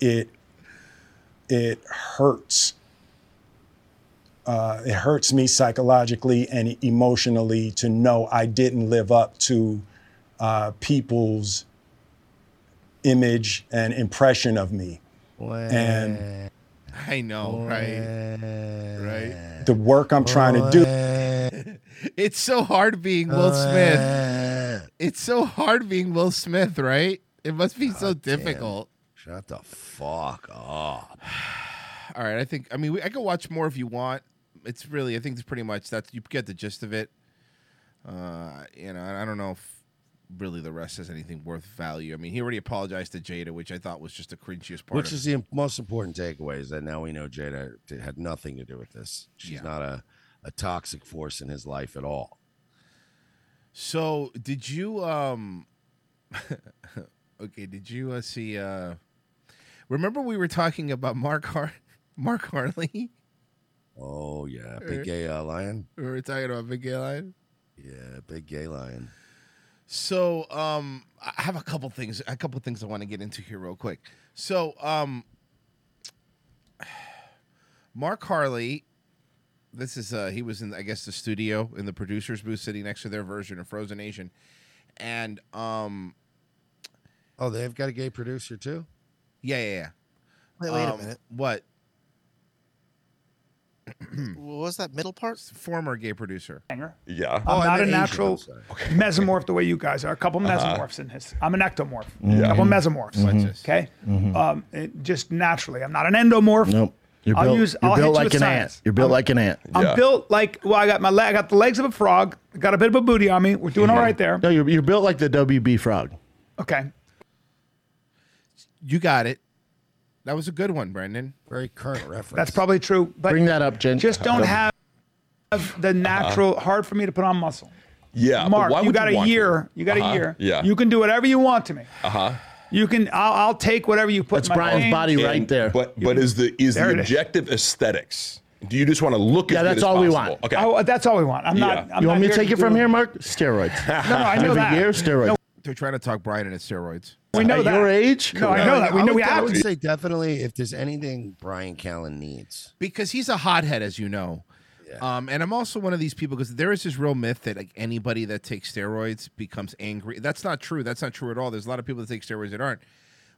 Speaker 9: it it hurts. Uh, it hurts me psychologically and emotionally to know I didn't live up to uh, people's image and impression of me.
Speaker 4: Eh.
Speaker 9: And
Speaker 2: I know, right?
Speaker 9: the work I'm trying to do.
Speaker 2: Right. [laughs] it's so hard being
Speaker 4: Oh,
Speaker 2: Will Smith. It's so hard being Will Smith, right? It must be so difficult.
Speaker 4: Shut the fuck
Speaker 2: [sighs]
Speaker 4: up.
Speaker 2: All right, I think. I mean, we, I could watch more if you want. It's really, I think it's pretty much that's you get the gist of it. Uh, you know, and I don't know if really the rest is anything worth value. I mean, he already apologized to Jada, which I thought was just the cringiest part.
Speaker 4: Which
Speaker 2: of
Speaker 4: is the im- most important takeaway is that now we know Jada d- had nothing to do with this. She's not a, a toxic force in his life at all.
Speaker 2: So, did you um [laughs] okay, did you uh, see uh Remember we were talking about Mark Har- [laughs] Mark Harley?
Speaker 4: Oh yeah, big
Speaker 2: Er-
Speaker 4: gay uh, lion.
Speaker 2: We were talking about Big Gay Lion.
Speaker 4: Yeah, big gay lion.
Speaker 2: So, um I have a couple things a couple things I want to get into here real quick. So, um [sighs] Mark Harley this is uh he was in I guess the studio in the producers booth sitting next to their version of Frozen Nation and um
Speaker 4: Oh, they've got a gay producer too.
Speaker 2: yeah yeah yeah.
Speaker 8: Wait, wait a
Speaker 2: Um,
Speaker 8: minute.
Speaker 2: What?
Speaker 8: [clears throat] What was that middle part?
Speaker 2: Former gay producer.
Speaker 11: Yeah.
Speaker 12: I'm
Speaker 2: Oh, I
Speaker 12: not
Speaker 2: meant
Speaker 12: a
Speaker 2: Asian, I'm
Speaker 12: natural
Speaker 2: sorry.
Speaker 12: [laughs] mesomorph the way you guys are. A couple
Speaker 11: Uh-huh.
Speaker 12: mesomorphs in this. I'm an ectomorph.
Speaker 11: Yeah.
Speaker 12: A couple mesomorphs.
Speaker 11: Mhm.
Speaker 12: Okay.
Speaker 11: Mhm.
Speaker 12: Um, it- just naturally. I'm not an endomorph.
Speaker 13: Nope. You're
Speaker 12: I'll
Speaker 13: built,
Speaker 12: use.
Speaker 13: you're
Speaker 12: I'll hit
Speaker 13: built
Speaker 12: you
Speaker 13: like
Speaker 12: with
Speaker 13: an
Speaker 12: science.
Speaker 13: ant. You're built like an ant.
Speaker 12: I'm built like well. I got my leg. I got the legs of a frog. I got a bit of a booty on me. We're doing all
Speaker 1: Mm-hmm.
Speaker 12: right there.
Speaker 13: No, you're, you're built like the WB frog.
Speaker 12: Okay.
Speaker 2: You got it. That was a good one, Brendan.
Speaker 4: Very current reference.
Speaker 12: That's probably true. But bring
Speaker 13: that up, Jen.
Speaker 12: Just don't have have the natural. Hard for me to put on muscle.
Speaker 11: Yeah. but
Speaker 12: Mark,
Speaker 11: why
Speaker 12: you
Speaker 11: would
Speaker 12: got a
Speaker 11: want to?
Speaker 12: year. You got
Speaker 11: Uh-huh,
Speaker 12: a year.
Speaker 11: Yeah.
Speaker 12: You can do whatever you want to me.
Speaker 11: Uh
Speaker 10: Uh-huh.
Speaker 11: huh.
Speaker 12: You can. I'll, I'll take whatever you put. in my veins.
Speaker 11: And- But but is the is
Speaker 12: There
Speaker 11: the
Speaker 12: it is.
Speaker 11: objective aesthetics? Do you just want to look?
Speaker 13: Yeah,
Speaker 11: as good
Speaker 13: that's
Speaker 11: as
Speaker 13: all we
Speaker 11: possible?
Speaker 13: want.
Speaker 11: Okay.
Speaker 5: uh,
Speaker 12: I- that's all we want. I'm not.
Speaker 13: you want me to
Speaker 12: here
Speaker 13: take
Speaker 12: to
Speaker 13: it from
Speaker 12: do-
Speaker 13: here, Mark?
Speaker 5: [laughs]
Speaker 13: Steroids.
Speaker 12: [laughs] No, no, I know
Speaker 13: Every
Speaker 12: that.
Speaker 13: year, steroids. [laughs]
Speaker 2: They're trying to talk Brian into steroids.
Speaker 12: We know
Speaker 13: At
Speaker 12: that.
Speaker 13: your age?
Speaker 12: No, I know that. We know
Speaker 4: would,
Speaker 12: we
Speaker 4: I
Speaker 12: have
Speaker 4: would
Speaker 12: to.
Speaker 4: say definitely if there's anything Brian Callen needs.
Speaker 2: because he's a hothead, as you know. Um, and I'm also one of these people because there is this real myth that like anybody that takes steroids becomes angry. That's not true. That's not true at all. There's a lot of people that take steroids that aren't.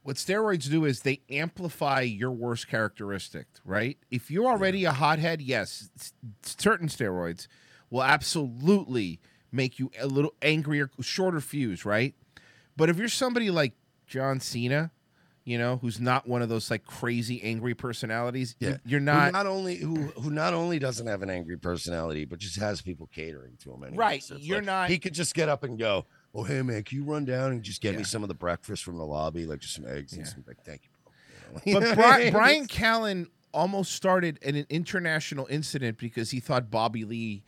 Speaker 2: What steroids do is they amplify your worst characteristic, right? If you're already a hothead, yes, s- certain steroids will absolutely make you a little angrier, shorter fuse, right? But if you're somebody like John Cena, you know, who's not one of those like crazy angry personalities, you-
Speaker 4: Yeah.
Speaker 2: you're
Speaker 4: Who
Speaker 2: not
Speaker 4: not only who who not only doesn't have an angry personality, but just has people catering to him. Anyway.
Speaker 2: Right,
Speaker 4: So it's
Speaker 2: you're
Speaker 4: like,
Speaker 2: not-
Speaker 4: He could just get up and go. Oh hey man, can you run down and just get me some of the breakfast from the lobby, like just some eggs and some. Like, thank you. Bro. You know? [laughs]
Speaker 2: But Bri- Brian Callen almost started an, an international incident because he thought Bobby Lee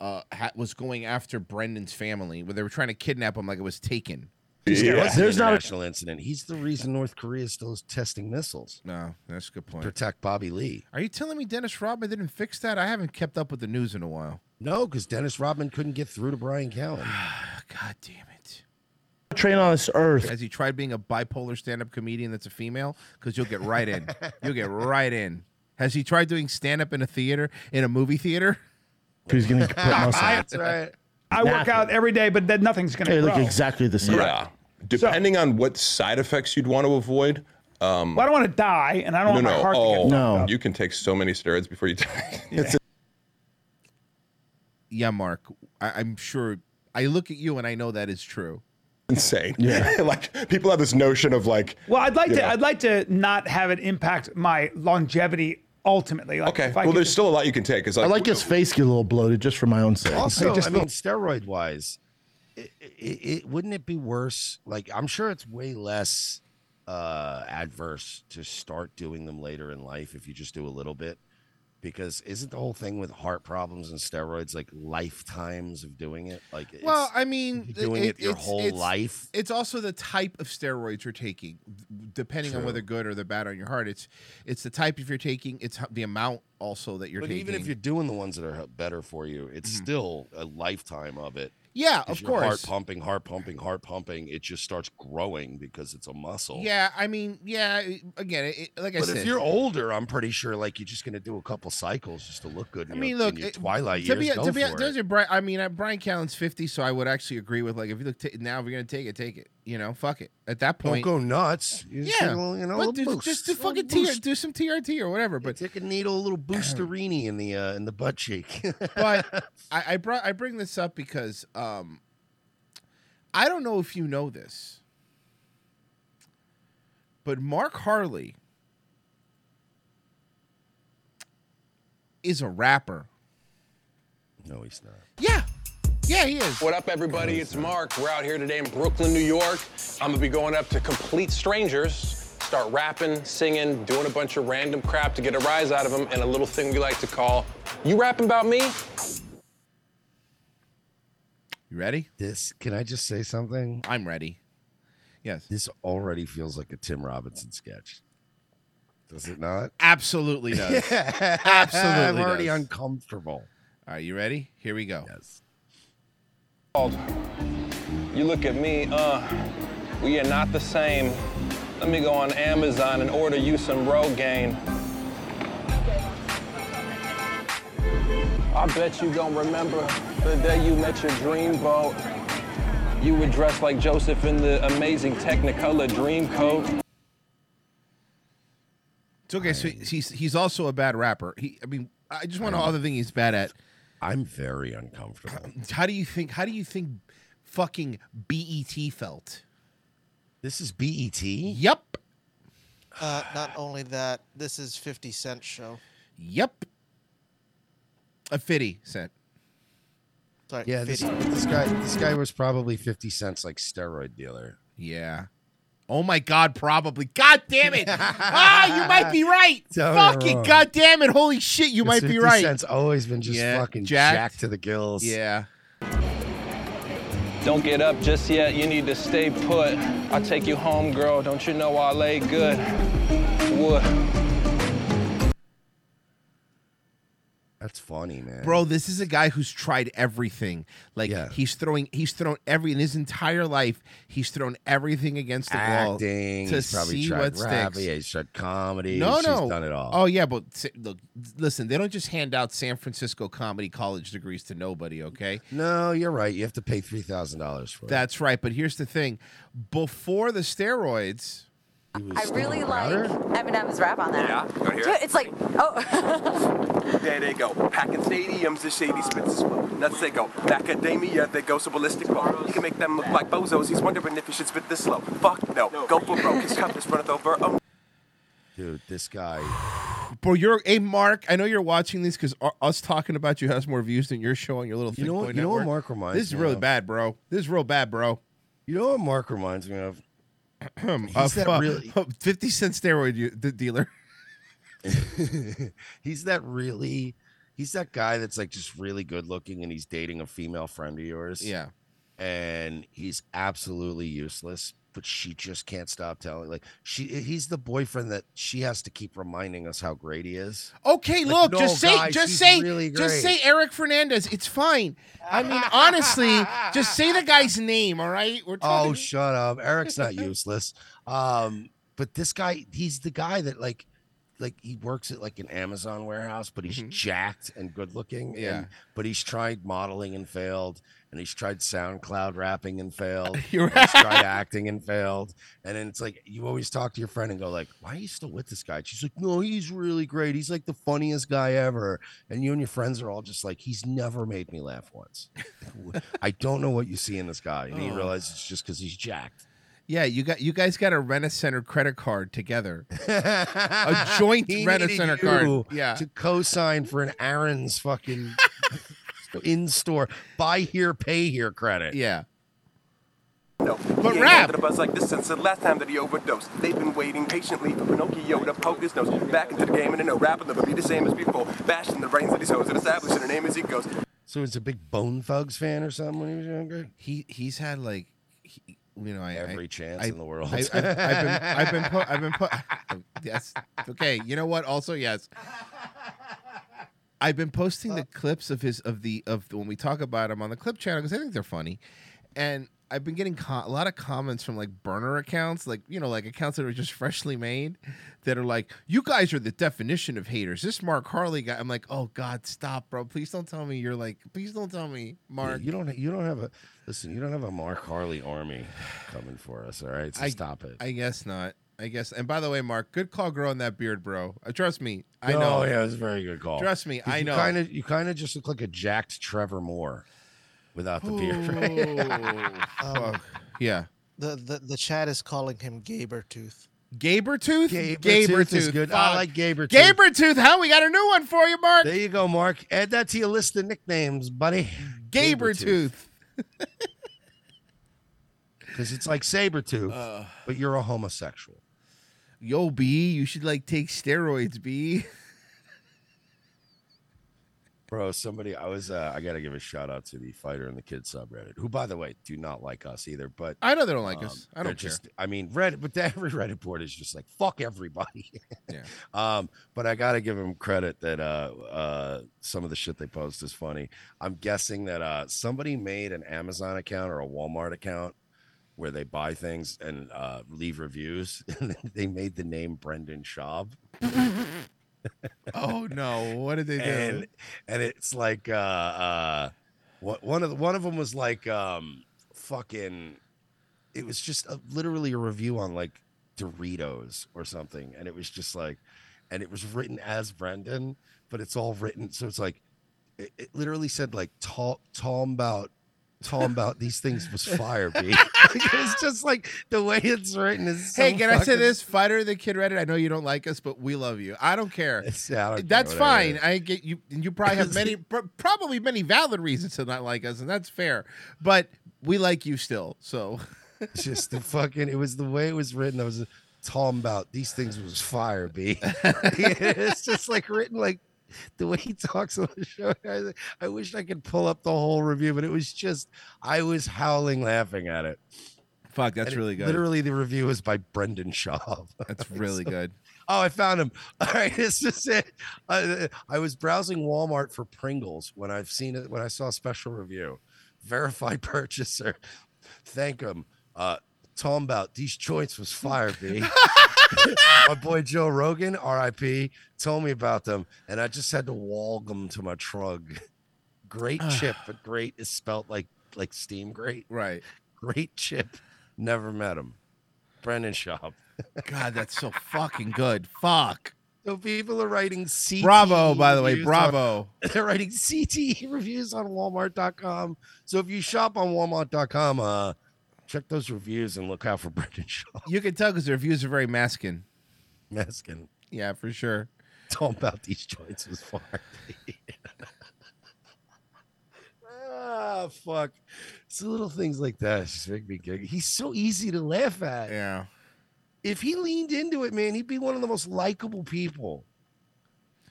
Speaker 2: uh, ha- was going after Brendan's family, where they were trying to kidnap him like it was taken,
Speaker 4: It
Speaker 10: Yeah.
Speaker 4: was an
Speaker 10: There's not a-
Speaker 4: international incident. He's the reason North Korea is still testing missiles.
Speaker 2: No, that's a good point.
Speaker 4: Protect Bobby Lee.
Speaker 2: Are you telling me Dennis Rodman didn't fix that? I haven't kept up with the news in a while.
Speaker 4: No, because Dennis Rodman couldn't get through to
Speaker 2: [sighs]
Speaker 4: Brian Callen. [sighs]
Speaker 2: God damn it.
Speaker 15: Train on this earth.
Speaker 2: Has he tried being a bipolar stand up comedian that's a female? Because you'll get right in. you'll get right in. Has he tried doing stand up in a theater, in a movie theater?
Speaker 15: Who's going
Speaker 5: [laughs]
Speaker 15: to put muscle?
Speaker 5: I-
Speaker 13: [laughs]
Speaker 5: I work out every day, but then nothing's going to
Speaker 15: They
Speaker 5: grow.
Speaker 15: look exactly the same.
Speaker 10: Yeah. Depending on what side effects you'd want to avoid. Um,
Speaker 5: Well, I don't want to die, and I don't
Speaker 10: no,
Speaker 5: want my
Speaker 10: no.
Speaker 5: heart
Speaker 10: oh,
Speaker 5: to get fucked up.
Speaker 10: You can take so many steroids before you die. [laughs]
Speaker 2: It's Yeah, Mark. I, I'm sure. I look at you and I know that is true.
Speaker 10: insane. Yeah. [laughs] like people have this notion of like.
Speaker 5: Well, I'd like
Speaker 10: you
Speaker 5: to.
Speaker 10: know.
Speaker 5: I'd like to not have it impact my longevity ultimately. Like,
Speaker 10: okay.
Speaker 5: if I
Speaker 10: Well,
Speaker 5: could
Speaker 10: there's
Speaker 5: just-
Speaker 10: still a lot you can take. It's
Speaker 15: I
Speaker 10: like,
Speaker 15: like his face get a little bloated just for my own sake.
Speaker 4: Also, I mean, steroid wise, it, it, it wouldn't it be worse? Like, I'm sure it's way less uh, adverse to start doing them later in life if you just do a little bit. Because isn't the whole thing with heart problems and steroids like lifetimes of doing it? Like, it's,
Speaker 2: well, I mean,
Speaker 4: you're doing it your whole life.
Speaker 2: It's also the type of steroids you're taking, depending on
Speaker 4: True.
Speaker 2: whether good or the bad on your heart. It's it's the type if you're taking. It's h- the amount also that you're
Speaker 4: but
Speaker 2: taking.
Speaker 4: even if you're doing the ones that are better for you, it's still a lifetime of it.
Speaker 2: Yeah,
Speaker 4: 'Cause
Speaker 2: of
Speaker 4: your Heart
Speaker 2: course.
Speaker 4: pumping, heart pumping, heart pumping. It just starts growing because it's a muscle.
Speaker 2: yeah, I mean, yeah. it- Again, it, it- like I
Speaker 4: but
Speaker 2: said,
Speaker 4: if you're older, I'm pretty sure like you're just gonna do a couple cycles just to look good. In
Speaker 2: I mean,
Speaker 4: your,
Speaker 2: look,
Speaker 4: in your
Speaker 2: it-
Speaker 4: twilight
Speaker 2: to
Speaker 4: years,
Speaker 2: be
Speaker 4: go
Speaker 2: to be
Speaker 4: for
Speaker 2: there's
Speaker 4: it.
Speaker 2: your Brian. I mean, uh, Brian Callen's fifty, so I would actually agree with like if you look t- now, if you're gonna take it, take it. You know, fuck it. At that
Speaker 4: Don't
Speaker 2: point,
Speaker 4: go nuts. You just
Speaker 2: yeah,
Speaker 4: get a little, you know, a
Speaker 2: but
Speaker 4: little
Speaker 2: do-
Speaker 4: boost.
Speaker 2: just do
Speaker 4: A little
Speaker 2: fucking TR,
Speaker 4: boost.
Speaker 2: do some TRT or whatever. But
Speaker 4: take a needle, a little boosterini in the uh, in the butt cheek. [laughs]
Speaker 2: but I, I brought I bring this up because um, I don't know if you know this, but Mark Harley is a rapper.
Speaker 4: no, he's not.
Speaker 2: Yeah. Yeah, he is.
Speaker 27: What up, everybody? It's Mark. We're out here today in Brooklyn, New York. I'm gonna be going up to complete strangers, start rapping, singing, doing a bunch of random crap to get a rise out of them, and a little thing we like to call, "You rapping about me?"
Speaker 2: Ah, You ready?
Speaker 4: This can I just say something?
Speaker 2: I'm ready. Yes.
Speaker 4: This already feels like a Tim Robinson sketch. Does it not?
Speaker 2: Absolutely does.
Speaker 4: [laughs]
Speaker 2: Absolutely.
Speaker 4: I'm already
Speaker 2: does.
Speaker 4: uncomfortable.
Speaker 2: All right, you ready? Here we go.
Speaker 4: Yes.
Speaker 27: You look at me, uh, we are not the same. Let me go on Amazon and order you some Rogaine. I bet you don't remember the day you met your dream boat. You were dressed like Joseph in the amazing Technicolor dream coat.
Speaker 2: It's okay. So he's he's also a bad rapper. He, I mean, [clears throat] I just want to other thing he's bad at.
Speaker 4: I'm very uncomfortable.
Speaker 2: How do you think? How do you think? Fucking BET felt.
Speaker 4: This is E BET.
Speaker 2: Yep.
Speaker 8: Uh, not only that, this is 50 Cent show.
Speaker 2: Yep. A fifty cent.
Speaker 8: Sorry,
Speaker 4: Yeah, this,
Speaker 8: 50.
Speaker 4: this guy this guy was probably 50 cents like steroid dealer.
Speaker 2: Yeah. Oh my God! Probably. God damn
Speaker 4: [laughs]
Speaker 2: it! ah, you might be right.
Speaker 4: Tell me
Speaker 2: Fucking
Speaker 4: wrong.
Speaker 2: god damn it! Holy shit! You
Speaker 4: 'Cause
Speaker 2: might be
Speaker 4: 50
Speaker 2: right.
Speaker 4: Cent's always been just
Speaker 2: Yeah,
Speaker 4: fucking
Speaker 2: jacked.
Speaker 4: jacked. to the gills.
Speaker 2: Yeah.
Speaker 27: Don't get up just yet. You need to stay put. I'll take you home, girl. Don't you know I lay good? Wood.
Speaker 4: That's funny, man.
Speaker 2: Bro, this is a guy who's tried everything. Like he's throwing, he's thrown every in his entire life. He's thrown everything against the
Speaker 4: acting.
Speaker 2: wall to
Speaker 4: he's probably
Speaker 2: see
Speaker 4: tried
Speaker 2: what
Speaker 4: rap,
Speaker 2: sticks.
Speaker 4: yeah, he's tried comedy.
Speaker 2: No,
Speaker 4: he's
Speaker 2: no,
Speaker 4: done it all.
Speaker 2: Oh yeah, but s- look, listen, they don't just hand out San Francisco Comedy College degrees to nobody. Okay,
Speaker 4: No, you're right. You have to pay three thousand dollars for it.
Speaker 2: that's right. But here's the thing: before the steroids,
Speaker 1: I really like Eminem's rap on that.
Speaker 27: Yeah, go hear
Speaker 1: Dude,
Speaker 27: it.
Speaker 1: it's like, oh. [laughs]
Speaker 27: There they go. Packing stadiums and shady spits as well. Nuts they go. Macadamia, they go so ballistic low. You can make them look like bozos. He's wondering if he should spit this slow. Fuck no. Go for broke. His cup is runneth over. Oh.
Speaker 4: Dude, this guy.
Speaker 2: bro, you're a Mark. I know you're watching this because us talking about you has more views than your show on your little.
Speaker 4: You
Speaker 2: Think
Speaker 4: know
Speaker 2: Boy
Speaker 4: what? You know what
Speaker 2: Network.
Speaker 4: Mark reminds
Speaker 2: This is
Speaker 4: me
Speaker 2: really
Speaker 4: of?
Speaker 2: bad, bro. This is real bad, bro.
Speaker 4: You know what Mark reminds
Speaker 2: [clears throat]
Speaker 4: me of?
Speaker 2: He's
Speaker 4: He's that real-
Speaker 2: 50 cent steroid u- d-
Speaker 4: [laughs]
Speaker 2: dealer.
Speaker 4: he's that really he's that guy that's like just really good looking and he's dating a female friend of yours.
Speaker 2: Yeah.
Speaker 4: and he's absolutely useless. But she just can't stop telling. Like she, he's the boyfriend that she has to keep reminding us how great he is.
Speaker 2: Okay,
Speaker 4: Like,
Speaker 2: look,
Speaker 4: no,
Speaker 2: just say,
Speaker 4: guys,
Speaker 2: just
Speaker 4: he's
Speaker 2: say,
Speaker 4: really
Speaker 2: just say
Speaker 4: great.
Speaker 2: Eric Fernandez. It's fine. I mean, honestly, just say the guy's name. All right, we're
Speaker 4: Oh,
Speaker 2: talking.
Speaker 4: shut up.
Speaker 2: [laughs]
Speaker 4: Eric's not useless. Um, but this guy, he's the guy that like like he works at like an Amazon warehouse, but he's jacked and good looking.
Speaker 2: Mm-hmm. Yeah.
Speaker 4: And, but he's tried modeling and failed, and he's tried SoundCloud
Speaker 2: [laughs]
Speaker 4: rapping and failed.
Speaker 2: You're
Speaker 4: and He's tried acting and failed. And then it's like you always talk to your friend and go like, "Why are you still with this guy?" And she's like, "No, he's really great. He's like the funniest guy ever." And you and your friends are all just like, "He's never made me laugh once." I don't know what you see in this guy, and you
Speaker 2: Oh.
Speaker 4: realize it's just because he's jacked.
Speaker 2: yeah, you got you guys got a Rent a Center credit card
Speaker 4: [laughs]
Speaker 2: together. a joint
Speaker 4: He
Speaker 2: Rent a
Speaker 4: needed
Speaker 2: Center
Speaker 4: you
Speaker 2: card. Yeah.
Speaker 4: to co-sign for an
Speaker 2: [laughs]
Speaker 4: Aaron's fucking in-store buy here, pay here credit.
Speaker 2: Yeah.
Speaker 10: But yeah, rap. The buzz like this since the last time that he overdosed. They've been waiting patiently for Pinocchio to poke his nose back into the game, and then a rapper will be the same as before, bashing the brains of these hoes and establishing the name as he goes.
Speaker 4: So he's a big Bone Thugs fan or something when he was younger.
Speaker 2: He he's had like, he, you know, I, every
Speaker 4: chance in the world.
Speaker 2: I, have I've been I've been put [laughs] I've been put. Yes. Okay. You know what? Also, yes. I've been posting the clips of his of the of the, when we talk about him on the clip channel because I think they're funny, and I've been getting co- a lot of comments from like burner accounts, like you know, like accounts that are just [laughs] freshly made, that are like, "You guys are the definition of haters." This Mark Harley guy, I'm like, "Oh God, stop, bro! Please don't tell me you're like, please don't tell me, Mark."
Speaker 4: Yeah, you don't you don't have a listen. You don't have a Mark Harley army coming for us. All right, so stop it.
Speaker 2: I guess not. I guess. And by the way, Mark, good call growing that beard, bro. Uh, trust me, I
Speaker 4: No,
Speaker 2: know.
Speaker 4: Oh, yeah, it was a very good call.
Speaker 2: Trust me,
Speaker 4: 'Cause
Speaker 2: I
Speaker 4: you
Speaker 2: know.
Speaker 4: Kind of, you kind of just look like a jacked Trevor Moore without the beard.
Speaker 2: Oh,
Speaker 4: [laughs]
Speaker 2: fuck. Yeah.
Speaker 8: The, the the chat is calling him Gabertooth.
Speaker 2: Gabertooth?
Speaker 4: Gabertooth is good. I like Gabertooth.
Speaker 2: Gabertooth, how we got a new one for you, Mark?
Speaker 4: There you go, Mark. Add that to your list of nicknames, buddy.
Speaker 2: Gabertooth.
Speaker 4: [laughs] Because it's like Sabretooth, but you're a homosexual.
Speaker 2: Uh. Yo, B, you should like take steroids, B.
Speaker 4: Bro, somebody, I was, uh, I got to give a shout out to the Fighter and the Kid subreddit, who, by the way, do not like us either. But um,
Speaker 2: I know they don't like us. I
Speaker 4: they're
Speaker 2: don't care.
Speaker 4: Just, I mean, Reddit, but [laughs] every Reddit board is just like, fuck everybody.
Speaker 2: Yeah.
Speaker 4: um, but I got to give them credit that uh, uh, some of the shit they post is funny. I'm guessing that uh, somebody made an Amazon account or a Walmart account where they buy things and uh, leave reviews. [laughs] And they made the name Brendan Schaub.
Speaker 2: Oh no! What did they do?
Speaker 4: and and it's like uh uh one- one of the, one of them was like um fucking it was just a, literally a review on like Doritos or something and it was just like and it was written as Brendan but it's all written so it's like it, it literally said like Tom Tom about Tom about these things was fire B. [laughs] it's just like the way it's written is
Speaker 2: hey,
Speaker 4: so
Speaker 2: can I say
Speaker 4: fucking-
Speaker 2: this? Fighter the Kid Reddit. I know you don't like us, but we love you. I don't care.
Speaker 4: [laughs] Yeah, I don't care,
Speaker 2: that's
Speaker 4: whatever.
Speaker 2: fine. I get you. and You probably
Speaker 4: [laughs]
Speaker 2: have many, pr- probably many valid reasons to not like us, and that's fair. But we like you still.
Speaker 4: [laughs]
Speaker 2: So
Speaker 4: just the fucking it was the way it was written. I was talking about these things was fire, B. [laughs] it's just like written like the way he talks on the show. I, I wish I could pull up the whole review, but it was just I was howling laughing at it.
Speaker 2: Fuck, that's
Speaker 4: And it-
Speaker 2: really good.
Speaker 4: Literally, the review is by Brendan Shaw. [laughs] That's
Speaker 2: really good.
Speaker 4: Oh, I found him. [laughs] All right, this is it. Uh, I was browsing Walmart for Pringles when I've seen it when I saw a special review. Verified [laughs] purchaser. Thank him. Uh, Tom about these joints was fire,
Speaker 2: [laughs]
Speaker 4: B. my boy Joe Rogan, RIP, told me about them, and I just had to wall them to my trug. Great chip, but great is spelt like like steam great.
Speaker 2: Right.
Speaker 4: Great chip. Never met him. Brendan Shop.
Speaker 2: God, that's so fucking good. Fuck.
Speaker 4: So people are writing
Speaker 2: E
Speaker 4: CTE.
Speaker 2: Bravo, by the way,
Speaker 4: reviews
Speaker 2: bravo.
Speaker 4: on- [laughs] they're writing CTE reviews on Walmart.com. So if you shop on Walmart.com, uh, check those reviews and look out for Brendan Shaw.
Speaker 2: You can tell because the reviews are very masculine.
Speaker 4: Masculine.
Speaker 2: Yeah, for sure.
Speaker 4: Tom about these joints was far. ah, fuck. So little things like that just make me giggle. He's so easy to laugh at.
Speaker 2: Yeah.
Speaker 4: If he leaned into it, man, he'd be one of the most likable people.
Speaker 2: [laughs]
Speaker 4: [sighs]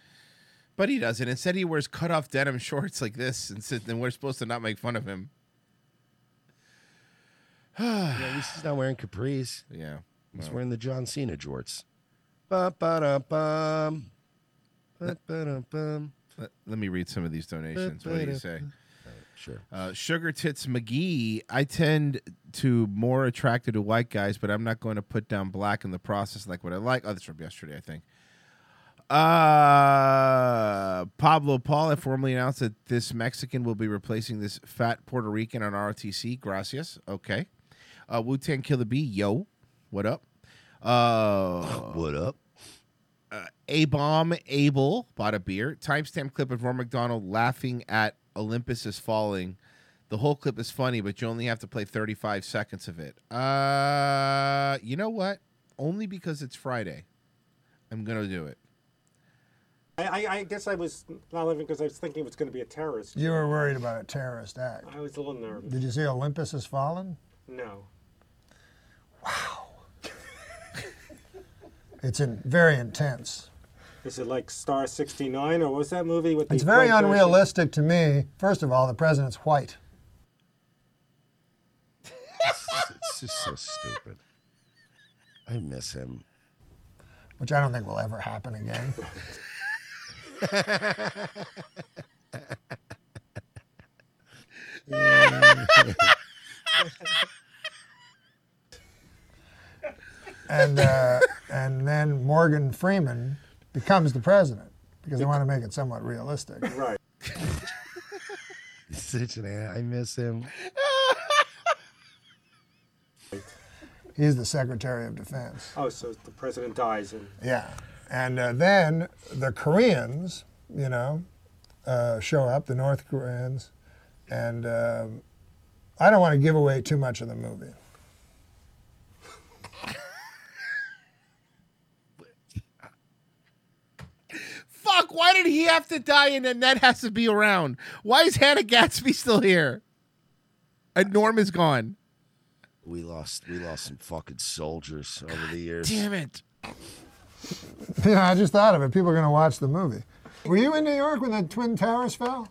Speaker 2: But he doesn't. Instead, he wears cut off denim shorts like this, and sit- then we're supposed to not make fun of him.
Speaker 4: yeah, at least he's not wearing capris.
Speaker 2: Yeah.
Speaker 4: He's
Speaker 2: well.
Speaker 4: wearing the John Cena jorts. Ba ba da bum. Ba ba da bum.
Speaker 2: Let, let me read some of these donations. What do you say?
Speaker 4: Sure.
Speaker 2: Uh, Sugar Tits McGee, I tend to more attracted to white guys, but I'm not going to put down black in the process like what I like. Oh, that's from yesterday, I think. Uh, Pablo Paul had formally announced that this Mexican will be replacing this fat Puerto Rican on ROTC. Gracias. Okay. Uh, Wu Tang Killer B, yo. What up? Uh,
Speaker 4: [laughs] what up?
Speaker 2: Uh, a bomb Abel bought a beer. Timestamp clip of Norm McDonald laughing at Olympus is falling. The whole clip is funny, but you only have to play 35 seconds of it. Uh, you know what? Only because it's Friday, I'm gonna do it.
Speaker 17: I, I, I guess I was not living because I was thinking it was going to be a terrorist.
Speaker 18: You were worried about a terrorist act.
Speaker 17: I was a little nervous.
Speaker 18: Did you see Olympus has fallen?
Speaker 17: No.
Speaker 18: It's in, very intense.
Speaker 17: Is it like Star 69 or what was that movie with the
Speaker 18: It's very
Speaker 17: white person?
Speaker 18: unrealistic to me. First of all, the president's white.
Speaker 4: It's just so stupid. I miss him.
Speaker 18: which I don't think will ever happen again.
Speaker 2: [laughs]
Speaker 18: and uh, and then Morgan Freeman becomes the president because they want to make it somewhat realistic.
Speaker 17: Right.
Speaker 4: He's Such an a- I miss him.
Speaker 18: He's the Secretary of Defense.
Speaker 17: Oh, so the president dies and
Speaker 18: Yeah. And uh, then the Koreans, you know, uh, show up, the North Koreans, and um I don't want to give away too much of the movie.
Speaker 2: Fuck, why did he have to die and Annette has to be around? Why is Hannah Gatsby still here? And Norm is gone.
Speaker 4: We lost we lost some fucking soldiers over the years.
Speaker 2: Damn it.
Speaker 18: [laughs] You know, I just thought of it. People are going to watch the movie. Were you in New York when the Twin Towers fell?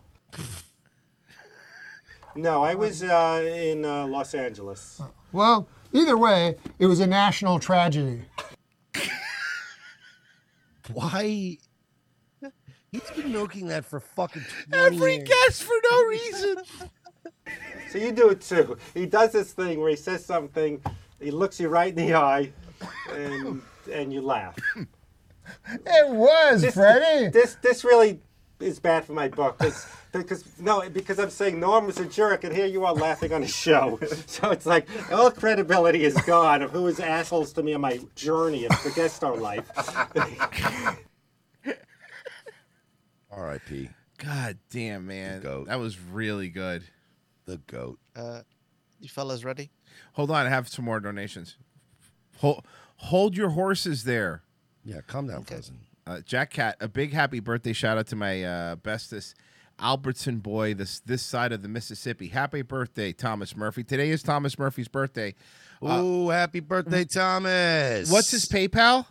Speaker 17: No, I was uh, in uh, Los Angeles.
Speaker 18: Uh, Well, either way, it was a national tragedy.
Speaker 4: Why? He's been milking that for fucking 20
Speaker 2: Every
Speaker 4: years.
Speaker 2: guest for
Speaker 13: [laughs]
Speaker 2: no reason.
Speaker 17: So you do it too. He does this thing where he says something, he looks you right in the eye, and and you laugh.
Speaker 18: [laughs] It was Freddie.
Speaker 17: This this really is bad for my book because because no because I'm saying Norm was a jerk and here you are laughing on his show. [laughs] So it's like all credibility is gone of who is assholes to me on my journey of the guest star life. [laughs]
Speaker 4: R.I.P.
Speaker 2: God damn, man. That was really good.
Speaker 4: The goat.
Speaker 18: Uh, you fellas ready?
Speaker 2: Hold on, I have some more donations. Hold, hold your horses there.
Speaker 4: Yeah, calm down, Frozen.
Speaker 2: Uh, Jack Cat, a big happy birthday shout out to my uh, bestest Albertson boy this this side of the Mississippi. Happy birthday, Thomas Murphy. Today is Thomas Murphy's birthday. Uh, Mm-hmm.
Speaker 4: Ooh, happy birthday, Thomas.
Speaker 2: What's his PayPal?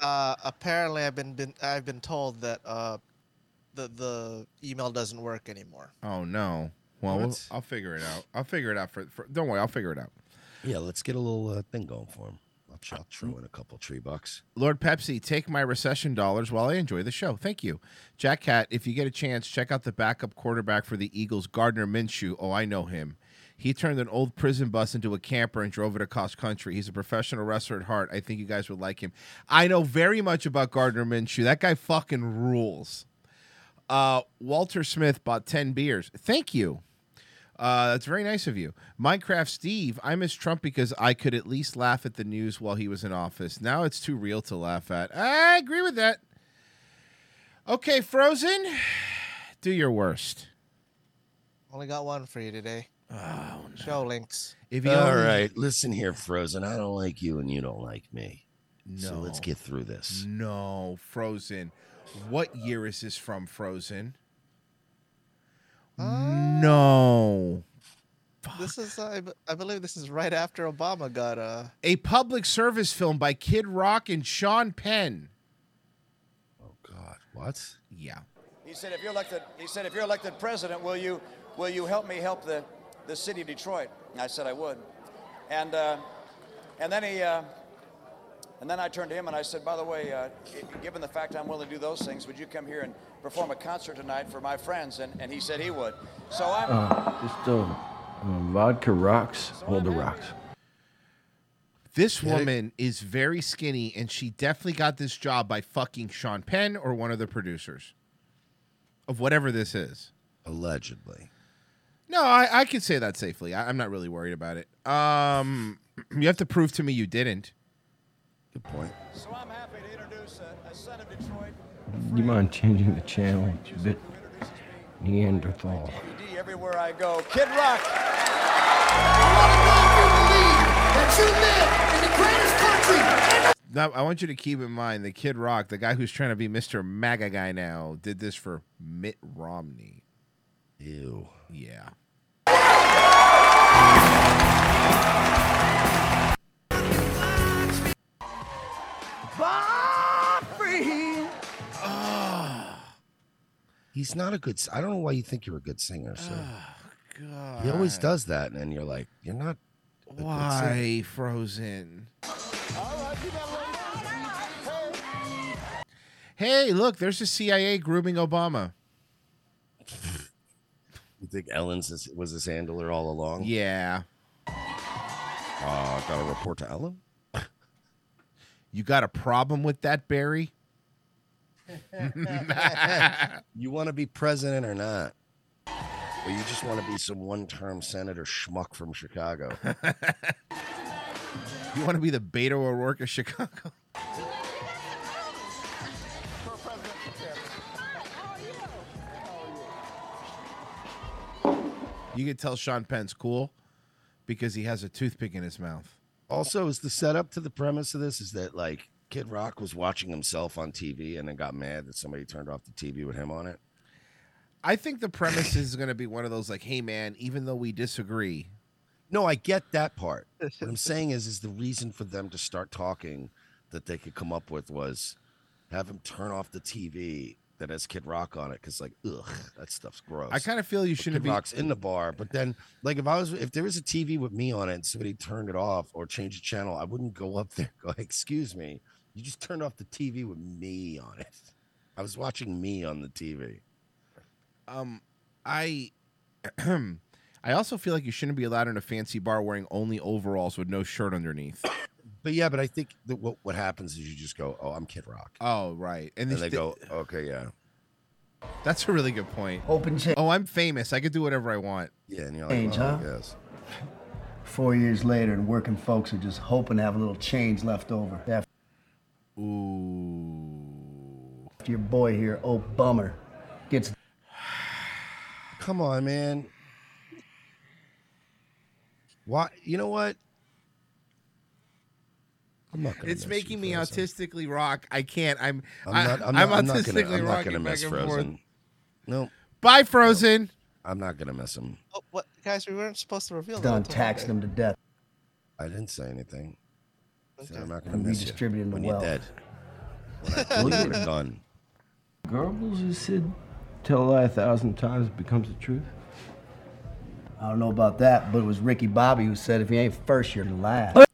Speaker 8: Uh, apparently, I've been, been I've been told that uh, the the email doesn't work anymore.
Speaker 2: Oh no. Well, we'll-
Speaker 8: What?
Speaker 2: I'll figure it out. I'll figure it out for, for. Don't worry, I'll figure it out.
Speaker 4: Yeah, let's get a little uh, thing going for him. I'll, ch- I'll throw in a couple tree bucks.
Speaker 2: Lord Pepsi, take my recession dollars while I enjoy the show. Thank you. Jack Cat, if you get a chance, check out the backup quarterback for the Eagles, Gardner Minshew. Oh, I know him. He turned an old prison bus into a camper and drove it across country. He's a professional wrestler at heart. I think you guys would like him. I know very much about Gardner Minshew. That guy fucking rules. Uh, Walter Smith bought 10 beers. Thank you. Uh, that's very nice of you. Minecraft Steve, I miss Trump because I could at least laugh at the news while he was in office. Now it's too real to laugh at. I agree with that. Okay, Frozen, [sighs] do your worst.
Speaker 8: Only got one for you today.
Speaker 2: Oh,
Speaker 8: Show links.
Speaker 2: If
Speaker 4: All right, listen here, Frozen. I don't like you, and you don't like me. So let's
Speaker 2: No.
Speaker 4: get through this.
Speaker 2: No, Frozen. What year is this from, Frozen? No.
Speaker 8: This is I, b- I believe this is right after Obama got uh
Speaker 2: A public service film by Kid Rock and Sean Penn.
Speaker 4: Oh, God, what?
Speaker 2: Yeah.
Speaker 19: He said, if you're elected, he said, if you're elected president, will you, will you help me help the, the city of Detroit? And I said, I would. And uh, and then he uh, and then I turned to him and I said, by the way, uh, i- given the fact I'm willing to do those things, would you come here and perform a concert tonight for my friends? And and he said he would. So I'm.
Speaker 21: Uh, just uh, uh, vodka rocks. Hold the rocks.
Speaker 2: This woman is very skinny, and she definitely got this job by fucking Sean Penn or one of the producers of whatever this is.
Speaker 4: Allegedly.
Speaker 2: No, I, I can say that safely. I, I'm not really worried about it. Um, [clears throat] you have to prove to me you didn't.
Speaker 4: Good point.
Speaker 19: So I'm happy to introduce a, a son of Detroit,
Speaker 21: You mind changing the channel? It's a bit Neanderthal.
Speaker 19: D everywhere I go, Kid Rock.
Speaker 2: Now, I want you to keep in mind the Kid Rock, the guy who's trying to be Mr. MAGA guy now, did this for Mitt Romney.
Speaker 4: Ew.
Speaker 2: Yeah.
Speaker 4: Ah. He's not a good. s- I don't know why you think you're a good singer. So
Speaker 2: Ah, God.
Speaker 4: he always does that, and then you're like, you're not. a good singer.
Speaker 2: Why Frozen? Hey, look, there's the CIA grooming Obama.
Speaker 4: You think Ellen's his, was his handler all along?
Speaker 2: Yeah.
Speaker 4: Uh, got to report to Ellen.
Speaker 2: You got a problem with that, Barry? [laughs]
Speaker 4: you want to be president or not? Or you just want to be some one-term senator schmuck from Chicago?
Speaker 2: [laughs] You want to be the Beto O'Rourke of Chicago? [laughs] You can tell Sean Penn's cool because he has a toothpick in his mouth.
Speaker 4: also, is the setup to the premise of this is that like Kid Rock was watching himself on TV and then got mad that somebody turned off the TV with him on it?
Speaker 2: I think the premise is going to be one of those like, hey man, even though we disagree.
Speaker 4: No, I get that part. what I'm saying is, is the reason for them to start talking that they could come up with was have him turn off the TV that has Kid Rock on it because, like, ugh, that stuff's gross.
Speaker 2: I kinda feel you
Speaker 4: But
Speaker 2: shouldn't
Speaker 4: Kid
Speaker 2: be-
Speaker 4: Rock's in the bar, but then, like, if I was, if there was a TV with me on it and somebody turned it off or changed the channel, I wouldn't go up there. and Go, [laughs] excuse me, you just turned off the TV with me on it. I was watching me on the TV.
Speaker 2: Um, I, [clears throat] I also feel like you shouldn't be allowed in a fancy bar wearing only overalls with no shirt underneath.
Speaker 4: [coughs] But yeah, but I think that what what happens is you just go, oh, I'm Kid Rock,
Speaker 2: oh right, and,
Speaker 4: and
Speaker 2: this-
Speaker 4: they go, okay, yeah.
Speaker 2: That's a really good point. Open chain. Oh, I'm famous. I could do whatever I want.
Speaker 4: Yeah, and you're
Speaker 21: like, Change, well, huh?
Speaker 4: yes.
Speaker 21: Four years later, and working folks are just hoping to have a little change left over. After your boy here, oh bummer, gets.
Speaker 4: Come on, man. Why? You know what? I'm not gonna.
Speaker 2: It's making me autistically rock. I can't. I'm.
Speaker 4: I'm
Speaker 2: I-
Speaker 4: not. I'm,
Speaker 2: I'm
Speaker 4: not, I'm not
Speaker 2: autistically
Speaker 4: gonna. I'm not
Speaker 2: rocking
Speaker 4: gonna
Speaker 2: back
Speaker 4: miss
Speaker 2: and forth.
Speaker 4: Frozen. No.
Speaker 2: Bye, Frozen.
Speaker 4: I'm not gonna miss him.
Speaker 8: Oh, what, guys? We weren't supposed to reveal
Speaker 21: Done
Speaker 8: that.
Speaker 21: taxing them to death.
Speaker 4: I didn't say anything. I said I'm not gonna
Speaker 21: And
Speaker 4: miss
Speaker 21: redistributing
Speaker 4: you
Speaker 21: the
Speaker 4: when
Speaker 21: wealth.
Speaker 4: you're dead. When I- when
Speaker 2: [laughs]
Speaker 4: you're done.
Speaker 21: Goebbels has said, "Tell a lie a thousand times it becomes the truth." I don't know about that, but it was Ricky Bobby who said, "If you ain't first, you're last."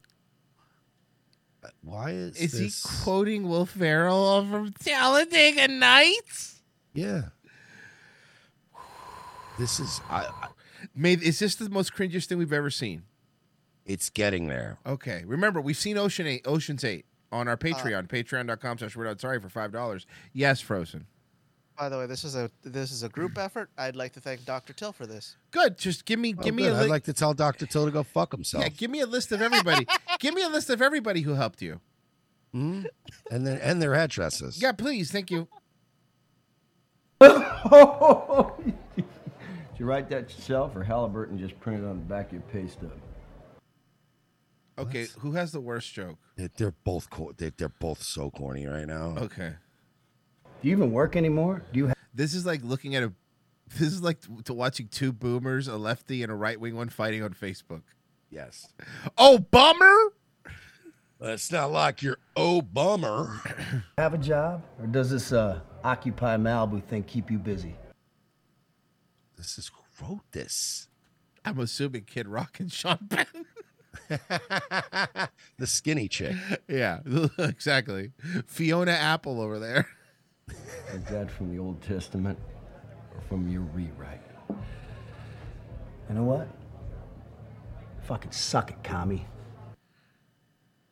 Speaker 4: Why is,
Speaker 2: Is he
Speaker 4: this?
Speaker 2: quoting Will Ferrell from Talladega Nights?
Speaker 4: Yeah. This is. I, I.
Speaker 2: May is this the most cringiest thing we've ever seen?
Speaker 4: It's getting there.
Speaker 2: Okay. Remember, we've seen Ocean Eight, Ocean's Eight on our Patreon, patreon.com slash we're not sorry for five dollars. Yes, Frozen.
Speaker 8: By the way, this is a this is a group effort. I'd like to thank Dr. Till for this.
Speaker 2: Good. Just give me
Speaker 4: Oh,
Speaker 2: give me
Speaker 4: good.
Speaker 2: a
Speaker 4: I'd
Speaker 2: list.
Speaker 4: like to tell Doctor Till to go fuck himself.
Speaker 2: yeah, give me a list of everybody. give me a list of everybody who helped you.
Speaker 4: Hmm? And then and their addresses.
Speaker 2: Yeah, please. Thank you.
Speaker 21: Did you write that yourself, or Halliburton just printed it on the back of your pay stub?
Speaker 2: Okay, who has the worst joke?
Speaker 4: They're, they're both co- they, they're both so corny right now.
Speaker 2: Okay.
Speaker 21: Do you even work anymore? Do you? Have-
Speaker 2: This is like looking at a. This is like t- to watching two boomers, a lefty and a right wing one, fighting on Facebook.
Speaker 4: Yes.
Speaker 2: Oh, bummer!
Speaker 4: It's not like you're oh bummer.
Speaker 21: [clears throat] have a job, or does this uh, Occupy Malibu thing keep you busy?
Speaker 4: This is who wrote this.
Speaker 2: I'm assuming Kid Rock and Sean Penn.
Speaker 4: [laughs] the skinny chick.
Speaker 2: Yeah, [laughs] exactly. Fiona Apple over there. [laughs]
Speaker 21: Is that from the Old Testament or from your rewrite? You know what? Fucking suck it, commie.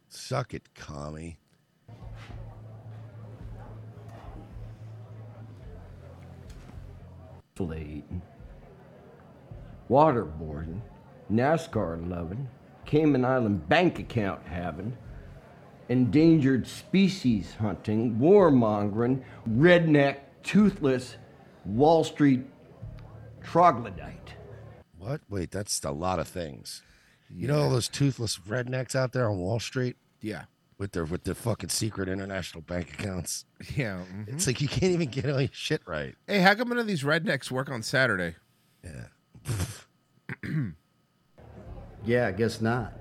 Speaker 4: Suck it, commie.
Speaker 21: Filleting, waterboarding, NASCAR loving, Cayman Island bank account having, endangered species hunting, warmongering, redneck, toothless, Wall Street troglodyte.
Speaker 4: What? Wait, that's a lot of things. You know all those toothless rednecks out there on Wall Street?
Speaker 2: Yeah.
Speaker 4: With their with their fucking secret international bank accounts.
Speaker 2: Yeah. mm-hmm.
Speaker 4: It's like you can't even get all your shit right.
Speaker 2: Hey, how come none of these rednecks work on Saturday?
Speaker 4: Yeah.
Speaker 21: Yeah, I guess not.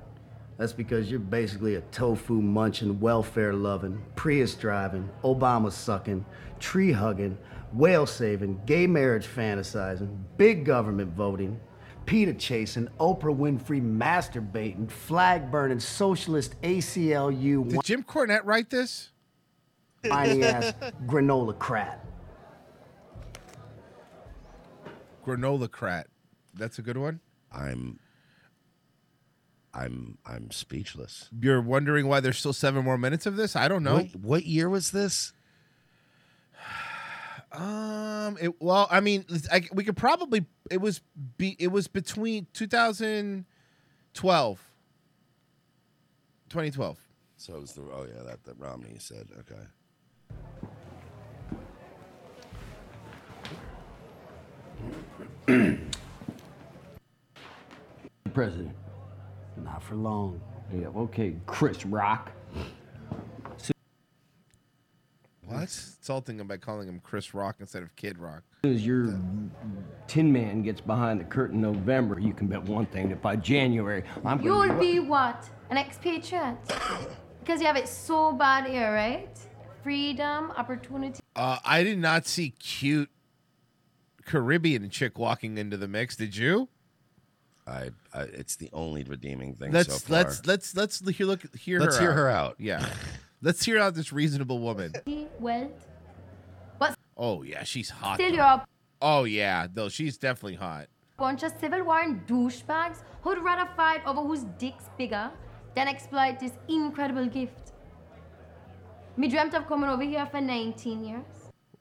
Speaker 21: That's because you're basically a tofu munching, welfare loving, Prius driving, Obama sucking, tree hugging, whale saving, gay marriage fantasizing, big government voting, PETA chasing, Oprah Winfrey masturbating, flag burning, socialist ACLU.
Speaker 2: Did Jim Cornette write this? [laughs]
Speaker 21: Whiny
Speaker 1: [laughs]
Speaker 21: ass granola crap.
Speaker 2: Granolacrat. That's a good one.
Speaker 4: I'm I'm I'm speechless.
Speaker 2: You're wondering why there's still seven more minutes of this? I don't know.
Speaker 4: What, what year was this?
Speaker 2: [sighs] Um. It, well, I mean, I, we could probably. It was. Be, it was between 2012. 2012.
Speaker 4: So it was the oh yeah that that Romney said okay.
Speaker 21: President. Not for long. Yeah, okay, Chris Rock.
Speaker 2: What? Insulting him by calling him Chris Rock instead of Kid Rock.
Speaker 21: As soon as your Tin Man gets behind the curtain in November, you can bet one thing that by January, I'm
Speaker 24: You
Speaker 21: going
Speaker 24: will be what? An expatriate? because you have it so bad here, right? Freedom, opportunity.
Speaker 2: Uh, I did not see cute Caribbean chick walking into the mix. Did you?
Speaker 4: I, I it's the only redeeming thing
Speaker 2: Let's
Speaker 4: so far.
Speaker 2: let's let's let's hear look hear
Speaker 4: Let's
Speaker 2: her
Speaker 4: hear
Speaker 2: out.
Speaker 4: her out.
Speaker 2: [laughs] Yeah. let's hear out this reasonable woman.
Speaker 24: Well, but
Speaker 2: Oh yeah, she's hot.
Speaker 24: still
Speaker 2: though.
Speaker 24: you're a
Speaker 2: Oh yeah, though she's definitely hot.
Speaker 24: bunch of civil war and douchebags who'd rather fight over whose dick's bigger than exploit this incredible gift. Me dreamt of coming over here for 19 years.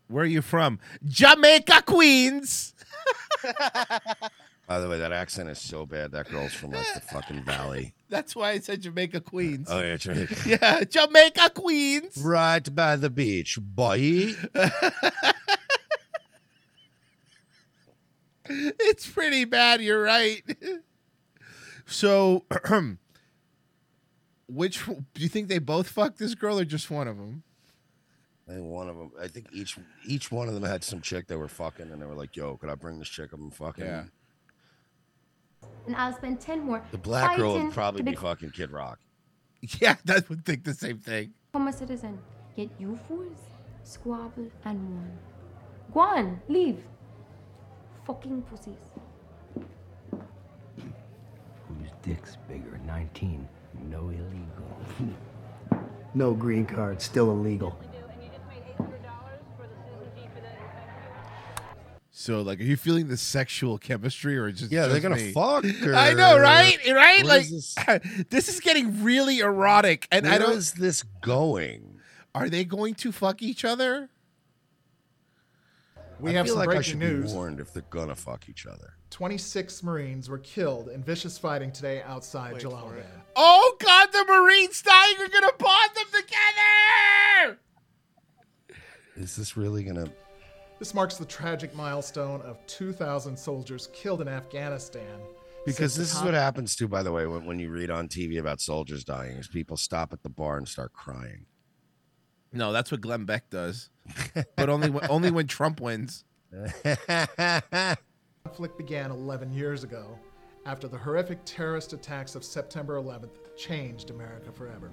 Speaker 2: Where are you from? Jamaica Queens. [laughs]
Speaker 4: By the way, that accent is so bad. That girl's from like the fucking
Speaker 2: [laughs]
Speaker 4: valley.
Speaker 2: That's why I said Jamaica Queens.
Speaker 4: Oh yeah, Jamaica.
Speaker 2: [laughs] Yeah, Jamaica Queens. [laughs]
Speaker 4: Right by the beach, boy.
Speaker 2: it's pretty bad. You're right. so, [clears throat] which do you think they both fucked this girl or just one of them?
Speaker 4: And one of them, I think each each one of them had some chick they were fucking, and they were like, "Yo, could I bring this chick up and fucking?"
Speaker 2: Yeah.
Speaker 24: And I'll spend 10 more.
Speaker 4: The black girl
Speaker 24: fighting
Speaker 4: would probably
Speaker 24: to
Speaker 4: be fucking Kid Rock.
Speaker 2: Yeah, that would think the same thing.
Speaker 24: become a citizen. Yet you fools squabble and mourn. Go on, leave. Fucking pussies.
Speaker 21: Whose dick's bigger? 19. No illegal. [laughs] no green card, still illegal.
Speaker 2: So, like, are you feeling the sexual chemistry or just
Speaker 4: Yeah, they're
Speaker 2: just
Speaker 4: gonna
Speaker 2: me?
Speaker 4: fuck.
Speaker 2: I know,
Speaker 4: or-
Speaker 2: right? Right?
Speaker 4: Where
Speaker 2: Like,
Speaker 4: is this,
Speaker 2: [laughs] this is getting really erotic, and I
Speaker 4: where
Speaker 2: don't.
Speaker 4: is this going?
Speaker 2: Are they going to fuck each other?
Speaker 15: We
Speaker 4: I
Speaker 15: have
Speaker 4: feel
Speaker 15: some
Speaker 4: like I
Speaker 15: breaking
Speaker 4: should
Speaker 15: news.
Speaker 4: Be warned if they're gonna fuck each other.
Speaker 15: 26 Marines were killed in vicious fighting today outside Jalalabad.
Speaker 2: Oh God, the Marines dying are gonna bond them together.
Speaker 4: Is this really gonna?
Speaker 15: This marks the tragic milestone of 2,000 soldiers killed in Afghanistan.
Speaker 4: Because
Speaker 15: since the
Speaker 4: this is
Speaker 15: con-
Speaker 4: what happens too, by the way, when, when you read on TV about soldiers dying, is people stop at the bar and start crying.
Speaker 2: No, that's what Glenn Beck does, but only when, only when Trump
Speaker 4: [laughs]
Speaker 2: wins.
Speaker 15: conflict began 11 years ago after the horrific terrorist attacks of September 11th changed America forever.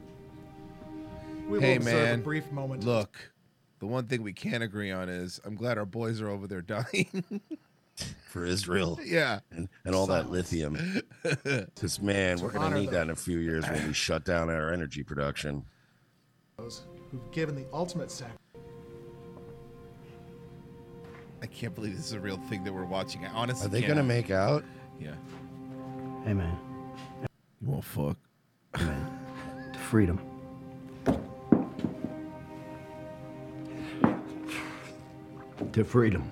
Speaker 15: We
Speaker 2: hey
Speaker 15: will observe
Speaker 2: man,
Speaker 15: a brief moment of
Speaker 2: Look, the one thing we can't agree on is I'm glad our boys are over there dying. [laughs]
Speaker 4: for Israel.
Speaker 2: Yeah.
Speaker 4: And, and all that lithium. Because, man, we're going
Speaker 15: honor
Speaker 4: to need that
Speaker 15: them.
Speaker 4: in a few years when we shut down our energy production.
Speaker 15: Those who've given the ultimate sacrifice.
Speaker 2: I can't believe this is a real thing that we're watching. I honestly
Speaker 4: Are they
Speaker 2: can't.
Speaker 4: going to make out?
Speaker 2: Yeah.
Speaker 21: Hey, man.
Speaker 13: You won't fuck.
Speaker 21: Man. To freedom. To freedom.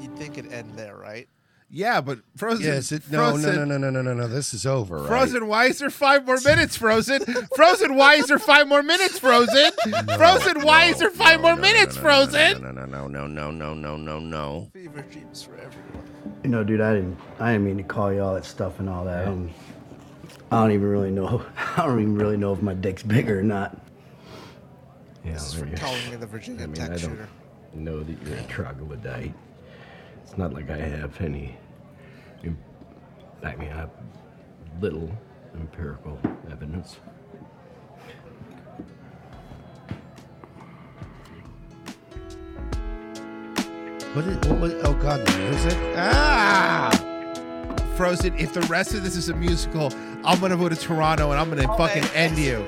Speaker 8: You'd think it'd end there, right?
Speaker 2: Yeah, but Frozen.
Speaker 4: Yes, it, no,
Speaker 2: Frozen,
Speaker 4: no, no, no, no, no, no, no. This is over. Right?
Speaker 2: Frozen, why is there five more minutes, Frozen? [laughs] Frozen, why is there five more minutes,
Speaker 4: [laughs]
Speaker 2: Frozen? Frozen, why is there five more minutes, Frozen?
Speaker 4: No, no, no, no, no, no, no, no, no.
Speaker 8: Fever dreams for everyone.
Speaker 21: You know, dude, I didn't. I didn't mean to call you all that stuff and all that. I don't. I don't even really know. [laughs] I don't even really know if my dick's bigger or not. Yeah,
Speaker 8: This is from calling me the Virginia
Speaker 7: I mean,
Speaker 8: Tech
Speaker 7: I don't
Speaker 8: shooter.
Speaker 7: know that you're a troglodyte. It's not like I have any. im- I mean, I have little empirical evidence.
Speaker 4: What, is, what was? Oh God, the music! Ah!
Speaker 2: Frozen, if the rest of this is a musical, I'm gonna go to Toronto and I'm gonna fucking end
Speaker 15: [laughs]
Speaker 2: you.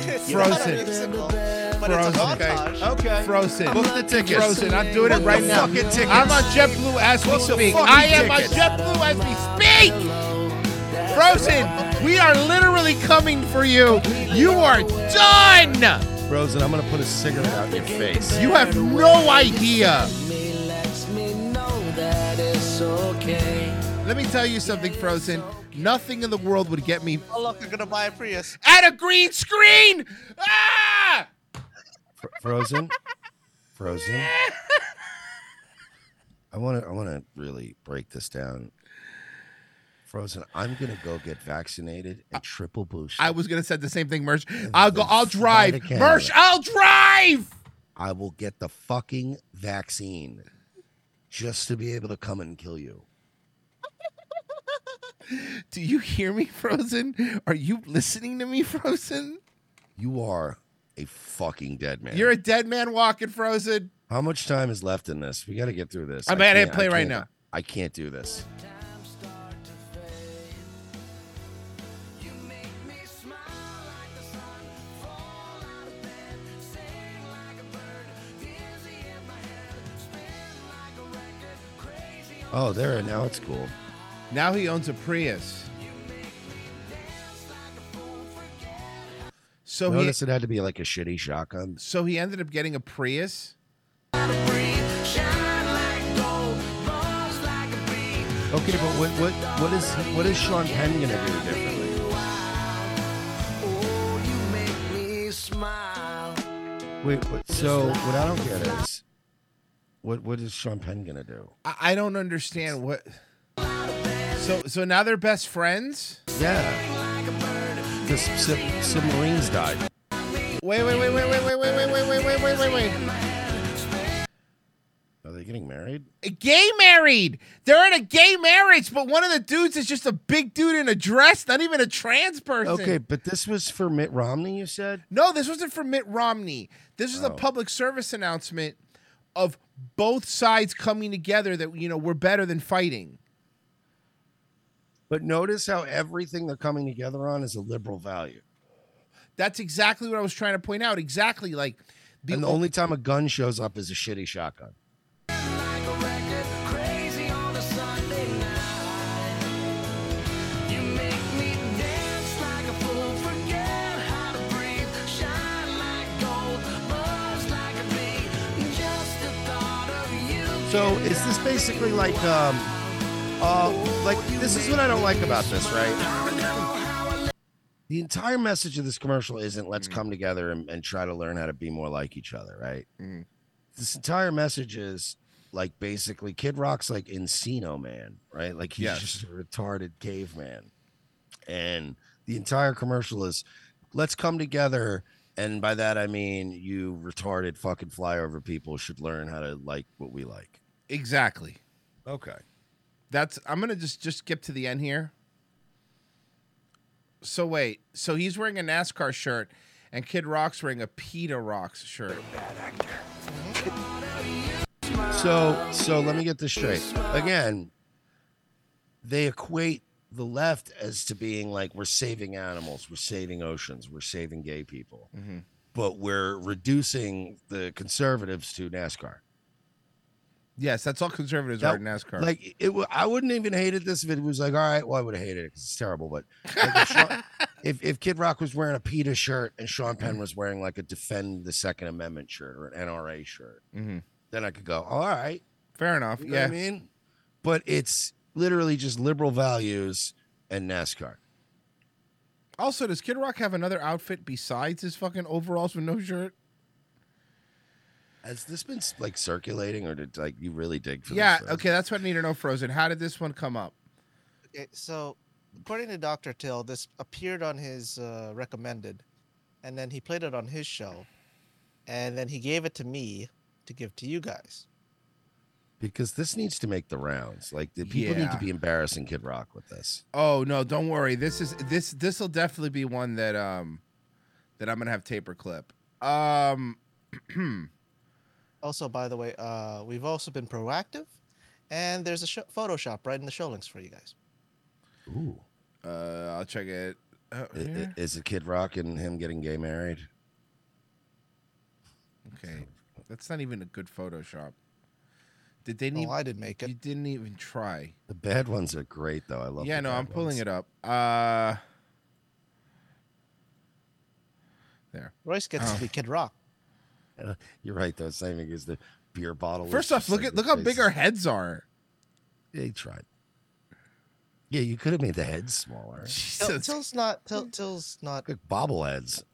Speaker 8: It's not a
Speaker 2: Frozen.
Speaker 8: musical, But it's a
Speaker 2: Frozen.
Speaker 8: montage.
Speaker 2: Okay. Frozen.
Speaker 4: Book the tickets.
Speaker 2: Frozen. I'm doing
Speaker 4: Book
Speaker 2: it right
Speaker 4: the
Speaker 2: now.
Speaker 4: fucking tickets.
Speaker 2: I'm on JetBlue as we
Speaker 4: Book the
Speaker 2: speak.
Speaker 4: fucking
Speaker 2: I am on
Speaker 4: tickets.
Speaker 2: JetBlue as we speak. Frozen, we are literally coming for you. You are done.
Speaker 4: Frozen, I'm gonna put a cigarette out your face.
Speaker 2: You have no idea. Let me tell you something, Frozen. Nothing in the world would get me
Speaker 8: Oh, look, I'm going to buy a Prius.
Speaker 2: at a green screen. Ah!
Speaker 4: Fr- Frozen. Frozen. I want to. I want to really break this down. Frozen, I'm gonna go get vaccinated and triple boost.
Speaker 2: I was gonna say the same thing, Merch. Uh, I'll go. I'll
Speaker 4: fly
Speaker 2: drive,
Speaker 4: to Canada.
Speaker 2: Merch. I'll drive.
Speaker 4: I will get the fucking vaccine just to be able to come and kill you.
Speaker 2: Do you hear me, Frozen? Are you listening to me, Frozen?
Speaker 4: You are a fucking dead man.
Speaker 2: You're a dead man walking, Frozen.
Speaker 4: How much time is left in this? We got to get through this.
Speaker 2: I'm at
Speaker 4: can't-
Speaker 2: it, play right
Speaker 4: can't-
Speaker 2: now.
Speaker 4: I can't do this. Oh, there. Now it's cool.
Speaker 2: Now he owns a Prius. So he,
Speaker 4: Notice it had to be like a shitty shotgun.
Speaker 2: so he ended up getting a Prius.
Speaker 4: Okay, but what what what is what is Sean Penn gonna do differently? Wait, what, so what I don't get is what what is Sean Penn gonna do?
Speaker 2: I, I don't understand what. So so now they're best friends.
Speaker 4: Yeah, the sub- submarines died.
Speaker 2: Wait wait wait wait wait wait wait wait wait wait wait wait wait.
Speaker 4: Are they getting married?
Speaker 2: gay married. They're in a gay marriage, but one of the dudes is just a big dude in a dress, not even a trans person.
Speaker 4: Okay, but this was for Mitt Romney. You said
Speaker 2: No, this wasn't for Mitt Romney. This was a
Speaker 4: Oh.
Speaker 2: public service announcement of both sides coming together that you know we're better than fighting.
Speaker 4: But notice how everything they're coming together on is a liberal value.
Speaker 2: That's exactly what I was trying to point out. Exactly like the,
Speaker 4: and the
Speaker 2: o-
Speaker 4: only time a gun shows up is a shitty shotgun. So is this basically like um uh like this is what I don't like about this, right? The entire message of this commercial isn't let's come together and, and try to learn how to be more like each other, right? This entire message is like basically Kid Rock's like Encino Man, right? Like he's
Speaker 2: Yes.
Speaker 4: just a retarded caveman. And the entire commercial is let's come together. And by that I mean you retarded fucking flyover people should learn how to like what we like.
Speaker 2: exactly.
Speaker 4: Okay.
Speaker 2: That's I'm gonna just just skip to the end here. So wait, so he's wearing a NASCAR shirt, and Kid Rock's wearing a PETA Rocks shirt.
Speaker 4: So, so let me get this straight. Again, they equate the left as to being like we're saving animals, we're saving oceans, we're saving gay people,
Speaker 2: Mhm.
Speaker 4: but we're reducing the conservatives to NASCAR.
Speaker 2: Yes, that's all conservatives
Speaker 4: That-
Speaker 2: are in NASCAR.
Speaker 4: Like it, wa- I wouldn't even hate it this if it was like, all right, well, I would have hated it 'cause it's terrible. But like,
Speaker 2: [laughs]
Speaker 4: if, Sean- if if Kid Rock was wearing a PETA shirt and Sean
Speaker 2: Mm-hmm.
Speaker 4: Penn was wearing like a Defend the Second Amendment shirt or an NRA shirt,
Speaker 2: Mhm.
Speaker 4: then I could go, all right,
Speaker 2: fair enough.
Speaker 4: You know what I
Speaker 2: yeah.
Speaker 4: mean, but it's literally just liberal values and NASCAR.
Speaker 2: Also, does Kid Rock have another outfit besides his fucking overalls with no shirt?
Speaker 4: Has this been like circulating, or did like you really dig for
Speaker 2: Yeah.
Speaker 4: this? Fred?
Speaker 2: Okay, that's what I need to know. Frozen. How did this one come up?
Speaker 8: Okay, Eh, so according to Dr. Till, this appeared on his uh, recommended, and then he played it on his show, and then he gave it to me to give to you guys.
Speaker 4: because this needs to make the rounds. Like the people need
Speaker 2: Yeah.
Speaker 4: to be embarrassing Kid Rock with this.
Speaker 2: Oh no, don't worry. This is this this will definitely be one that um that I'm gonna have taper clip. Um, [clears throat]
Speaker 8: Also, by the way, uh, we've also been proactive, and there's a sho Photoshop right in the show links for you guys.
Speaker 4: Ooh.
Speaker 2: Uh, I'll check it. Oh, out
Speaker 4: I- I-
Speaker 2: here.
Speaker 4: Is it Kid Rock and him getting gay married?
Speaker 2: Okay, that's not even a good Photoshop. Did they? Need,
Speaker 8: Oh, I didn't make it.
Speaker 2: You didn't even try.
Speaker 4: The bad ones are great though. I love.
Speaker 2: yeah,
Speaker 4: the
Speaker 2: no,
Speaker 4: bad
Speaker 2: I'm pulling
Speaker 4: ones.
Speaker 2: it up. Uh,
Speaker 4: [laughs]
Speaker 2: there.
Speaker 8: Royce gets
Speaker 2: oh.
Speaker 8: to be Kid Rock.
Speaker 4: Uh, You're right though. Same thing as the beer bottle. is
Speaker 2: First off,
Speaker 4: just
Speaker 2: look
Speaker 4: like
Speaker 2: at
Speaker 4: the
Speaker 2: look how
Speaker 4: face
Speaker 2: big
Speaker 4: is- [laughs]
Speaker 2: our heads are.
Speaker 4: They tried. Yeah, you could have made the heads
Speaker 2: [laughs]
Speaker 4: smaller.
Speaker 8: Till, Till's not. Till, Till's not.
Speaker 2: [clears throat]
Speaker 4: Bobbleheads.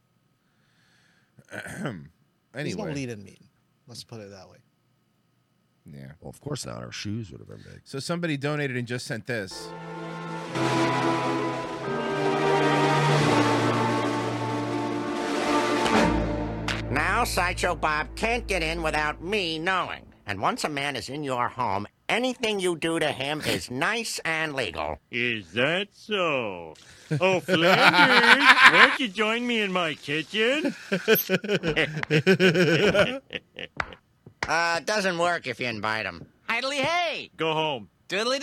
Speaker 8: He's no
Speaker 2: Anyway.
Speaker 8: lead in mean. Let's put it that way.
Speaker 2: Yeah.
Speaker 4: Well, of course not. Our shoes would have been
Speaker 2: [laughs]
Speaker 4: big.
Speaker 2: So somebody donated and just sent this.
Speaker 22: Now, Sideshow Bob can't get in without me knowing. And once a man is in your home, anything you do to him
Speaker 4: [laughs]
Speaker 22: is nice and legal.
Speaker 1: Is that so? Oh, Flanders,
Speaker 4: [laughs]
Speaker 1: won't you join me in my kitchen?
Speaker 22: Uh, doesn't work if you invite him.
Speaker 1: Idly hey! Go home. Doodly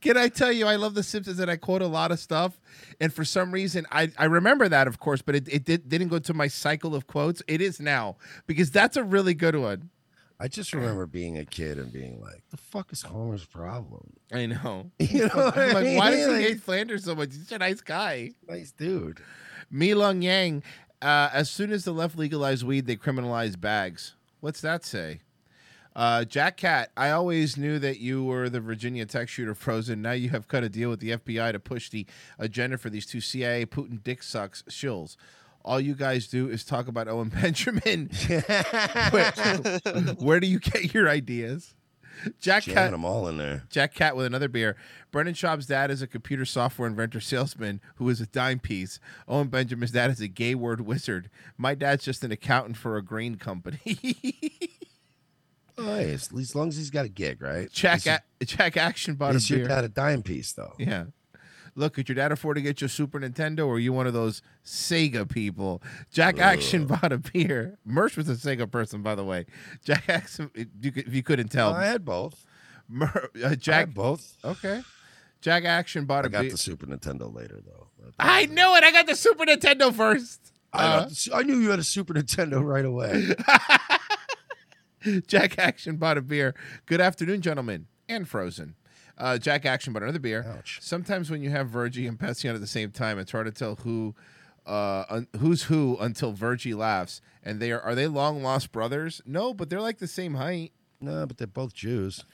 Speaker 2: Can I tell you, I love The Simpsons and I quote a lot of stuff. And for some reason, I, I remember that, of course, but it, it did, didn't go to my cycle of quotes. It is now because that's a really good one.
Speaker 4: I just remember being a kid and being like, "The fuck is Homer's problem?"
Speaker 2: I know.
Speaker 4: [laughs] You know, what
Speaker 2: I'm
Speaker 4: I
Speaker 2: like, why
Speaker 4: mean?
Speaker 2: does
Speaker 4: Like,
Speaker 2: he hate Flanders so much? He's such a nice guy.
Speaker 4: Nice dude.
Speaker 2: Me Lung Yang. Uh, as soon as the left legalized weed, they criminalized bags. What's that say? Uh, Jack Cat, I always knew that you were the Virginia Tech shooter frozen. Now you have cut a deal with the FBI to push the agenda for these two CIA Putin dick sucks shills. All you guys do is talk about Owen [laughs]
Speaker 4: [laughs]
Speaker 2: Benjamin. where, where do you get your ideas? Jack
Speaker 4: Jamming
Speaker 2: Cat,
Speaker 4: them all in there.
Speaker 2: Jack Cat with another beer. Brendan Schaub's dad is a computer software inventor salesman who is a dime piece. Owen Benjamin's dad is a gay word wizard. My dad's just an accountant for a grain company.
Speaker 4: Nice. Oh, As long as he's got a gig, right?
Speaker 2: Jack,
Speaker 4: Is he-
Speaker 2: a- Jack Action bought
Speaker 4: is
Speaker 2: a
Speaker 4: your
Speaker 2: beer.
Speaker 4: dad a dime piece though?
Speaker 2: yeah. Look, could your dad afford to get you a Super Nintendo, or are you one of those Sega people? Jack Action bought a beer. Merch was a Sega person, by the way. Jack Action, if you, could- if you couldn't tell,
Speaker 4: I had both.
Speaker 2: Mer- uh, Jack
Speaker 4: both.
Speaker 2: Okay. Jack Action bought
Speaker 4: I
Speaker 2: a beer.
Speaker 4: got the Super Nintendo later
Speaker 2: [laughs]
Speaker 4: though.
Speaker 2: I knew it. I got the Super Nintendo first. Uh-huh.
Speaker 4: I, got the Su- I knew you had a Super Nintendo right away.
Speaker 2: [laughs] Jack Action bought a beer. Good afternoon, gentlemen, and frozen. Uh, Jack Action bought another beer. Sometimes when you have Virgie and Pepsi on at the same time, it's hard to tell who uh, un- who's who until Virgie laughs. And they are are they long lost brothers? No, but they're like the same height.
Speaker 4: No, but they're both Jews.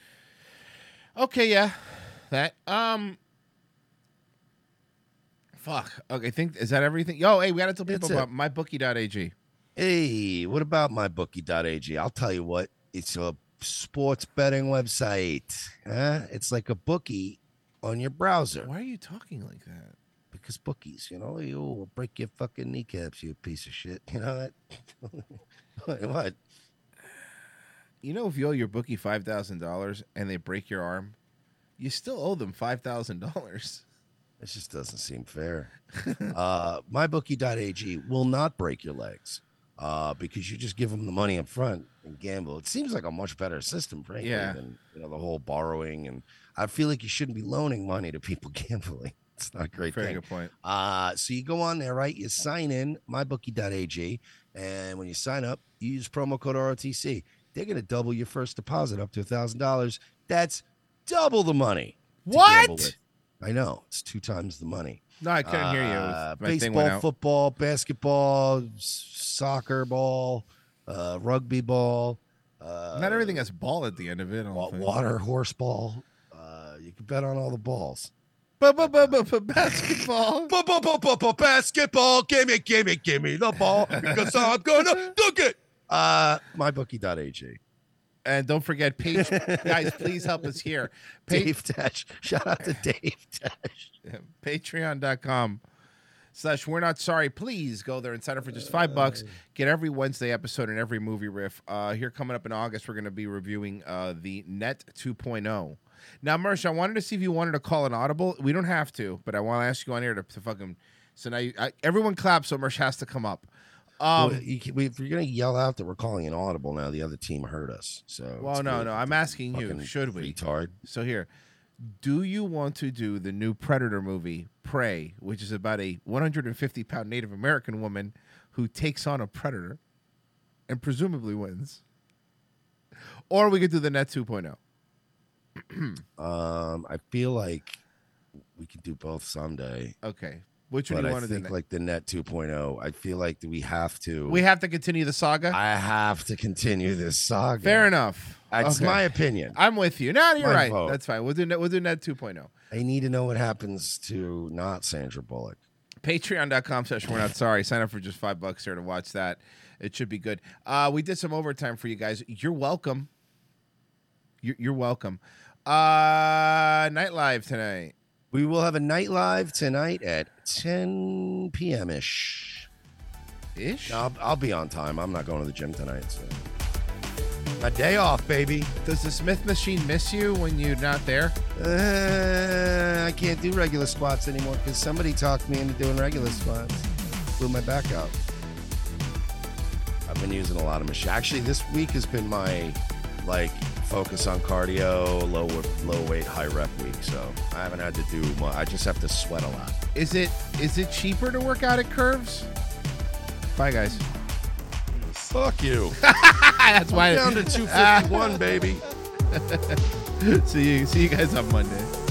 Speaker 2: Okay, yeah, that um. Fuck. Okay, think is that everything? Yo, hey, we gotta tell people
Speaker 4: That's it.
Speaker 2: about mybookie.ag.
Speaker 4: Hey, what about mybookie.ag? I'll tell you what, it's a sports betting website. Huh? It's like a bookie on your browser.
Speaker 2: Why are you talking like that?
Speaker 4: Because bookies, you know, you will break your fucking kneecaps, you piece of shit. [laughs] You know that? [laughs] [laughs] what?
Speaker 2: you know if you owe your bookie five thousand dollars and they break your arm, you still owe them five thousand dollars.
Speaker 4: It just doesn't seem fair. uh, mybookie.ag will not break your legs. uh, because you just give them the money up front and gamble. It seems like a much better system, frankly,
Speaker 2: Yeah.
Speaker 4: than you know the whole borrowing. And I feel like you shouldn't be loaning money to people [laughs] gambling. It's not a great.
Speaker 2: Very
Speaker 4: thing.
Speaker 2: good point.
Speaker 4: Uh, so you go on there, right? You sign in mybookie.ag, and when you sign up, you use promo code ROTC. They're gonna double your first deposit up to a thousand dollars. That's double the money. to gamble
Speaker 2: What?
Speaker 4: with. I know it's two times the money.
Speaker 2: No, I couldn't hear you. It was-
Speaker 4: Uh,
Speaker 2: my thing went
Speaker 4: baseball,
Speaker 2: out.
Speaker 4: football, basketball, s- soccer ball, uh, rugby ball. Uh,
Speaker 2: Not everything has ball at the end of it. I don't think.
Speaker 4: water horse ball. Uh, you can bet on all the balls.
Speaker 2: Basketball.
Speaker 4: Basketball. Gimme, gimme, gimme the ball because I'm gonna [clears throat] dunk it. Uh, mybookie.ag.
Speaker 2: And don't
Speaker 4: [laughs]
Speaker 2: forget, Paige. guys, please help us here.
Speaker 4: Dave Dash. Shout out to Dave Dash.
Speaker 2: Patreon.com slash we're not sorry. Please go there and sign up for just five bucks. Get every Wednesday episode and every movie riff. Uh, here coming up in August, we're going to be reviewing uh, the Net 2.0. Now, Mersh, I wanted to see if you wanted to call an audible. We don't have to, but I want to ask you on here to, to fucking. So now you, I, everyone claps, so Mersh has to come up. [laughs] Um,
Speaker 4: Well, you can- we- if you're gonna yell out that we're calling an audible now, the other team heard us. So
Speaker 2: Well,
Speaker 4: Oh, it's
Speaker 2: no,
Speaker 4: good.
Speaker 2: no. I'm asking you,
Speaker 4: Fucking
Speaker 2: should we?
Speaker 4: Retard.
Speaker 2: So here, do you want to do the new Predator movie, Prey, which is about a 150 pound Native American woman who takes on a predator and presumably wins? Or we could do the Net oh. 2.0.
Speaker 4: um, I feel like we could do both someday.
Speaker 2: Okay. Which one do
Speaker 4: But
Speaker 2: you
Speaker 4: I
Speaker 2: wanna do
Speaker 4: think
Speaker 2: next?
Speaker 4: Like the Net 2.0. I feel like that we have to.
Speaker 2: We have to continue the saga.
Speaker 4: I have to continue this saga.
Speaker 2: Fair enough.
Speaker 4: That's
Speaker 2: Okay.
Speaker 4: my opinion.
Speaker 2: I'm with you. No, you're
Speaker 4: My
Speaker 2: right.
Speaker 4: vote.
Speaker 2: That's fine. We'll do Net, we'll do Net oh. 2.0.
Speaker 4: I need to know what happens to not Sandra Bullock.
Speaker 2: patreon.com slash we're not sorry sign up for just five bucks here to watch that it should be good uh we did some overtime for you guys you're welcome you're, you're welcome uh night live tonight
Speaker 4: we will have a night live tonight at 10 p.m. ish.
Speaker 2: Ish?
Speaker 4: I'll, I'll be on time. I'm not going to the gym tonight. So. My day off, baby.
Speaker 2: Does the Smith machine miss you when you're not there?
Speaker 4: Uh, I can't do regular squats anymore because somebody talked me into doing regular squats. Blew my back out. I've been using a lot of machines. Actually, this week has been my like focus on cardio, low low weight, high rep week. So I haven't had to do much. I just have to sweat a lot.
Speaker 2: is it is it cheaper to work out at curves bye guys [laughs]
Speaker 4: fuck you
Speaker 2: that's [laughs]
Speaker 4: I'm
Speaker 2: why Ah. [laughs]
Speaker 4: down to 251, baby
Speaker 2: see you see you guys on monday